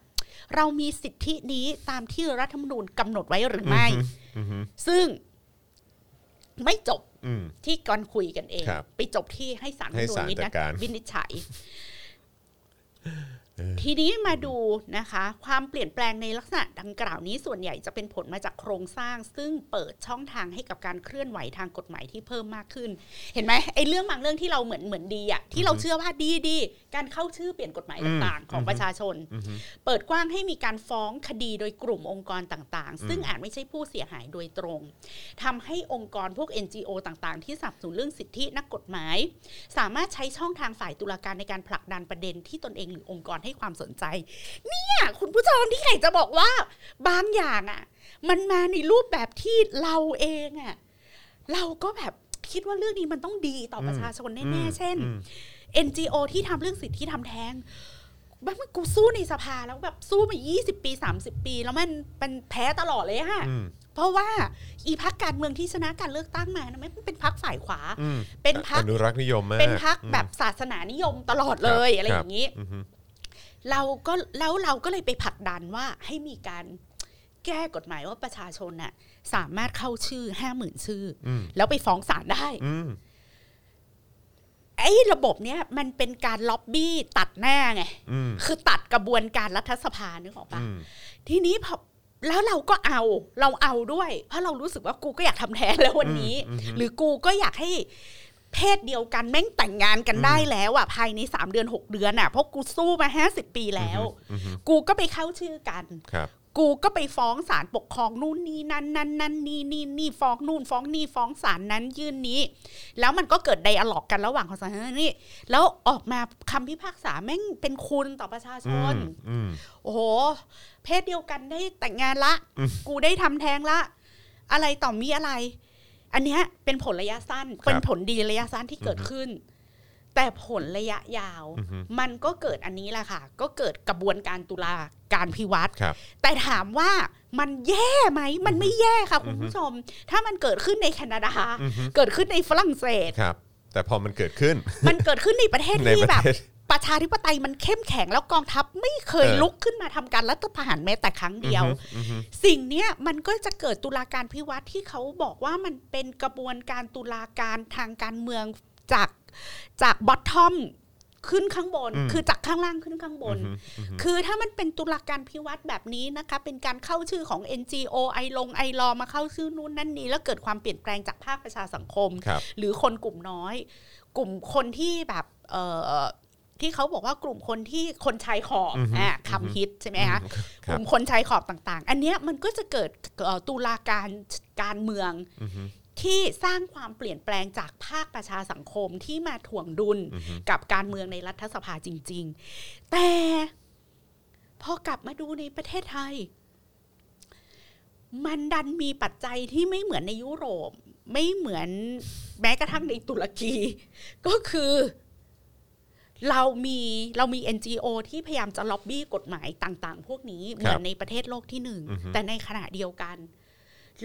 เรามีสิทธินี้ตามที่รัฐธรรมนูญกำหนดไว้หรือไม่ อืม ซึ่งไม่จบ อืม ที่ก่อนคุยกันเอง ครับ ไปจบที่ให้สาร ให้ศาล วิ จัดการ วินิจฉัย ทีนี้มาดูนะคะ ความเปลี่ยนแปลงในลักษณะดังกล่าวนี้ส่วนใหญ่จะเป็นผลมาจากโครงสร้าง ซึ่งเปิดช่องทางให้กับการเคลื่อนไหวทางกฎหมายที่เพิ่มมากขึ้น เห็นไหมไอ้เรื่องบางเรื่องที่เราเหมือนเหมือนดีอะที่เราเชื่อว่าดีดีการเข้าชื่อเปลี่ยนกฎหมายต่างๆ ของประชาชน อืม เปิดกว้างให้มีการฟ้องคดีโดยกลุ่มองค์กรต่างๆ ซึ่งอาจไม่ใช่ผู้เสียหายโดยตรงทำให้องค์กรพวก NGO ต่างๆ ที่สนับสนุนเรื่องสิทธินักกฎหมาย สามารถใช้ช่องทางฝ่ายตุลาการในการผลักดันประเด็นที่ตนเองหรือองค์กรให้ความสนใจ เนี่ยคุณผู้ชมที่ไข่จะบอกว่าบางอย่างอะ่ะ มันมาในรูปแบบที่เราเองอะ่ะเราก็แบบคิดว่าเรื่องนี้มันต้องดีต่อประชาชนแน่ๆเช่น อืม NGO ที่ทำเรื่องสิทธิทำแท้งแบบมันกูสู้ในสภาแล้วแบบสู้มา 20 ปี 30 ปี แล้วมันมันแพ้ตลอดเลยอะ อืม เพราะว่าอีพักการเมืองที่ชนะการเลือกตั้งมานะมันเป็นพักฝ่ายขวา อืม เป็นพั อก นุรักษ์นิยมมาก เป็นพัก อืม แบบศาสนานิยมตลอดเลย ครับ อะไรอย่างนี้ อืมฮึ เราก็แล้วเราก็เลยไปผลักดันว่าให้มีการแก้กฎหมายว่าประชาชนน่ะสามารถเข้าชื่อห้าหมื่นชื่ออ ม แล้วไปฟ้องศาลได้ อืม ไอ้ระบบเนี้ยมันเป็นการล็อบบี้ตัดหน้าไง อืม คือตัดกระบวนการรัฐสภานึกออกปะ อืม ทีนี้พอแล้วเราก็เอาเราเอาด้วย เพราะเรารู้สึกว่ากูก็อยากทำแท้งแล้ววันนี้ อืมอืม หรือกูก็อยากให้เพศเดียวกันแม่งแต่งงานกันได้แล้วอ่ะภายใน 3 เดือน 6 เดือนอ่ะเพราะกูสู้มา 50 ปีแล้ว อืมฮึ กูก็ไปเข้าชื่อกัน ครับ กูก็ไปฟ้องศาลปกครองนู่นนี่นั่นนั่นนั่นนี่นี่นี่ฟ้องนู่นฟ้องนี่ฟ้องศาลนั้นยื่นนี้ แล้วมันก็เกิดไดอะล็อกกันระหว่างของศาลนั้นนี่ แล้วออกมาคำพิพากษาแม่งเป็นคุณต่อประชาช อื น มอืม โอ้โห เพศเดียวกันได้แต่งงานละ กูได้ทำแท้งละ อะไรต่อมีอะไร อันเนี้ยเป็นผลระยะสั้น ครับ เป็นผลดีระยะสั้นที่เกิดขึ้น แต่ผลระยะยาว อือฮึ มันก็เกิดอันนี้แหละค่ะ ก็เกิดกระบวนการตุลาการพิวัตร ครับ แต่ถามว่ามันแย่ไหม มันไม่แย่ค่ะคุณผู้ชม ถ้ามันเกิดขึ้นในแคนาดา อือฮึ เกิดขึ้นในฝรั่งเศส ครับ แต่พอมันเกิดขึ้น มันเกิดขึ้นในประเทศ ใน ที่ ประ แบบ เทศ ประชาธิปไตยมันเข้มแข็งแล้วกองทัพไม่เคย เออ ลุกขึ้นมาทำการรัฐประหารแม้แต่ครั้งเดียว อืมฮึ สิ่งเนี้ยมันก็จะเกิดตุลาการพิวัตรที่เขาบอกว่ามันเป็นกระบวนการตุลาการทางการเมือง จากจากบอททอมขึ้นข้างบน อืม คือจากข้างล่างขึ้นข้างบน อือฮึอือฮึ คือถ้ามันเป็นตุลาการพิวัตรแบบนี้นะคะ เป็นการเข้าชื่อของ NGO ไอลงไอรอมาเข้าชื่อนู่นนั่นนี้ แล้วเกิดความเปลี่ยนแปลงจากภาคประชาสังคม ครับ หรือคนกลุ่มน้อย กลุ่มคนที่แบบเอ่อที่เขาบอกว่ากลุ่มคนที่คนชายขอบ อือฮึ อ่ะ อือฮึ คำฮิตใช่ไหมคะ ค ก รับ ลุ่มคนชายขอบต่างๆ อันเนี้ยมันก็จะเกิดเอ่อตุลาการการเมือง อือฮึ ที่สร้างความเปลี่ยนแปลงจากภาคประชาสังคมที่มาถ่วงดุล อือฮึ กับการเมืองในรัฐสภาจริง ๆ แต่พอกลับมาดูในประเทศไทย มันดันมีปัจจัยที่ไม่เหมือนในยุโรป ไม่เหมือนแม้กระทั่งในตุรกี ก็คือ เรามีเรามี NGO ที่พยายามจะล็อบบี้กฎหมายต่าง ๆ พวกนี้เหมือนในประเทศโลกที่หนึ่ง อือฮึ แต่ในขณะเดียวกัน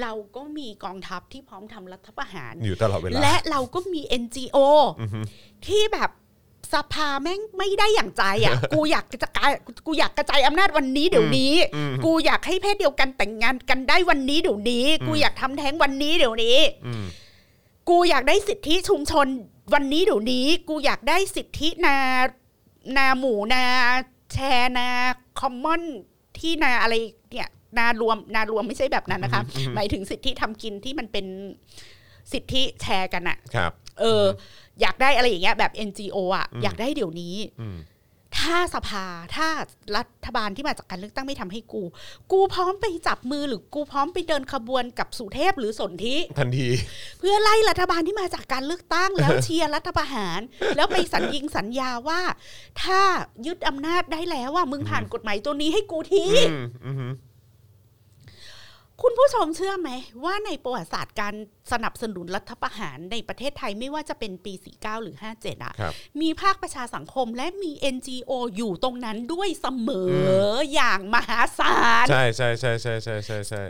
เราก็มีกองทัพที่พร้อมทำรัฐประหาร อยู่ตลอดเวลา และเราก็มี NGO อือฮึ ที่แบบสภาแม่งไม่ได้อย่างใจ อ่ะ กูอยากจะกายกูอยากกระจายอำนาจวันนี้เดี๋ยวนี้ อืมอืม กูอยากให้เพศเดียวกันแต่งงานกันได้วันนี้เดี๋ยวนี้ อืม กูอยากทำแท้งวันนี้เดี๋ยวนี้ อืม กูอยากได้สิทธิชุมชนวันนี้เดี๋ยวนี้ กูอยากได้สิทธินานาหมูนาแชร์นาคอมมอนที่นาอะไรเนี่ยนารวมนารวมไม่ใช่แบบนั้นนะคะ อือฮึอือฮึ หมายถึงสิทธิทำกินที่มันเป็นสิทธิแชร์กันอะ ครับ เอออ อยากได้อะไรอย่างเงี้ยแบบ NGO อะ อืม อยากได้เดี๋ยวนี้ อืม ถ้าสภาถ้ารัฐบาลที่มาจากการเลือกตั้งไม่ทำให้กู กูพร้อมไปจับมือหรือกูพร้อมไปเดินขบวนกับสุเทพหรือสนธิ ทันที เพื่อไล่รัฐบาลที่มาจากการเลือกตั้ง แล้วเชียร์รัฐประหาร แล้วไปสัญญิงสัญญาว่า ถ้ายึดอำนาจได้แล้วว่ามึงผ่านกฎหมายตัวนี้ให้กูที อืมอือฮึ คุณผู้ชมเชื่อไหม ว่าในประวัติศาสตร์การสนับสนุนรัฐประหารในประเทศไทยไม่ว่าจะเป็นปี 49 หรือ 57 อ่ะ ครับ มีภาคประชาสังคมและมี NGO อยู่ตรงนั้นด้วยเสมอออย่างมหาศาล ใช่ใช่ใช่ใช่ใช่ใช่ใช่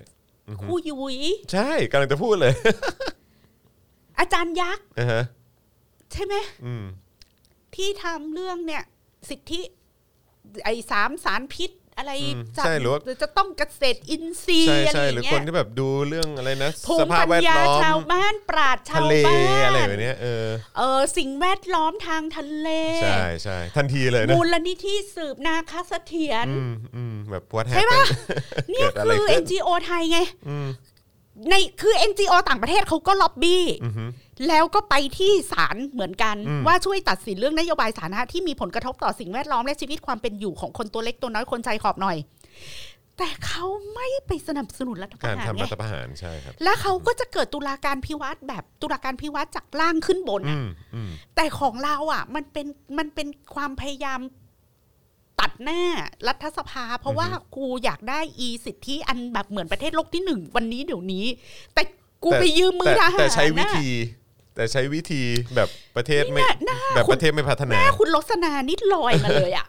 อือ ค ฮึ รูยุ้ย ใช่กำลังจะพูดเลย อาจารย์ยักษ์ อ่าฮะ ใช่ไหม อืม ที่ทำเรื่องเนี่ยสิทธิไอ้สามสารพิษอะไร อืม จะ ใช่หรือว่า จะต้องเกษตรอินทรี ใช่ ย์อะไร ใช่ อ หรือย่าง คนเงี้ย ที่แบบดูเรื่องอะไรนะ ภู ส มิ ภาพ ปัญ แวด ญา ล้อม ชาวบ้านปราชญ์ชา ทะ ว เล บ้า อะไร น แบบเนี้ยเออ เออสิ่งแวดล้อมทางทะเล ใช่ใช่ทันทีเลยนะ มูลนิธิสืบนาคเสถียร อืมอืมแบบปวดแฮ ใช่ ปะ เนี่ เกิดยอะไร คือ ขึ้น NGO ไทยไง อืม ในคือ NGO ต่างประเทศเขาก็ล็อบบี้ อือฮึ แล้วก็ไปที่ศาลเหมือนกัน อืม ว่าช่วยตัดสินเรื่องนโยบายสาธารณะที่มีผลกระทบต่อสิ่งแวดล้อมและชีวิตความเป็นอยู่ของคนตัวเล็กตัวน้อยคนใจขอบหน่อย แต่เขาไม่ไปสนับสนุนรัฐประ การ หาร ทำ ไง รัฐประหารใช่ครับ แล้วเขาก็จะเกิดตุลาการพิวัตรแบบตุลาการพิวัตรจากล่างขึ้นบน อื อะ มอืม แต่ของเราอ่ะ มันเป็นมันเป็นความพยายามตัดหน้ารัฐสภา เพราะว่ากูอยากได้อีสิทธิอันแบบเหมือนประเทศโลกที่หนึ่งวันนี้เดี๋ยวนี้ แต่กูไปยืมมือท แต่ หาร แต่ใช้วิ น่ะ ธี แต่ใช้วิธีแบบประเทศไม่ เนี่ยหน้า แบบ คุณ ประเทศไม่พัฒ ห นา น้าคุณลสนานิดลอยมาเลยอะ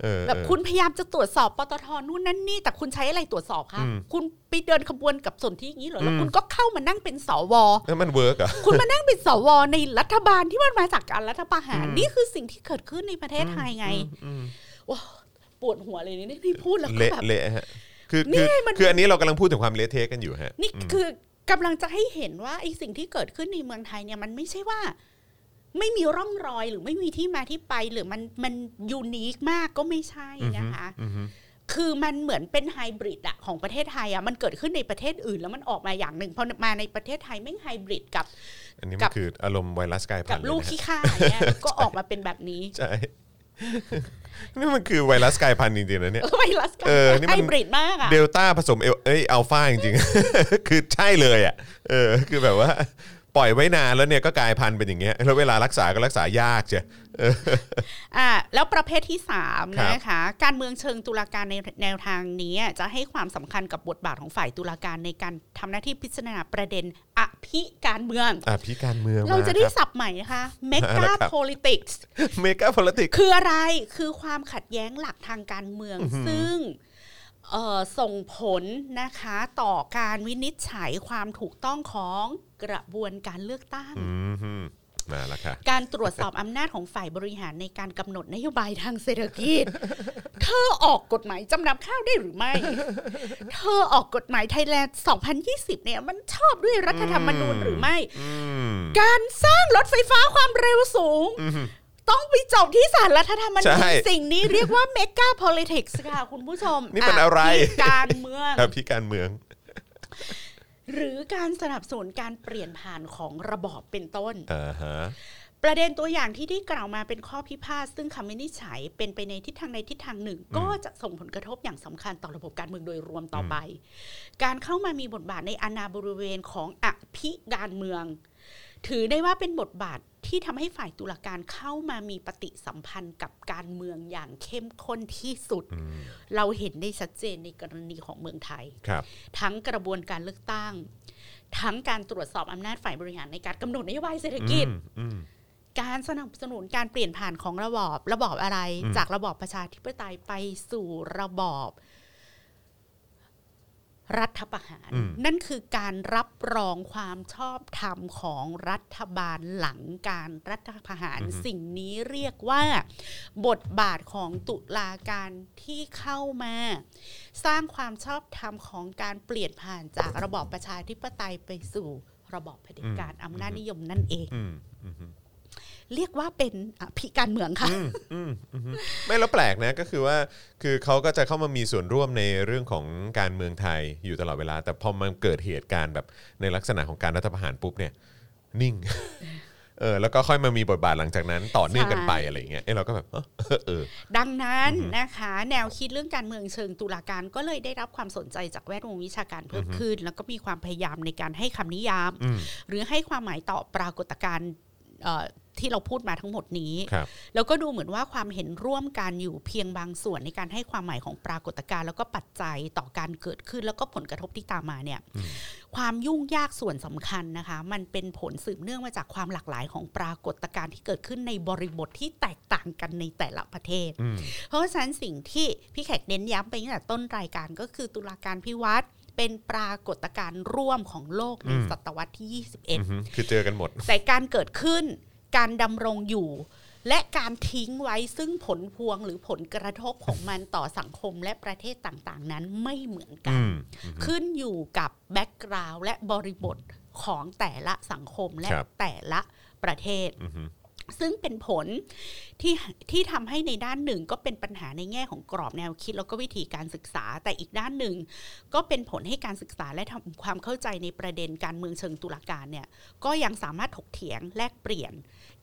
เออ แบบ เออ คุณพยายามจะตรวจสอบปตทนู่นนั่นนี่ แต่คุณใช้อะไรตรวจสอบคะ อืม คุณไปเดินขบวนกับสนที่อย่างนี้เหรอ แล้ว อืม คุณก็เข้ามานั่งเป็นสว เออมันเวิร์กอ่ะ คุณมานั่งเป็นสวในรัฐบาลที่มันมาจากการรัฐประหาร อืม นี่คือสิ่งที่เกิดขึ้นในประเทศไทยไง อืม ว้าวปวดหัวเลยนี่นี่พูดแล้วก็ เละ แบบ เละฮะ คือคืนี่อ ไงมัน คืออันนี้เรากำลังพูดถึงความเละเทะกันอยู่ฮะ นี่ ม คือกำลังจะให้เห็นว่าไอ้สิ่งที่เกิดขึ้นในเมืองไทยเนี่ยมันไม่ใช่ว่า ไม่มีร่องรอยหรือไม่มีที่มาที่ไปหรือมันมันยูนิคมากก็ไม่ใช่นะคะ อือฮึ คือมันเหมือนเป็นไฮบริดอะของประเทศไทยอะมันเกิดขึ้นในประเทศอื่น แล้วมันออกมาอย่างหนึ่งพอมาในประเทศไทยแม่งไฮบริดกับ อันนี้ กั มัน บ คืออารมณ์ไวรัสกลายพั กัน บ ธุ์ ลูก เยนะฮะ ขี้ข้าอย่างเนี่ย แล้วก็ออกมาเป็นแบบนี้ ใช่ นี่มันคือไวรัสกลายพันธุ์จริงๆนะเนี่ย ไวรัสกัน เออนี่มัน ไฮบริดมากอะ เดลต้าผสมเอลเอ้ยอัลฟาจริงๆ คือใช่เลยอ่ะ เออ คือแบบว่า ปล่อยไว้นานแล้วเนี่ยก็กลายพันธุ์เป็นอย่างเงี้ย แล้วเวลารักษาก็รักษายากเจ้ะ อ่ะแล้วประเภทที่สาม ครับ นะคะ การเมืองเชิงตุลาการในแนวทางนี้อะจะให้ความสำคัญกับบทบาทของฝ่ายตุลาการในการทำหน้าที่พิจารณาประเด็นอภิการเมือง อ่ะพี่การเมือง เราจะได้ มคบ สับใหม่นะคะ มาแล้ mega วครับ politics เมกาพลติก คืออะไรคือความขัดแย้งหลักทางการเมือง อื้อหือ ซึ่งเอ่อส่งผลนะคะต่อการวินิจฉัยความถูกต้องของกระบวนการเลือกตั้ง อืม มาแล้วค่ะ การตรวจสอบอำนาจของฝ่ายบริหารในการกำหนดนโยบายทางเศรษฐกิจ เธอออกกฎหมายจำนำข้าวได้ห รือไม่ เธอออกกฎหมายไทยแลนด์ 2020 เนี่ย มันชอบด้วยรัฐธรรมนูญหรือไม่ อืม การสร้างรถไฟฟ้าความเร็วสูง อืม ต้องไปจบที่สารรัฐธรรมนู ใช่ ญสิ่งนี้เรียกว่าเมกา politics ค่ะ คุณผู้ชม นี่มันอะไร ภิการเมือง ครับพี่การเมือง หรือการสนับสนุนการเปลี่ยนผ่านของระบอบเป็นต้น อ่าฮะ ประเด็นตัวอย่างที่ได้กล่าวมาเป็นข้อพิพาทซึ่งคำวินิจฉัยเป็นไปในทิศทางใดทิศทางหนึ่ง ก็จะส่งผลกระทบอย่างสำคัญต่อระบบการเมืองโดยรวมต่อไป การเข้ามามีบทบาทในอาณาบริเวณของอภิการเมือง ถือได้ว่าเป็นบทบาทที่ทำให้ฝ่ายตุลาการเข้ามามีปฏิสัมพันธ์กับการเมืองอย่างเข้มข้นที่สุด เราเห็นได้ชัดเจนในกรณีของเมืองไทย ครับ ทั้งกระบวนการเลือกตั้ง ทั้งการตรวจสอบอำนาจฝ่ายบริหารในการกำหนดนโยบายเศรษฐกิจ อืมอืม การสนับสนุนการเปลี่ยนผ่านของระบอบ ระบอบอะไร อืม จากระบอบประชาธิปไตยไปสู่ระบอบ รัฐประหาร อืม นั่นคือการรับรองความชอบธรรมของรัฐบาลหลังการรัฐประหาร สิ่งนี้เรียกว่า บทบาทของตุลาการที่เข้ามา สร้างความชอบธรรมของการเปลี่ยนผ่านจากระบอบประชาธิปไตยไปสู่ระบอบเผด็จการอำนาจนิยมนั่นเอง อืมอืมอืม เรียกว่าเป็นอภิการเมืองค่ะ อืมอืมอืมไม่แล้วแปลกนะก็คือว่า คือเขาก็จะเข้ามามีส่วนร่วมในเรื่องของการเมืองไทยอยู่ตลอดเวลา แต่พอมันเกิดเหตุการณ์แบบในลักษณะของการรัฐประหารปุ๊บเนี่ย นิ่ง เออ แล้วก็ค่อยมามีบทบาทหลังจากนั้น ต่อเนื่องกันไปอะไรอย่างเงี้ยเอ้ยเราก็แบบเออเออ ดังนั้นนะคะ แนวคิดเรื่องการเมืองเชิงตุลาการก็เลยได้รับความสนใจจากแวดวงวิชาการเพิ่มขึ้น แล้วก็มีความพยายามในการให้คำนิยาม อืม หรือให้ความหมายต่อปรากฏการณ์เอ่อที่เราพูดมาทั้งหมดนี้ ครับ แล้วก็ดูเหมือนว่าความเห็นร่วมกันอยู่เพียงบางส่วนในการให้ความหมายของปรากฏการณ์แล้วก็ปัจจัยต่อการเกิดขึ้น แล้วก็ผลกระทบที่ตามมาเนี่ยความยุ่งยากส่วนสำคัญนะคะ มันเป็นผลสืบเนื่องมาจากความหลากหลายของปรากฏการณ์ที่เกิดขึ้นในบริบทที่แตกต่างกันในแต่ละประเทศ อืม เพราะฉะนั้นสิ่งที่พี่แขกเน้นย้ำไปตั้งแต่ต้นรายการก็คือตุลาการพิวัตรเป็นปรากฏการณ์ร่วมของโลกใน อืม ศตวรรษที่ อืม 21 คือเจอกันหมด แต่การเกิดขึ้น การดำรงอยู่ และการทิ้งไว้ซึ่งผลพวงหรือผลกระทบของมันต่อสังคมและประเทศต่างๆ นั้นไม่เหมือนกั อื น ม ขึ้นอยู่กับแบ็กกราวด์และบริบทของแต่ละสังคมและ ครับ แต่ละประเทศ อืมอืม ซึ่งเป็นผลที่ที่ทำให้ในด้านหนึ่งก็เป็นปัญหาในแง่ของกรอบแนวคิด แล้วก็วิธีการศึกษา แต่อีกด้านหนึ่ง ก็เป็นผลให้การศึกษาและทำความเข้าใจในประเด็นการเมืองเชิงตุลาการเนี่ยก็ยังสามารถถกเถียงแลกเปลี่ยน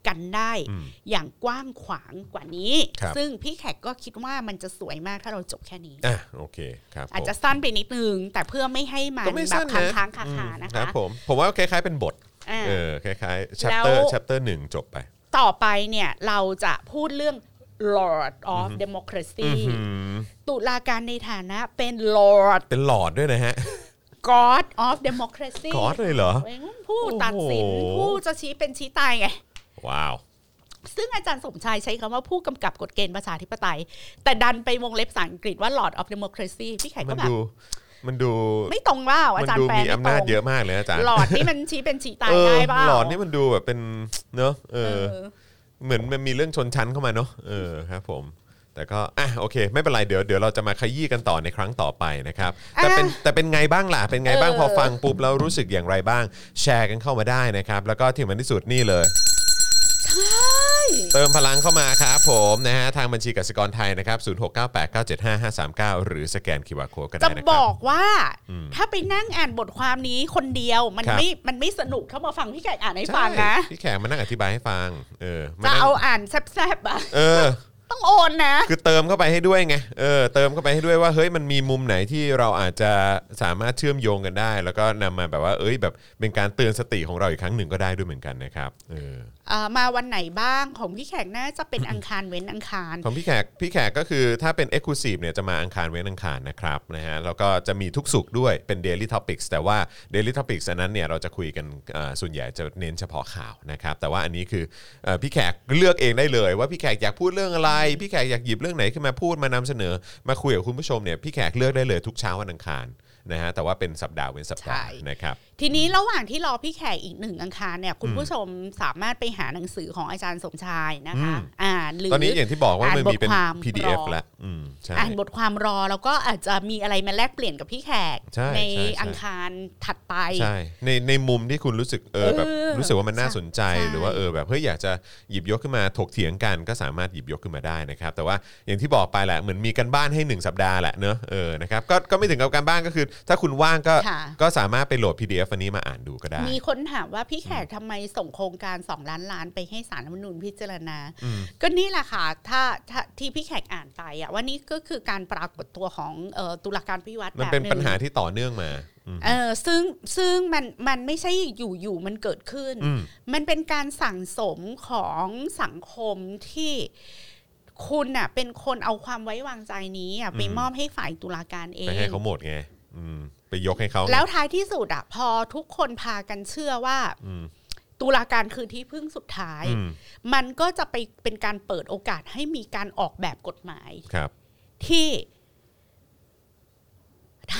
กันได้ อืม อย่างกว้างขวางกว่านี้ ครับ ซึ่งพี่แขกก็คิดว่ามันจะสวยมากถ้าเราจบแค่นี้ อ่ะโอเคครับผม อาจจะสั้นไปนิดนึง แต่เพื่อไม่ให้มัน ก็ไม่ แบ สั้ บ น ค้าง นะ ค้างคาคาๆนะ รั คะ บผมผมว่าคล้ายๆเป็นบท อ่า เออคล้ายๆ แล้ว chapter chapter หนึ่งจบไป ต่อไปเนี่ยเราจะพูดเรื่อง Lord of Democracy อื้อหือ ตุลาการในฐานะเป็น Lord เป็นหลอดด้วยนะฮะ God of Democracy กอดเลยเหรอ เป็นผู้ตัดสิน โอ้โห ผู้จะชี้เป็นชี้ตายไง ว้าว ซึ่งอาจารย์สมชายใช้คำว่าผู้กำกับกฎเกณฑ์ประชาธิปไตย แต่ดันไปวงเล็บภาษาอังกฤษว่า Lord of Democracy พี่ไข่ มั ก็ น แบบ ดูมันดู ไม่ตรงว่าอา มัน จาร ดู ย์แฟน มี ไม่ อำ ตร นาจ ง เยอะมากเลยนะอาจารย์ หลอดนี่มันชี้เป็นชี้ตาย เออ ได้เปล่า หลอดนี่มันดูแบบเป็นเนอะเอ เอ อ อ เหมือนมันมีเรื่องชนชั้นเข้ามาเนอะเออครับผม แต่ก็อ่ะโอเค ไม่เป็นไรเดี๋ยวเดี๋ยวเราจะมาขยี้กันต่อในครั้งต่อไปนะครับแต่เป็นแต่เป็นไงบ้างล่ะเป็นไงบ้าง เออ พอฟังปุ๊บแล้วรู้สึกอย่างไรบ้าง แชร์กันเข้ามาได้นะครับ แล้วก็ที่มันที่สุดนี่เลย ใช่ เติมพลังเข้ามาครับผมนะฮะทางบัญชีกสิกรไทยนะครับ 0698975539 หรือสแกนคิวอาร์โค้ดก็ได้ จะ นะครับ บอกว่า อืม ถ้าไปนั่งอ่านบทความนี้คนเดียวมัน ครับ ไม่มันไม่สนุกเท่ามาฟังพี่ไก่อ่านให้ฟังนะ ใช่พี่แขกมานั่งอธิบายให้ฟัง เออม จะ นั่ง เอาอ่านแซบๆอะ เออ ต้องโอนนะ คือเติมเข้าไปให้ด้วยไงเออเติมเข้าไปให้ด้วยว่าเฮ้ยมันมีมุมไหนที่เราอาจจะสามารถเชื่อมโยงกันได้ แล้วก็นำมาแบบว่าเอ้ยแบบเป็นการเตือนสติของเราอีกครั้งหนึ่งก็ได้ด้วยเหมือนกันนะครับเออ เอ่อมาวันไหนบ้างของพี่แขกน่าจะเป็นอังคารเว้นอังคาร ของพี่แขกพี่แขกก็คือถ้าเป็น e x c l u s i v e เนี่ยจะมาอังคารเว้นอังคารนะครับนะฮะแล้วก็จะมีทุกสุขด้วยเป็น Daily Topics แต่ว่า Daily Topics อันนั้นเนี่ยเราจะคุยกันเอ่อส่วนใหญ่จะเน้นเฉพาะข่าวนะครับแต่ว่าอันนี้คือเอ่อพี่แขกเลือกเองได้เลย ว่าพี่แขกอยากพูดเรื่องอะไร พี่แขกอยากหยิบเรื่องไหนขึ้นมาพูดมานำเสนอ มาคุยกับคุณผู้ชมเนี่ยพี่แขกเลือกได้เลยทุกเช้าวันอังคาร นะฮะแต่ว่าเป็นสัปดาห์เว้นสัปดาห์ ใช่ นะครับ ทีนี้ระหว่างที่รอพี่แขกอีกหนึ่งอังคารเนี่ยคุณผู้ชมสามารถไปหาหนังสือของอาจารย์สมชายนะคะ อืม อ่านหรือ ตอ อ นนี้อย่างที่บอกว่ามันมีเป็น อ่านบทความ PDF แล้วอืมใช่ อ่านบทความรอแล้วก็อาจจะมีอะไรมาแลกเปลี่ยนกับพี่แขก ใช่ใช่ใช่ อังคารถัดไป ใช่ในในมุมที่คุณรู้สึกเออ เออ แบบรู้สึกว่ามันน่าสนใจ ใช่ หรือว่าเออแบบเฮ้ยอยากจะหยิบยกขึ้นมาถกเถียงกันก็สามารถหยิบยกขึ้นมาได้นะครับ แต่ว่าอย่างที่บอกไปแหละเหมือนมีกันบ้านให้หนึ่งสัปดาห์แหละเนอะเออนะครับก็ก็ไม่ถึงกับการบ้านก็คือ ถ้าคุณว่างก็ ค่ะ ก็สามารถไปโหลด PDF อันนี้มาอ่านดูก็ได้ มีคนถามว่าพี่แขกทำไมส่งโครงการ 2 ล้านล้านไปให้สารรัฐธรรมนูญพิจารณา อืม ก็นี่แหละค่ะถ้าถ้าที่พี่แขกอ่านไปอ่ะว่านี่ก็คือการปรากฏตัวของเอ่อตุลาการพิวัตร มัน แบบ เป็น ห ปัญ นึ่ง หาที่ต่อเนื่องมาอืม เออซึ่งซึ่งมันมันไม่ใช่อยู่อยู่มันเกิดขึ้น อืม มันเป็นการสั่งสมของสังคมที่คุณน่ะเป็นคนเอาความไว้วางใจนี้อ่ะไป อืม มอบให้ฝ่ายตุลาการเอ ไป ง ให้เขาหมดไงอืมไปยกให้เขาไง แล้วท้ายที่สุดอ่ะพอทุกคนพากันเชื่อว่า อืม ตุลาการคือที่พึ่งสุดท้าย อืม มันก็จะไปเป็นการเปิดโอกาสให้มีการออกแบบกฎหมาย ครับ ที่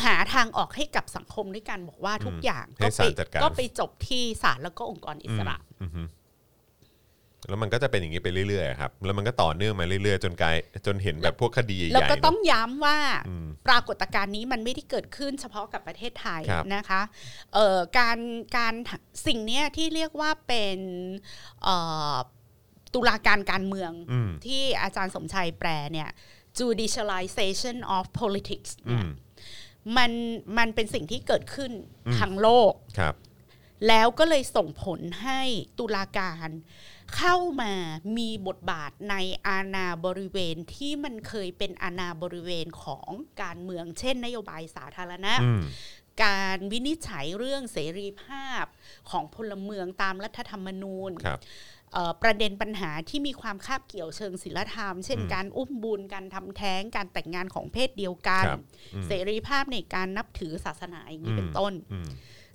หาทางออกให้กับสังคมด้วยกันบอกว่าทุกอย่าง ให้ ไป ศาลจัดการ ก็ไปจบที่ศาลแล้วก็องค์กรอิสระ อืมอือฮึแล้วมันก็จะเป็นอย่างนี้ไปเรื่อยๆครับ แล้วมันก็ต่อเนื่องมาเรื่อยๆ จนกลายจนเห็นแบบพวกคดีใหญ่ๆ แล้วก็ต้อง เนอะ ย้ำว่า อืม ปรากฏการณ์นี้มันไม่ได้เกิดขึ้นเฉพาะกับประเทศไทย ครับ นะคะเอ่อการการสิ่งเนี้ยที่เรียกว่าเป็นเอ่อตุลาการการเมือง อืม ที่อาจารย์สมชัยแปลเนี่ย judicialization of politics อื เนี่ย ม มันมันเป็นสิ่งที่เกิดขึ้นทั้งโลก ครับ แล้วก็เลยส่งผลให้ตุลาการเข้ามามีบทบาทในอาณาบริเวณที่มันเคยเป็นอาณาบริเวณของการเมือง เช่น นโยบายสาธารณะ อืม การวินิจฉัยเรื่องเสรีภาพของพลเมืองตามรัฐธรรมนูญ ครับ เอ่อประเด็นปัญหาที่มีความคาบเกี่ยวเชิงศิลธรรม เช่น อืม การอุ้มบุญการทำแท้งการแต่งงานของเพศเดียวกัน ครับอืม เสรีภาพในการนับถือศาสนาอย่างนี้ อืม เป็นต้น อืม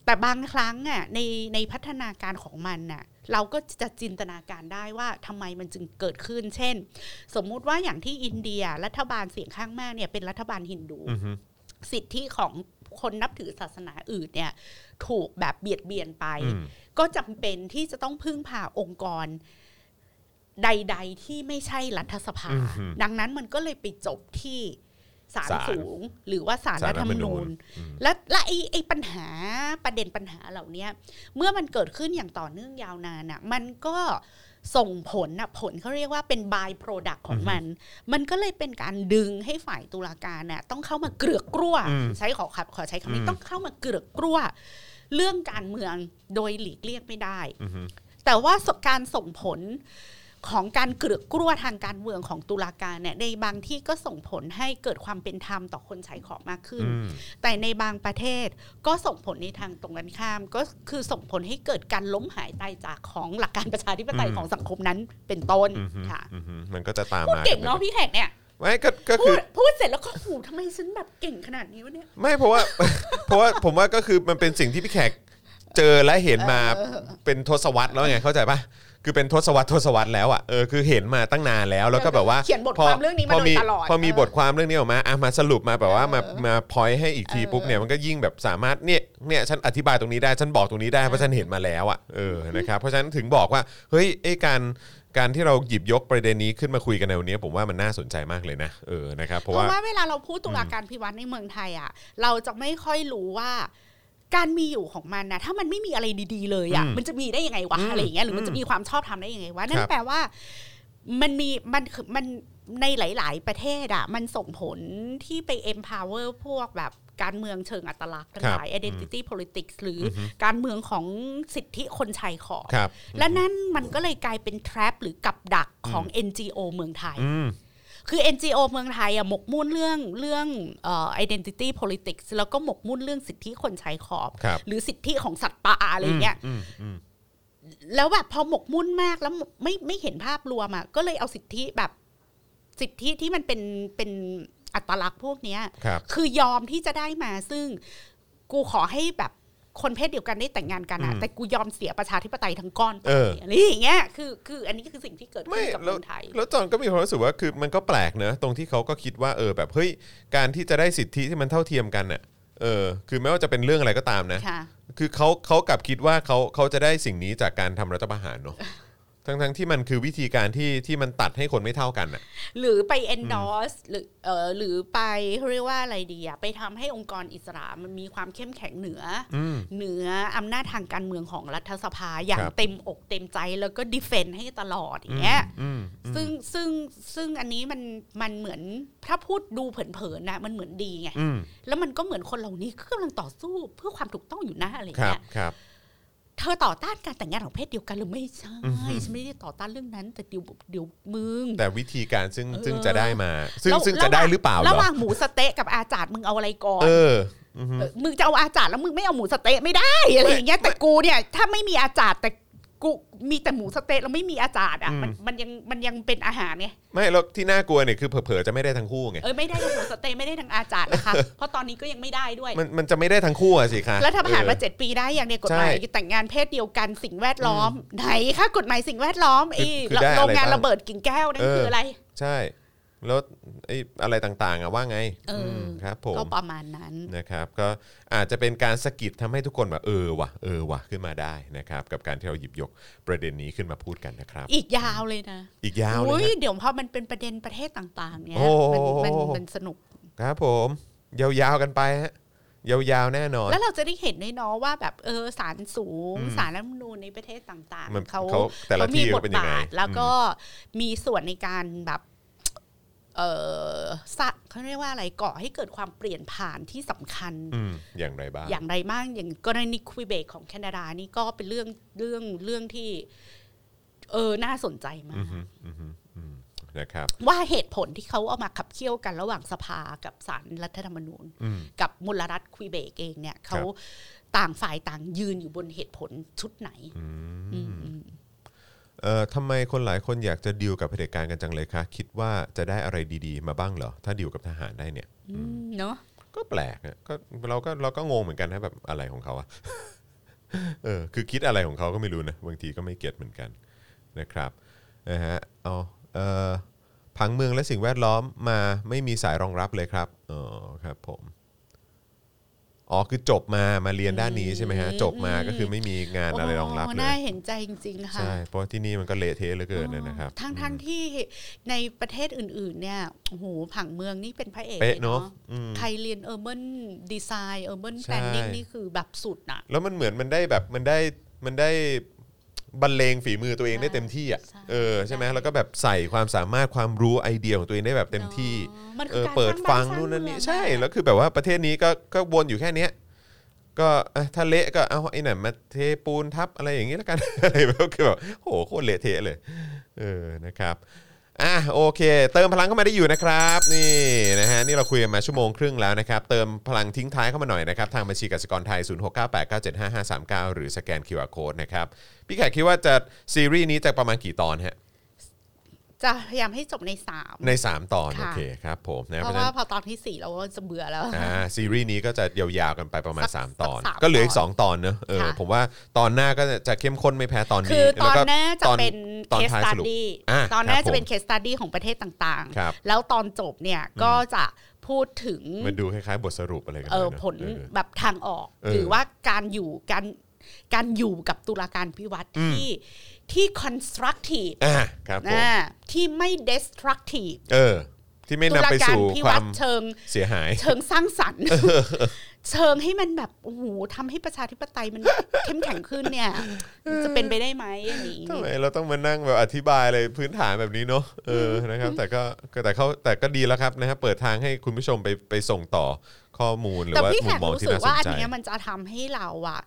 แต่บางครั้งอ่ะในในพัฒนาการของมันน่ะเราก็จะจินตนาการได้ว่าทำไมมันจึงเกิดขึ้น เช่น สมมุติว่าอย่างที่อินเดียรัฐบาลเสียงข้างมากเนี่ยเป็นรัฐบาลฮินดู อืม สิทธิของคนนับถือศาสนาอื่นเนี่ยถูกแบบเบียดเบียนไป อืม ก็จำเป็นที่จะต้องพึ่งพาองค์กรใด ๆ ที่ไม่ใช่รัฐสภา ดังนั้นมันก็เลยไปจบที่ศาลสูง หรือว่าศาลรัฐธรรมนูญ และและไอ้ไอ้ปัญหาประเด็นปัญหาเหล่าเนี้ยเมื่อมันเกิดขึ้นอย่างต่อเนื่องยาวนานน่ะมันก็ส่งผลนะผลเขาเรียกว่าเป็น by product ของมัน มันก็เลยเป็นการดึงให้ฝ่ายตุลาการน่ะต้องเข้ามาเกลือกกลั้วใช้ขอขับขอใช้คำนี้ต้องเข้ามาเกลือกกลั้วเรื่องการเมืองโดยหลีกเลี่ยงไม่ได้ อืม แต่ว่าสการส่งผลของการเกลือกกลั้วทางการเมืองของตุลาการเนี่ยในบางที่ก็ส่งผลให้เกิดความเป็นธรรมต่อคนใช้ของมากขึ้น อืม แต่ในบางประเทศก็ส่งผลในทางตรงกันข้าม ก็คือส่งผลให้เกิดการล้มหายตายจากของหลักการประชาธิปไตยของสังคมนั้นเป็นต้น อืม ค่ะ อืมมันก็จะตาม พูด มา เก่งเนาะพี่แขกเนี่ย ไม่ก็ก็ พู คือ ดพูดเสร็จแล้วก็โอ้โหูทำไมฉันแบบเก่งขนาดนี้วะเนี่ย ไม่เพราะ ว่า เพราะว่าผมว่าก็คือมันเป็นสิ่งที่พี่แขกเจอและเห็นมา เออ เป็นทศวรรษแล้วไงเข้าใจปะคือเป็นทศวรรษทศวรรษแล้วอ่ะเออคือเห็นมาตั้งนานแล้วแล้วก็แบบว่า เขียนบทความเรื่องนี้มาโดยตลอด พอมี เออ บทความเรื่องนี้ออกมาอ่ะมาสรุปมาแบบว่ามา เออ มาพอยให้อีกที เออ ปุ๊บเนี่ยมันก็ยิ่งแบบสามารถเนี่ยเนี่ยฉันอธิบายตรงนี้ได้ฉันบอกตรงนี้ได้เพราะฉันเห็นมาแล้วอ่ะเออนะครับเพราะฉะนั้นถึงบอกว่าเฮ้ยไอ้การการที่เราหยิบยกประเด็นนี้ขึ้นมาคุยกันในวันนี้ผมว่ามันน่าสนใจมากเลยนะเออนะครับเพ เพราะ ราะว่า ว่าเวลาเราพูดตุลาการพิวัตรในเมืองไทยอ่ะเราจะไม่ค่อยรู้ว่า การมีอยู่ของมันนะถ้ามันไม่มีอะไรดีๆเลยอ่ะ อืม มันจะมีได้ยังไงวะ อืม อะไรอย่างเงี้ยหรือมันจะมีความชอบทำได้ยังไงวะนั่ คน รับ แปลว่า มันมีมันคือมันในหลาย ๆ ประเทศอ่ะมันส่งผลที่ไป empower พวกแบบการเมืองเชิงอัตลักษณ์ทั้งหลาย identity politics หรืออการเมืองของสิทธิคนชายขอบ ครับ และนั่นมันก็เลยกลายเป็น trap หรือกับดักของ NGO เมืองไทย อืม คือ NGO เมืองไทยอะหมกมุ่นเรื่องเรื่องเอ่อ identity politics แล้วก็หมกมุ่นเรื่องสิทธิคนชายขอบ ครับ หรือสิทธิของสัตว์ป่าอะไรเงี้ย อืมอืม แล้วแบบพอหมกมุ่นมากแล้วไม่ไม่เห็นภาพรวมอะก็เลยเอาสิทธิแบบสิทธิที่มันเป็นเป็นอัตลักษณ์พวกเนี้ย ครับ คือยอมที่จะได้มาซึ่งกูขอให้แบบคนเพศเดียวกันได้แต่งงานกันอะ อืม แต่กูยอมเสียประชาธิปไตยทั้งก้อนไป เอออ อะไรอย่างเงี้ยคือคืออันนี้คือสิ่งที่เกิด ไม่ ขึ้นกับ แล้ เมื ว องไทย แล้วจอนก็มีความรู้สึกว่าคือมันก็แปลกเนอะตรงที่เขาก็คิดว่าเออแบบเฮ้ยการที่จะได้สิทธิที่มันเท่าเทียมกันน่ะ เออคือไม่ว่าจะเป็นเรื่องอะไรก็ตามนะ ค่ะ คือเขาเขากลับคิดว่าเขาเขาจะได้สิ่งนี้จากการทำรัฐประหารเนอะทั้งทั้งที่มันคือวิธีการที่ที่มันตัดให้คนไม่เท่ากันอ่ะ หรือไป endorse หรือเออหรือไปเขาเรียกว่าอะไรดีอะไปทำให้องค์กรอิสระมันมีความเข้มแข็งเหนืออ ม เหนืออำนาจทางการเมืองของรัฐสภาอย่า ค ง รับ เต็มอกเต็มใจแล้วก็ดิเฟนต์ให้ตลอดอย่างเงี้ย อืมอืม ซึ่งซึ่งซึ่งอันนี้มันมันเหมือนถ้าพูดดูเผินๆนะมันเหมือนดีไง อืม แล้วมันก็เหมือนคนเหล่านี้ก็กำลังต่อสู้เพื่อความถูกต้องอยู่นะอะไร ครับ เงี้ย ครับ เธอต่อต้านการแต่งงานของเพศเดียวกันหรือไม่ใช่ อือหือ ฉันไม่ได้ต่อต้านเรื่องนั้น แต่เดี๋ยวเดี๋ยวมึง แต่วิธีการซึ่ง เออ ซึ่งจะได้มา ซึ่ง แล้ว ซึ่งจะได้หรือเปล่าเหร ระห อ ว่างหมูสะเต๊ะกับอาจารย์มึงเอาอะไรก่อน เอออือฮึ เออมึงจะเอาอาจารย์แล้วมึงไม่เอาหมูสะเต๊ะไม่ได้อะไรอย่างเงี้ยแต่กูเนี่ยถ้าไม่มีอาจารย์แต่กูมีแต่หมูสะเต๊ะแล้วไม่มีอาจารย์อ่ะ อืม มันมันยังมันยังเป็นอาหารไง ไม่แล้วที่น่ากลัวเนี่ยคือเผลอๆจะไม่ได้ทั้งคู่ไง เอ้ยไม่ได้ทั้งหมูสะเต๊ะไม่ได้ทั้งอาจารย์นะคะ เพราะตอนนี้ก็ยังไม่ได้ด้วย มันมันจะไม่ได้ทั้งคู่อะสิคะ รัฐประหาร เออ มาเจ็ดปีได้อย่างเนี่ยกฎหมาย ใช่ แต่งงานเพศเดียวกันสิ่งแวดล้อมไหนคะกฎหมายสิ่งแวดล้อมไอ้ คือได้อะไร โรงงาน บ้าง ระเบิดกิ่งแก้วนั่ เอน อ คืออะไร ใช่แล้วไอ้อะไรต่างๆอ่ะว่าไง เอออ มครับผม ก็ประมาณนั้น นะครับก็อาจจะเป็นการสะกิดทำให้ทุกคนแบบเออว่ะเออว่ะขึ้นมาได้นะครับกับการที่เราหยิบยกประเด็นนี้ขึ้นมาพูดกันนะครับ อีกยาวเลยนะ อีกยาวเลยอุ๊ย นะ เดี๋ยวพอมันเป็นประเด็นประเทศต่างๆเนี่ย โอ้โห มันมันมันสนุก ครับผมยาวๆกันไปฮะยาวๆแน่นอน แล้วเราจะได้เห็นด้วยเนาะว่าแบบเออสารสูง อืม สารรัฐธรรมนูญในประเทศต่าง มัน ๆเขา เขาแต่ละ เขา ที่ มีบ เขา ท เป็นยังไง บาทแล้ว อืม ก็มีส่วนในการแบบเออสะเขาเรียกว่าอะไรก่อให้เกิดความเปลี่ยนผ่านที่สำคัญ อืมอย่างไรบ้าง อย่างไรบ้างอย่างกรณีควิเบกของแคนาดานี่ก็เป็นเรื่องเรื่องเรื่องที่ เออน่าสนใจมาก อือฮึอือฮึอืมนะครับ ว่าเหตุผลที่เขาเอามาขับเคี่ยวกันระหว่างสภากับสารรัฐธรรมนูญ อืม กับมลรัฐควิเบกเองเนี่ยคเขารับ ต่างฝ่ายต่างยืนอยู่บนเหตุผลชุดไหน อื อื ม มอืม เอ่อทำไมคนหลายคนอยากจะดีลกับเผด็จการกันจังเลยคะคิดว่าจะได้อะไรดีๆ มาบ้างเหรอถ้าดีลกับทหารได้เนี่ย อืมเนาะ ก็แปลกอะก็เราก็เราก็งงเหมือนกันนะแบบอะไรของเขาอะ เออคือคิดอะไรของเขาก็ไม่รู้นะบางทีก็ไม่เก็ตเหมือนกันนะครับนะฮะเอาเออผังเมืองและสิ่งแวดล้อมมาไม่มีสายรองรับเลยครับอ๋อครับผมอ๋อคือจบมามาเรียนด้านนี้ใช่ไหมฮะจบมาก็คือไม่มีงานอะไรรองรับ โโห เล น่าย เห็นใจจริง ๆ ค่ะ ใช่เพราะที่นี่มันก็เละเทะเหลือเกินนะครับ ทั้งทั้งที่ในประเทศอื่น ๆ เนี่ยโอ้โหผังเมืองนี่เป็นพระเอก เป๊ะเนอะ ลย อืม ใครเรียนเออร์เบิร์นดีไซน์เออร์เบิร์น ใช่ แพลนนิ่งนี่คือแบบสุดนะ แล้วมันเหมือนมันได้แบบมันได้มันได้บรรเลงฝีมือตัวเองได้เต็มที่อ่ะเออใช่ไหมแล้วก็แบบใส่ความสามารถความรู้ไอเดียของตัวเองได้แบบเต็มที่ เนอะมัน เอ คือ อ การ เปิด สร้า ฟัง บ้าสร้า นู่นนั่นนี่ เมือง ใช่ อะ แล้วคือแบบว่าประเทศนี้ก็ก็วนอยู่แค่เนี้ยก็อ่ะถ้าเละก็เอาไอ้นั่นมาเทปูนทับอะไรอย่างงี้แล้วกัน อะไรแบบคือแบบโหโคตรเละเทะเลยเออนะครับอ่ะโอเค เติมพลังเข้ามาได้อยู่นะครับ นี่นะฮะนี่เราคุยกันมาชั่วโมงครึ่งแล้วนะครับ เติมพลังทิ้งท้ายเข้ามาหน่อยนะครับทางบัญชีกสิกรไทย 0698975539 หรือสแกน QR Code นะครับพี่แขกคิดว่าจะซีรีส์นี้จะประมาณกี่ตอนฮะ จะพยายามให้จบในสาม ใน 3 ตอน ค่ะ โอเคครับผมนะ เพ เพราะฉะราะว่า นั้น พอตอนที่สี่เราก็จะเบื่อแล้ว อ่าซีรีส์นี้ก็จะยาวๆกันไปประมาณ สัก 3 ตอน สักสาม ก็เหลืออีก ตอน 2 ตอนเนอะเออ ค่ะ ผมว่าตอนหน้าก็จะเข้มข้นไม่แพ้ตอน คื นี้ อต แล้ อ วน ก็ หน้าจะ ตอน เป็น ตอน เคส ท้าย ตั ส ด รุป ดี้ ะ ตอนหคน้ารับ จะเป็น ผม เคสตัดดี้ของประเทศต่าง ครับ ๆ แล้วตอนจบเนี่ยก็จะพูดถึง มันดูคล้ายๆ บทสรุปอะไรกัน เอ่อ เนอะ ผล เออ แบบทางออก เออ หรือว่าการอยู่การการอยู่กับตุลาการพิวัตร อืม ที่ที่ constructive อ่ะครับผม นะที่ไม่ destructive เออ ที่ไม่ ตุ นำ ลา ไป การ สู่ พิ ค วั วา ต ม รเชิง เสียหาย เชิงสร้างสรรค์ เชิงให้มันแบบโอ้โหทำให้ประชาธิปไตยมัน เข้มแข็งขึ้นเนี่ย จะเป็นไปได้ไหมอันนี้ ทำไมเราต้องมานั่งแบบอธิบายอะไรพื้นฐานแบบนี้เนาะเออนะครับ แต่ก็ก็แต่เขาแต่ก็ดีแล้วครับนะฮะเปิดทางให้คุณผู้ชมไปไปส่งต่อข้อมูลหรือ แต่ ว่า พี่แข มุม ก มอง รู้ ที่ สึก น่าส ว่าน อัน ใจ เนี้ยมันจะทำให้เราอะ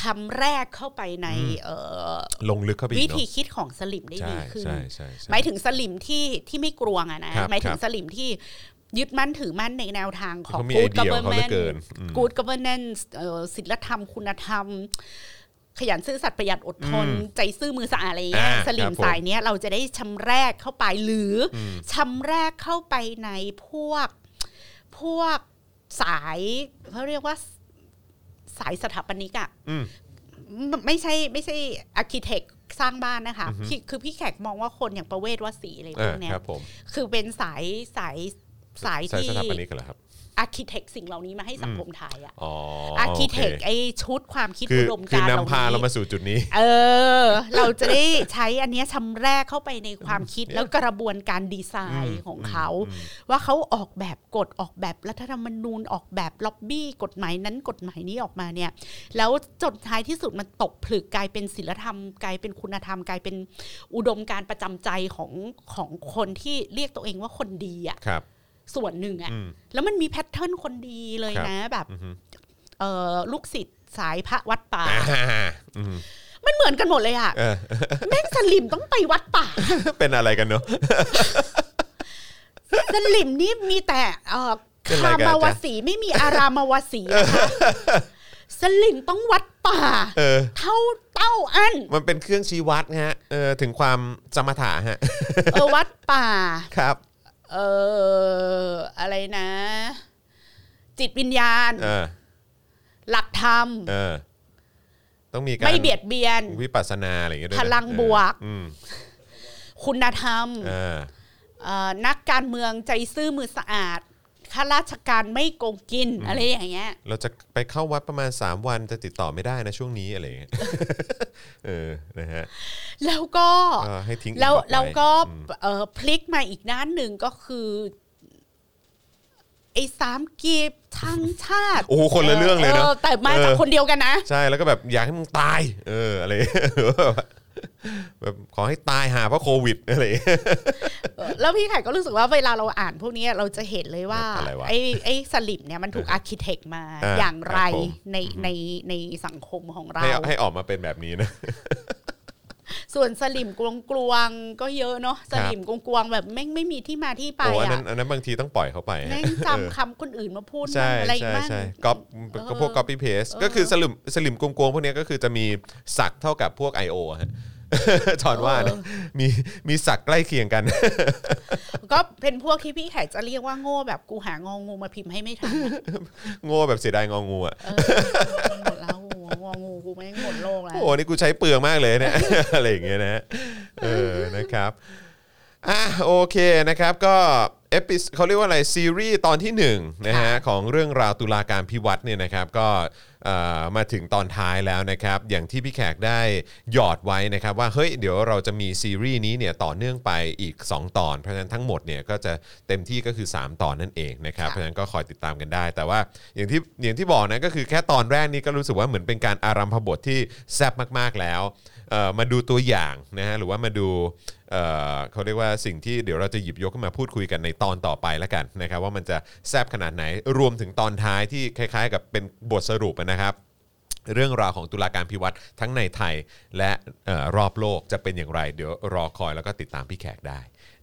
ชำแรกเข้าไปในเอ่อ ลงลึกเข้าไปอี วิ กเน ธี อะ คิดของสลิมได้ ใช่ ดีขึ้น ใช่ใช่ใช่ หมายถึงสลิมที่ที่ไม่กลวงอะนะครับหมายถึ ค ง รับ สลิมที่ยึดมั่นถือมั่นในแนวทางของ เขามี good ไอเดียของเขาเหลือเกิน governance อืม good governance เอ่อศีลธรรม คุณธรรม ขยันซื่อสัตย์ประหยัดอดทน อืม ใจซื่อมือสะอาดอะไรเงี้ย อ่า สลิ ครั ม บผม สายเนี้ยเราจะได้ชำแรกเข้าไปหรืออชำแรกเข้าไปในพวกพวกสายเขาเรียกว่าสายสถาปนิกอะ อืม ไม่ไม่ใช่ไม่ใช่อาร์เคเต็กสร้างบ้านนะคะพี่คือพี่แขกมองว่าคนอย่างประเวศวสีอะไรพวกเนี้ย ครับผม คือเป็นสายสาย สาย สาย ที่ สถาปนิกกันเหรอครับ อาร์เคเต็กสิ่งเหล่านี้มาให้สังคมไทยอะ อ๋อ อาร์เคเต็ก โอ ไอชุดความคิด คือ อุดม คือ การณ์เหล่าน ำพาเรา นี้ มาสู่จุดนี้ เออ เราจะได้ใช้อันเนี้ยชำแรกเข้าไปในความคิดแล้วกระบวนการดีไซน์ของเขา ว่าเขาออกแบบกฎออกแบบรัฐธรรมนูญออกแบบล็อบบี้กฎหมายนั้นกฎหมายนี้ออกมาเนี่ย แล้วจนท้ายที่สุดมันตกผลึกกลายเป็นศีลธรรมกลายเป็นคุณธรรมกลายเป็นอุดมการณ์ประจำใจของของคนที่เรียกตัวเองว่าคนดีอะ ครับ ส่วนหนึ่งอะ อืม แล้วมันมีแพทเทิร์นคนดีเลยนะแบบ อือฮึ เออลูกศิษย์สายพระวัดป่า อ่าอืม มันเหมือนกันหมดเลยอะ เออ แม่งสลิมต้องไปวัดป่า เป็นอะไรกันเนอะ สลิมนี่มีแต่เอ่อ เป็นอะไร คา กัน มา จ๊ะ วสีไม่มีอารามาวสีนะคะสลิมต้องวัดป่า เออ เท่าเต้าอัน มันเป็นเครื่องชี้วัดนะฮะเออถึงความสมถะฮะ เออวัดป่า ครับ เอออะไรนะ จิตวิญญาณ เออ หลักธรรม เออ ต้องมีการ ไม่เบียดเบียน วิปัสสนาอะไรอย่างเงี้ยด้วยนะ พลังบวก เอออืม คุณธรรม เออ เอ่อนักการเมืองใจซื่อมือสะอาดข้าราชการไม่โกงกินอะไรอย่างเงี้ย เราจะไปเข้าวัดประมาณ 3 วันจะติดต่อไม่ได้นะช่วงนี้อะไรอย่างเงี้ย เออ นะฮะ แล้วก็ ก็ให้ทิ้ง แล้ว inbox ไ แล้วก็เอ่อพลิกมาอีกด้านหนึ่งก็คือไอ้สามกีบทั้งชาติ โอ้โหคนละเรื่องเลยเนอะ แต่มาจาก เออ คนเดียวกันนะ ใช่แล้วก็แบบอยากให้มึงตาย เออ อะไร แบบขอให้ตายหาเพราะโควิดอะไร เออแล้วพี่ไข่ก็รู้สึกว่าเวลาเราอ่านพวกเนี้ยเราจะเห็นเลยว่า อะไรวะ ไอ้ไอ้สลิปเนี่ยมันถูกอาร์เคเต็กมา อ่า อย่างไร ครับผม ในในในสังคมของเรา ให้ให้ออกมาเป็นแบบนี้นะ ส่วนสลิมกลวงกลวงๆก็เยอะเนาะสลิมกลวงกลวงๆแบบแม่งไม่มีที่มาที่ไป โอ้อันนั้ อ่ะ นอันนั้นบางทีต้องปล่อยเขาไปฮะ แม่งจำคำคนอื่นมาพูด ใช่ มั่งอะไร ใช่ มั่ง ใช่ก๊อปก็พวกก๊อปปี้เพสก็คือสลิมสลิมโกงๆพวกเนี้ยก็คือจะมีสักเท่ากับพวก I.O. ฮะ ถอนว่านะมีมีสักใกล้เคียงกัน ก็เป็นพวกที่พี่แขกจะเรียกว่าโง่แบบกูหางองูมาพิมพ์ให้ไม่ทันอะ โง่แบบเสียดายงองูอ่ะ เออหมดแล้วงูงองูกูไม่งหมดโลกแล้ว โอ้โหนี่กูใช้เปลืองมากเลยเนี่ย อะไรอย่างเงี้ยนะเออนะครับอ่ะโอเคนะครับก็เอพิสเขาเรียกว่าอะไรซีรีส์ตอนที่1นะฮะของเรื่องราวตุลาการพิวัตรเนี่ยนะครับก็เอ่อมาถึงตอนท้ายแล้วนะครับ อย่างที่พี่แขกได้หยอดไว้นะครับว่าเฮ้ยเดี๋ยวเราจะมีซีรีส์นี้เนี่ยต่อเนื่องไปอีก 2 ตอน เพราะฉะนั้นทั้งหมดเนี่ยก็จะเต็มที่ก็คือ 3 ตอนนั่นเองนะครับเพราะฉะนั้นก็คอยติดตามกันได้ แต่ว่าอย่างที่อย่างที่บอกนะก็คือแค่ตอนแรกนี้ก็รู้สึกว่าเหมือนเป็นการอารัมพบทที่แซ่บมากๆแล้ว เอ่อมาดูตัวอย่างนะฮะหรือว่ามาดูเอ่อเขาเรียกว่าสิ่งที่เดี๋ยวเราจะหยิบยกขึ้นมาพูดคุยกันในตอนต่อไปแล้วกันนะครับว่ามันจะแซบขนาดไหนรวมถึงตอนท้ายที่คล้าย ๆ กับเป็นบทสรุปนะครับ เรื่องราวของตุลาการพิวัตรทั้งในไทยและเอ่อรอบโลกจะเป็นอย่างไร เดี๋ยวรอคอยแล้วก็ติดตามพี่แขกได้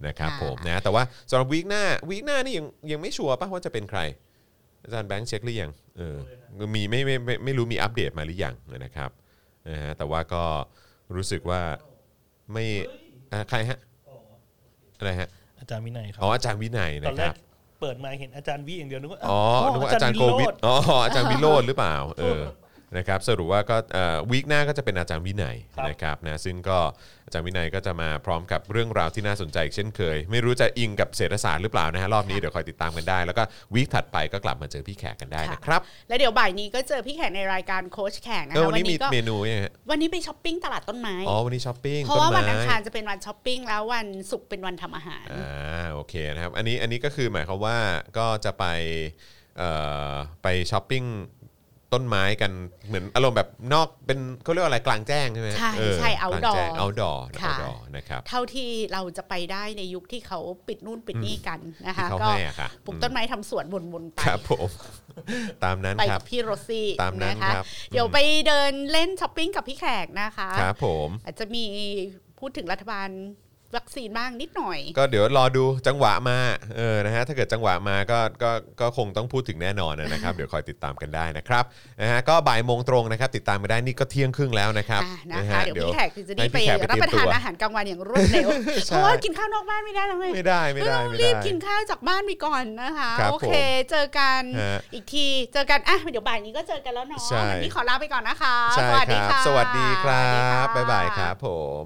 นะครับผมนะแต่ว่าสำหรับวีคหน้าวีคหน้านี่ยังยังไม่ชัวร์ป่ะว่าจะเป็นใคร อาจารย์แบงค์เช็คหรือยังเออมีไม่ไม่ไม่ไม่รู้มีอัปเดตมาหรือยังนะครับนะฮะแต่ว่าก็รู้สึกว่าไม่อ่ะใครฮะอะไรฮะ อาจารย์วินัยครั อ๋ออาจารย์วินัย ต นะ อน ค แร รั ก บ เปิดมาเห็นอาจารย์วิอย่างเดียวนึกว่า อ๋อนึกว่าอาจารย์โกวิด โรธ อ๋ออาจารย์วิโร ดหรือเปล่าเออนะครับสรุปว่าก็เอ่อวีคหน้าก็จะเป็นอาจารย์วินัยนะครับนะซึ่งก็อาจารย์วินัยก็จะมาพร้อมกับเรื่องราวที่น่าสนใจอีกเช่นเคย ไม่รู้จะอิงกับเศรษฐศาสตร์หรือเปล่านะฮะรอบนี้เดี๋ยวคอยติดตามกันได้ แล้วก็วีคถัดไปก็กลับมาเจอพี่แขกกันได้นะครับ แล้วเดี๋ยวบ่ายนี้ก็เจอพี่แขกในรายการโค้ชแขกนะ เออ คะ วันนี้มี ก็ เมนูยังฮะ วันนี้ไปช้อปปิ้งตลาดต้นไม้ อ๋อ วันนี้ช้อปปิ้ง เพราะว่า ต้ไม้ วันอังคารจะเป็นวันช้อปปิ้งแล้ววันศุกร์เป็นวันทำอาหาร อ่าโอเคนะครับ อันนี้อันนี้ก็คือหมายความว่าก็จะไปเอ่อไปช้อปปิ้งต้นไม้กันเหมือนอารมณ์แบบนอกเป็นเขาเรียกว่าอะไรกลางแจ้งใช่ไหม ใช่ เออ ใช่ outdoor เอาดอร์ ค่ะ เอาดอร์นะครับ เท่าที่เราจะไปได้ในยุคที่เขาปิดนู่นปิดนี่กันนะ ที่ คะ เขา ก็ ให้อะค่ะ ปลูกต้นไม้ทำสวนวนๆไป ครับผม ตามนั้น ไป ครั กับ บพี่โรซี่ ตามนั้น นะคะ ครับ เดี๋ยวไปเดินเล่นช้อปปิ้งกับพี่แขกนะคะ ครับผม อาจจะมีพูดถึงรัฐบาลวัคซีนบ้างนิดหน่อย ก็เดี๋ยวรอดูจังหวะมาเออนะฮะถ้าเกิดจังหวะมาก็ก็ก็คงต้องพูดถึงแน่นอน นะครับ เดี๋ยวคอยติดตามกันได้นะครับนะฮะก็บ่ายโมงตรงนะครับ ติดตามไปได้นี่ก็เที่ยงครึ่งแล้วนะครับ อ่ะนะคะ เดี๋ยวพี่แขกจะได้ ให้ ไป พี่แขก รับประ เตย ทามน ตัว อาหารกลางวันอย่างรวดเร็ว ใช่ เพราะว่ากินข้าวนอกบ้านไม่ได้แล้วไง ไม่ได้ไม่ได้ ก็ต้อ ไม่ ง ได้ รีบกินข้าวจากบ้านไปก่อนนะคะ ครับ โอเค เจอกัน ฮะ อีกที เจอกันอ่ะเดี๋ยวบ่ายนี้ก็เจอกันแล้วเนาะ ใช่ วันนี้ขอลาไปก่อนนะคะ ใช่ สวัส ค ดี รับ ค่ะ สวัสดีครั สวัสดีค่ะ บบ๊ายบายครับผม